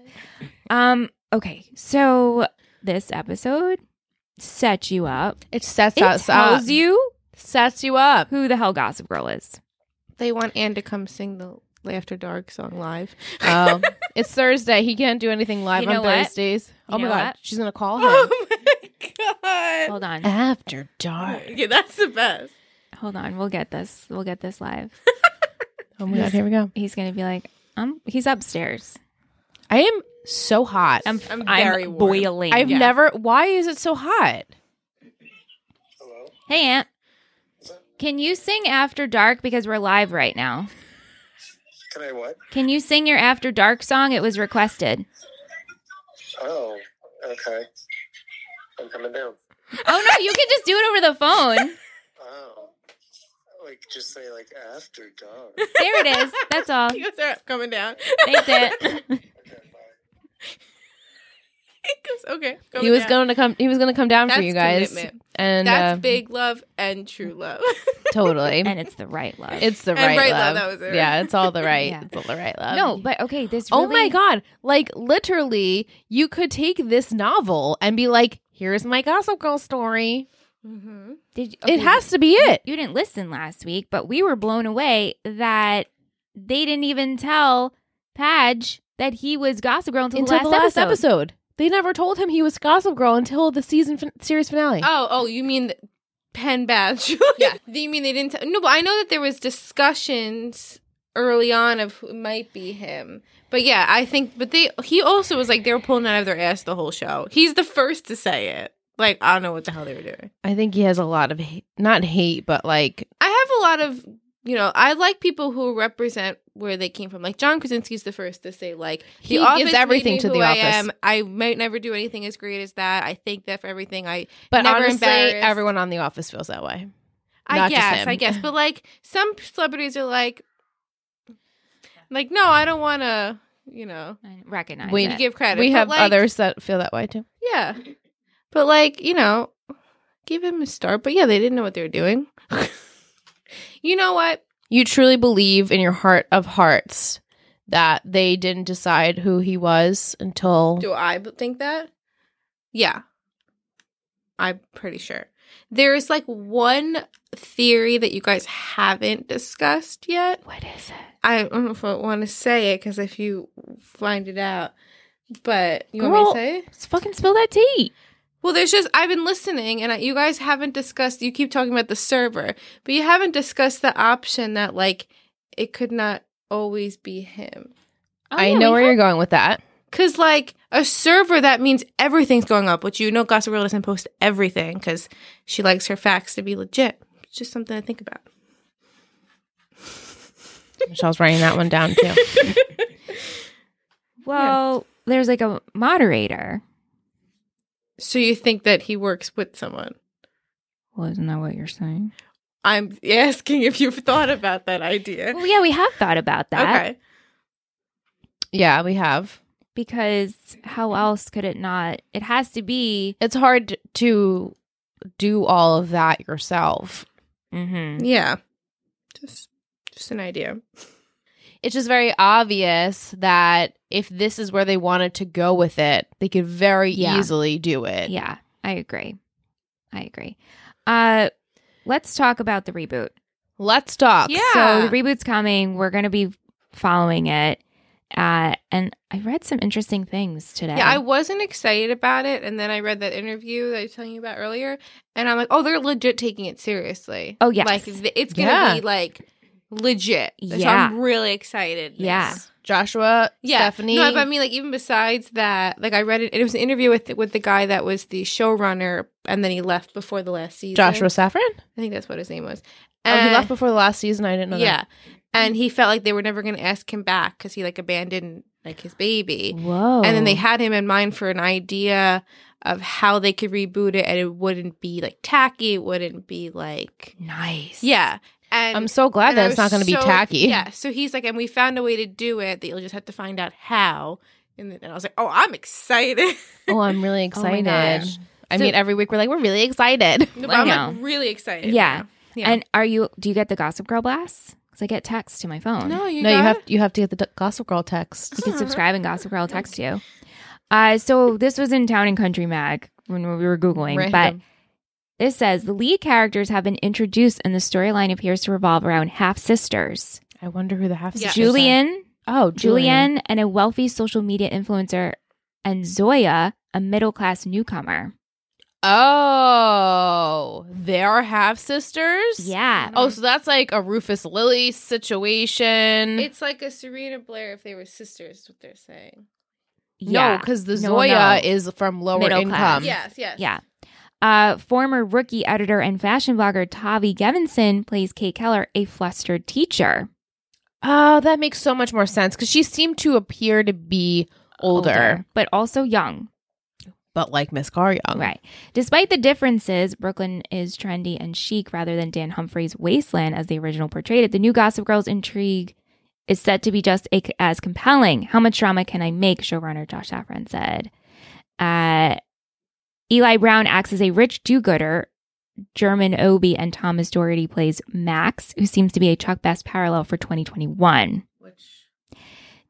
Um, okay. So this episode sets you up.
It sets
It
us
tells
up.
you
sets you up.
who the hell Gossip Girl is.
they want Anne to come sing the Laughter Dark song live.
Oh, it's Thursday. He can't do anything live
You
on
know what?
Thursdays. oh
You
my
know
god,
what?
she's gonna call him
Oh my god.
Hold on.
after dark.
Okay, that's the best.
Hold on. We'll get this. We'll get this live.
Oh my god, here we go.
He's gonna be like, um, he's upstairs.
I am so hot. i
I'm
I'm
I'm
very warm.
boiling.
have
yeah.
never. Why is it so hot?
hey Aunt. Can you sing after dark because we're live right now?
Can I what?
Can you sing your after dark song? It was requested.
Oh, okay. I'm coming down.
Oh no, you can just do it over the phone.
Oh. Like, just say, like, after dark.
There it is. That's all.
You guys are coming down.
That's it.
Okay, bye.
He goes, okay.
he
coming
was
down.
gonna come. He was gonna come down for
That's
you guys,
commitment.
and uh,
That's big love and true love.
totally.
And it's the right love.
it's the
and
right,
right
love.
love, that was it.
Yeah, it's all the right.
Yeah.
It's all the right love.
no, but okay, this
Oh
really-
my god! Like literally, you could take this novel and be like, "Here's my Gossip Girl story."
mm-hmm.
Did,
It
okay,
has to be it.
you didn't listen last week, but we were blown away that they didn't even tell Padge that he was Gossip Girl until,
until
the last episode.
They never told him he was Gossip Girl until the season fin- series finale.
Oh, oh, you mean the Penn Badge? yeah. You mean they didn't? T- no, but I know that there was discussions early on of who might be him. But yeah, I think. But they he also was like they were pulling out of their ass the whole show. He's the first to say it. Like I don't know what the hell they were doing.
I think he has a lot of hate, not hate, but like
I have a lot of you know. I like people who represent where they came from. Like John Krasinski's the first to say like
He gives
Office made
everything
me
to
who
The
I
Office.
am. I might never do anything as great as that. I thank that for everything. I
but
Never
honestly,
embarrassed.
everyone on the office feels that way.
I
Not just
guess,
him.
I guess. But like some celebrities are like like, no, I don't wanna, you know,
I recognize
We
it.
give credit.
we
But,
have
like,
others that feel that way too.
Yeah. But like, you know, give him a start. But yeah, they didn't know what they were doing. you know what?
You truly believe in your heart of hearts that they didn't decide who he was until
Do I b- think that? Yeah. I'm pretty sure. There's like one theory that you guys haven't discussed yet.
what is it?
I don't know if I want to say it because if you find it out, but you
Girl.
want me to say it?
Just fucking spill that tea.
Well, there's just I've been listening, and I, you guys haven't discussed. You keep talking about the server, but you haven't discussed the option that like it could not always be him.
Oh,
I
yeah,
know
Oh, we
where
oh,
have-
you're going with that.
Cause like a server, that means everything's going up. Which you know, Gossip Girl doesn't post everything because she likes her facts to be legit. It's just something to think about.
Michelle's writing that one down too.
Well, there's like a moderator.
So you think that he works with someone?
Well, isn't that what you're saying?
I'm asking if you've thought about that idea.
Well, yeah, we have thought about that
Okay.
yeah, we have.
because how else could it not? It has to be.
It's hard to do all of that yourself.
Mm-hmm.
Yeah. Just just an idea.
It's just very obvious that if this is where they wanted to go with it, they could very
Yeah.
easily do it.
Yeah, I agree. I agree. Uh, let's talk about the reboot.
Let's talk.
Yeah.
So the reboot's coming. We're going to be following it. Uh, and I read some interesting things today.
Yeah, I wasn't excited about it, and then I read that interview that I was telling you about earlier, and I'm like, oh, they're legit taking it seriously.
Oh, yes.
like th- it's gonna
Yeah.
be like legit. so
Yeah.
I'm really excited. this.
Yeah.
Joshua,
Yeah,
Stephanie.
No, but I mean, like even besides that, like I read it. It was an interview with with the guy that was the showrunner, and then he left before the last season.
Joshua Saffron?
I think that's what his name was.
oh, he
And-
left before the last season. I didn't know
Eh. yeah,
that.
and
Mm-hmm.
he felt like they were never going to ask him back because he like abandoned like his baby.
Whoa.
And then
Oh.
they had him in mind for an idea of how they could reboot it and it wouldn't be like tacky, it wouldn't be like
Nice.
Yeah. And
I'm so glad
and I
that it's not
was
going to be
so-
tacky.
Yeah. So he's like, and we found a way to do it that you'll just have to find out how. And, then- and I was like, oh, I'm excited.
Oh, I'm really
Oh my
excited.
gosh.
I
So-
mean, every week we're like, we're really excited.
No, but
I
I'm
know.
like really excited.
Yeah.
Yeah.
And are you? Do you get the Gossip Girl blasts? Because I get texts to my phone.
now. No, you
no,
got
you have
it?
you have to get the d- Gossip Girl text.
You can subscribe and Gossip Girl will text you. Uh, so this was in Town and Country Mag when we were Googling, but
Random.
this says the lead characters have been introduced and the storyline appears to revolve around half sisters.
I wonder who the half sisters are.
Julian,
Oh, Julian.
Julianne, and a wealthy social media influencer, and Zoya, a middle class newcomer.
Oh, they are half sisters.
Yeah.
Oh, so that's like a Rufus Lily situation.
It's like a Serena Blair if they were sisters, is what they're saying.
no,
yeah.
because the
No,
Zoya
no.
is from lower
Middle
income.
class. Um,
yes, yes.
Yeah. Uh, former rookie editor and fashion blogger Tavi Gevinson plays Kate Keller, a flustered teacher.
Oh, that makes so much more sense because she seemed to appear to be older,
but also young.
but like Miss Car Young.
Right. Despite the differences, Brooklyn is trendy and chic rather than Dan Humphrey's wasteland as the original portrayed it. The new Gossip Girl's intrigue is set to be just a, as compelling. How much drama can I make? Showrunner Josh Saffron said. Uh, Eli Brown acts as a rich do-gooder. German Obi and Thomas Doherty plays Max, who seems to be a Chuck Best parallel for 2021.
Which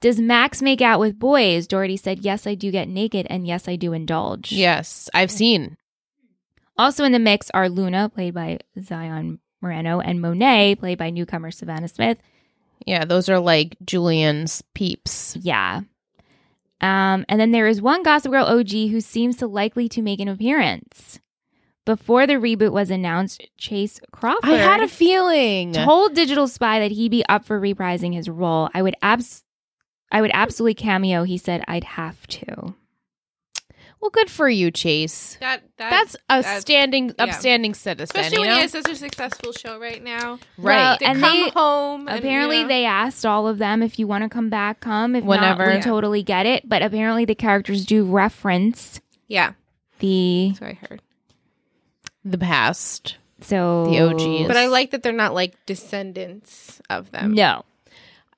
Does Max make out with boys? Doherty said, "Yes, I do get naked, and yes, I do indulge."
Yes, I've seen.
Also in the mix are Luna, played by Zion Moreno, and Monet, played by newcomer Savannah Smith.
Yeah, those are like Julian's peeps.
Yeah. Um, and then there is one Gossip Girl OG who seems to likely to make an appearance. Before the reboot was announced, Chase Crawford
I had a feeling.
told Digital Spy that he'd be up for reprising his role. I would abs I would absolutely cameo. He said I'd have to.
Well, good for you, Chase.
that, that
That's a
that's-
standing,
yeah.
upstanding citizen.
especially
you
when
know?
he has such a successful show right now.
right.
To
And
come
they-
home. and,
apparently
you know.
they asked all of them if you want to come back come if whenever
Whenever.
not, we
Yeah.
totally get it but apparently the characters do reference
Yeah,
the
that's what I heard.
the past.
so
The OGs.
But I like that they're not like descendants of them.
no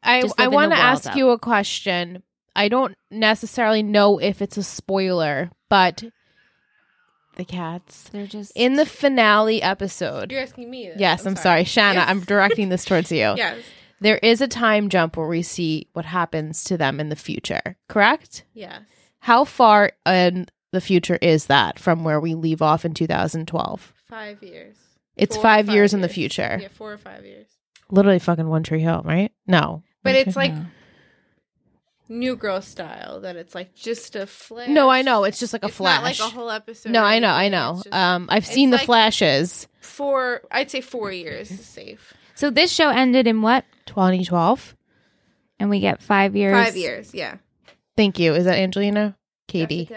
I
Just
I
living
want to
the world
ask
up.
you a question. I don't necessarily know if it's a spoiler, but the cats
they're just
in the finale episode.
You're asking me. that.
Yes, I'm, sorry, Shanna.
Yes.
I'm directing this towards you.
Yes.
There is a time jump where we see what happens to them in the future. Correct?
Yes.
How far in the future is that from where we leave off in 2012?
Five years.
It's
Four or
five, years, in the future.
Yeah, four or five years.
Literally, fucking One Tree Hill, right? No,
But
One
it's
Tree-
like New Girl style that it's like just a flash.
no, I know. It's just like a
It's
flash.
Not like a whole episode.
No,
or
I know, I
anything.
know.
It's just
Um, I've
it's
seen the
like-
flashes.
four. I'd say four years is safe.
so this show ended in what
2012.
and we get five years
Five years. Yeah.
Thank you. Is that Angelina? Katie.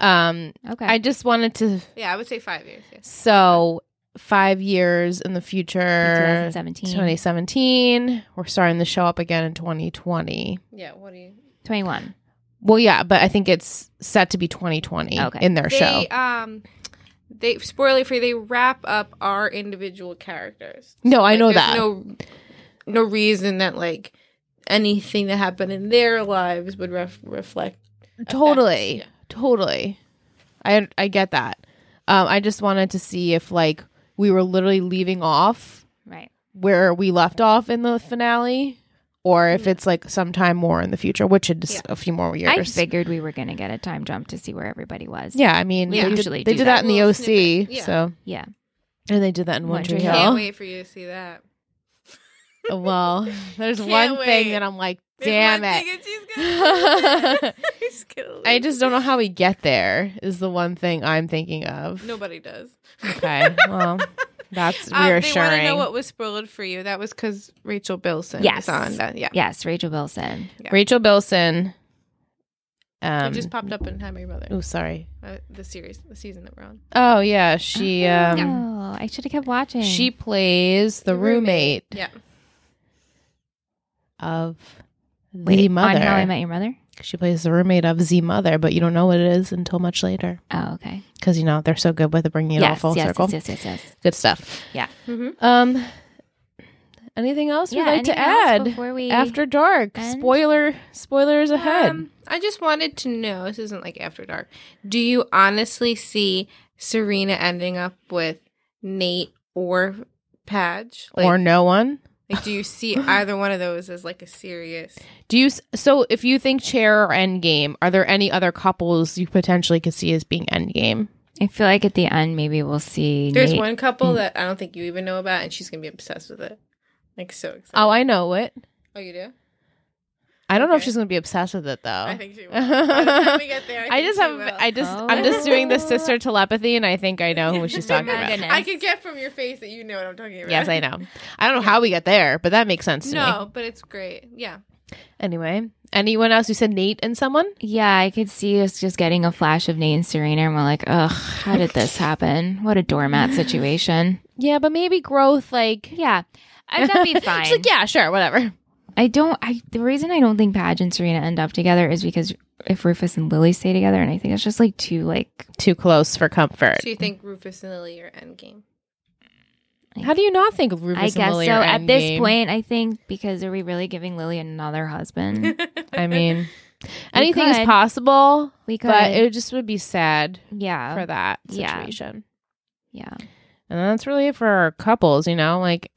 Um,
Okay.
I just wanted to.
Yeah, I would say five years. Yes.
So, five years in the future,
2017.
2017, we're starting the show up again in 2020.
Yeah. What do you?
21.
Well, yeah, but I think it's set to be 2020
Okay.
in their
They
show.
um, they spoiler free. They wrap up our individual characters.
No, I
Like,
know
there's
that.
No, no reason that like anything that happened in their lives would ref- reflect.
totally
Yeah.
totally i i get that um i just wanted to see if like we were literally leaving off
Right.
where we left off in the finale or if it's like sometime more in the future which is
Mm. Yeah.
a few more
I
years
figured we were going to get a time jump to see where everybody was.
yeah i mean
We
they
usually
did, they
do
did
that.
that, in the
Little
oc
snippet, yeah.
so
Yeah.
and they did that in one tree
Tree
hill
Can't
Hill.
wait for you to see that.
well there's
Can't
one
wait.
thing that i'm like
There's
damn
one
it
thing that she's gonna- she's gonna
i
lose.
just don't know how we get there is the one thing i'm thinking of
Nobody does.
okay well that's
Um, They want
reassuring
to know what was spoiled for you. That was because Rachel Bilson
Yes.
was on that. Yeah.
Yes, Rachel Bilson.
Yeah.
Rachel Bilson.
It
Um,
just popped up in How I Met Your Mother,
oh, sorry.
uh, the series, the season that we're on.
Oh yeah, she um,
oh, I should have kept watching.
she plays the
The roommate.
roommate,
Yeah.
of the
Wait,
mother.
On How I Met Your Mother?
she plays the roommate of the mother, but you don't know what it is until much later
Oh, okay.
because you know they're so good with bringing it all
yes,
full
yes,
circle.
yes, yes, yes, yes.
Good stuff.
Yeah.
Mhm.
Um. Anything else
Yeah,
we'd like to
anything else
add
before we
after dark?
end?
Spoiler spoilers ahead.
Um, I just wanted to know. This isn't like After Dark. Do you honestly see Serena ending up with Nate or Padge? Like,
or no one.
like, do you see either one of those as like a serious?
Do you s- so if you think chair or endgame, are there any other couples you potentially could see as being endgame?
I feel like at the end, maybe we'll see.
There's
Nate.
one couple that I don't think you even know about, and she's gonna be obsessed with it. Like so excited.
Oh, I know it.
oh, you do?
I don't know if
Okay.
she's gonna be obsessed with it though.
I think she will. By the time we get there, I,
Oh. I
think
just
she
have
will.
I just I'm just doing the sister telepathy and I think I know who she's talking
My
about.
goodness.
I can get from your face that you know what I'm talking about.
Yes, I know. I don't know how we got there, but that makes sense to me.
No, but it's great. Yeah.
Anyway, anyone else? You said Nate and someone?
Yeah, I could see us just getting a flash of Nate and Serena, and we're like, ugh, how did this happen? What a doormat situation.
Yeah, but maybe growth like
Yeah, I, that'd be fine.
She's like, yeah, sure, whatever.
I don't. I the reason I don't think Padge and Serena end up together is because if Rufus and Lily stay together, and I think it's just like too like.
Too close for comfort.
Do you think Rufus and Lily are endgame?
How do you not think Rufus
I guess
and
so.
Lily are
At this
endgame?
point, I think because are we really giving Lily another husband?
I mean, anything is
could.
possible,
We could,
but it just would be sad
yeah,
for that
Um, yeah.
situation.
yeah,
And that's really it for our couples, you know? Like,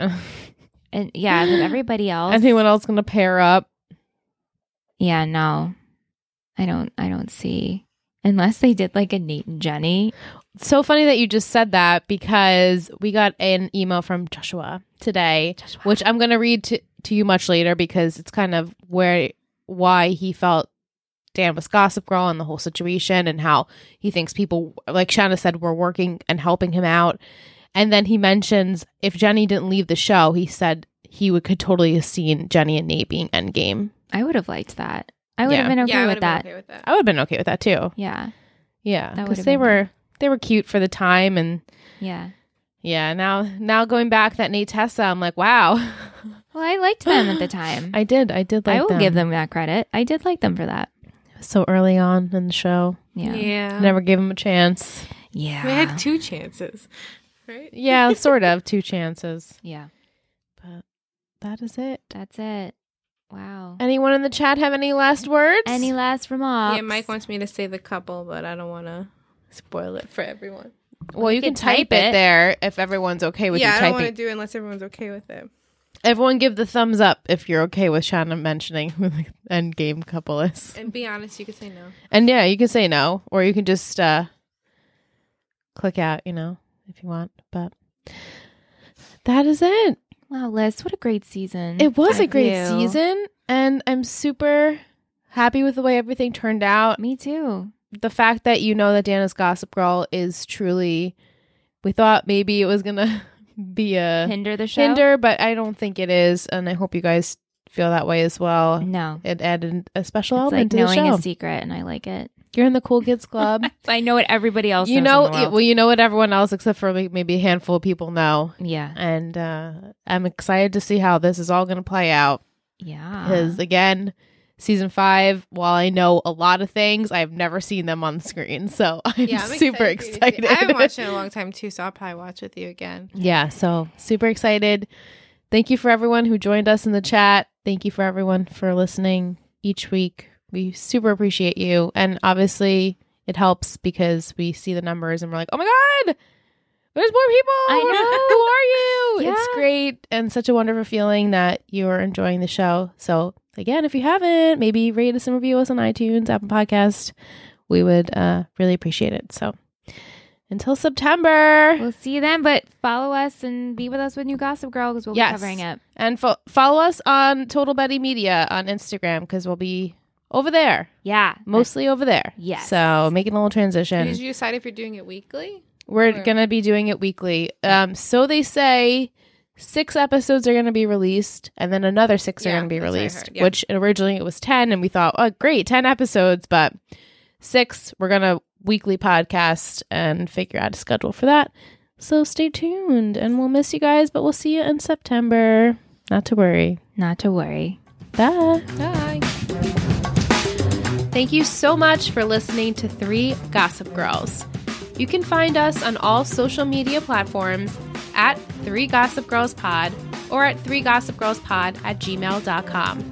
and yeah, but everybody else.
anyone else going to pair up?
Yeah, no, I don't. I don't see unless they did like a Nate and Jenny.
It's so funny that you just said that because we got an email from Joshua today, which I'm going to read to to you much later because it's kind of where why he felt Dan was gossip girl and the whole situation and how he thinks people like Shauna said were working and helping him out. And then he mentions if Jenny didn't leave the show, he said he would could totally have seen Jenny and Nate being endgame.
I would have liked that. I would
Yeah.
have been okay
yeah, I
with
would've been
that.
okay with that.
I would have been okay with that too.
Yeah,
Yeah,
That
because
would've
they
been good.
were they were cute for the time and
yeah.
Yeah, now now going back that Nate Tessa, I'm like, wow.
Well, I liked them at the time.
I did, I did like
I will
them.
give them that credit. I did like them for that.
so early on in the show.
Yeah.
Yeah.
Never gave him a chance.
Yeah.
We had two chances. Right?
Yeah, sort of two chances.
yeah.
But that is it.
That's it. Wow.
Anyone in the chat have any last words?
Any last remarks?
Yeah, Mike wants me to say the couple, but I don't want to spoil it for everyone.
Well, you
can
can type,
type
it.
it.
there if everyone's okay with
yeah,
you
I don't want to
typing.
do it unless everyone's okay with it.
Everyone give the thumbs up if you're okay with Shauna mentioning who the end game couple is.
And be honest, you could say no.
And yeah, you can say no, or you can just uh, click out, you know, if you want. But that is it.
Wow, Liz, what a great season.
It was a
Mm, Thank
great
you.
season, and I'm super happy with the way everything turned out.
Me too.
The fact that you know that Dana's Gossip Girl is truly, we thought maybe it was gonna be a Uh,
Hinder the show.
hinder, but I don't think it is, and I hope you guys feel that way as well.
No.
It added a special
Mm-hmm. It's
element
like
to the
knowing
show.
a secret, and I like it.
You're in the cool kids club.
I know what everybody else.
you
knows
know,
in the world.
well, you know what everyone else except for like, maybe a handful of people know.
yeah,
And uh, I'm excited to see how this is all going to play out.
yeah.
Because again, season five, while I know a lot of things, I've never seen them on screen. So I'm, super excited.
I haven't watched it in a long time too, so I'll probably watch with you again.
Yeah, so super excited. Thank you for everyone who joined us in the chat. Thank you for everyone for listening each week. We super appreciate you. And obviously, it helps because we see the numbers and we're like, oh my God, there's more people.
I
Who are
know.
you? It's
Yeah.
great and such a wonderful feeling that you're enjoying the show. So, again, if you haven't, maybe rate us and review us on iTunes, Apple Podcast. We would uh, really appreciate it. So, until September.
We'll see you then, but follow us and be with us with New Gossip Girl because we'll
Yes.
be covering it.
And fo- follow us on Total Betty Media on Instagram because we'll be over there,
Yeah,
mostly over there.
Yes.
So making a little
Did
transition.
you decide if you're doing it weekly?
We're
Sure.
gonna be doing it weekly. Um, so they say six episodes are gonna be released, and then another six are
Yeah,
gonna be
that's what I
released.
heard, yeah.
Which originally it was ten, and we thought, oh great, ten episodes, but six. We're gonna weekly podcast and figure out a schedule for that. So stay tuned, and we'll miss you guys, but we'll see you in September. Not to worry.
not to worry.
Bye.
Bye.
Thank you so much for listening to Three Gossip Girls. You can find us on all social media platforms at Three Gossip Girls Pod or at Three Gossip Girls Pod at gmail.com.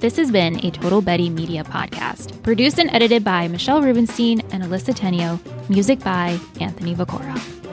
This has been a Total Betty Media podcast, produced and edited by Michelle Rubenstein and Alyssa Tenio, music by Anthony Vacora.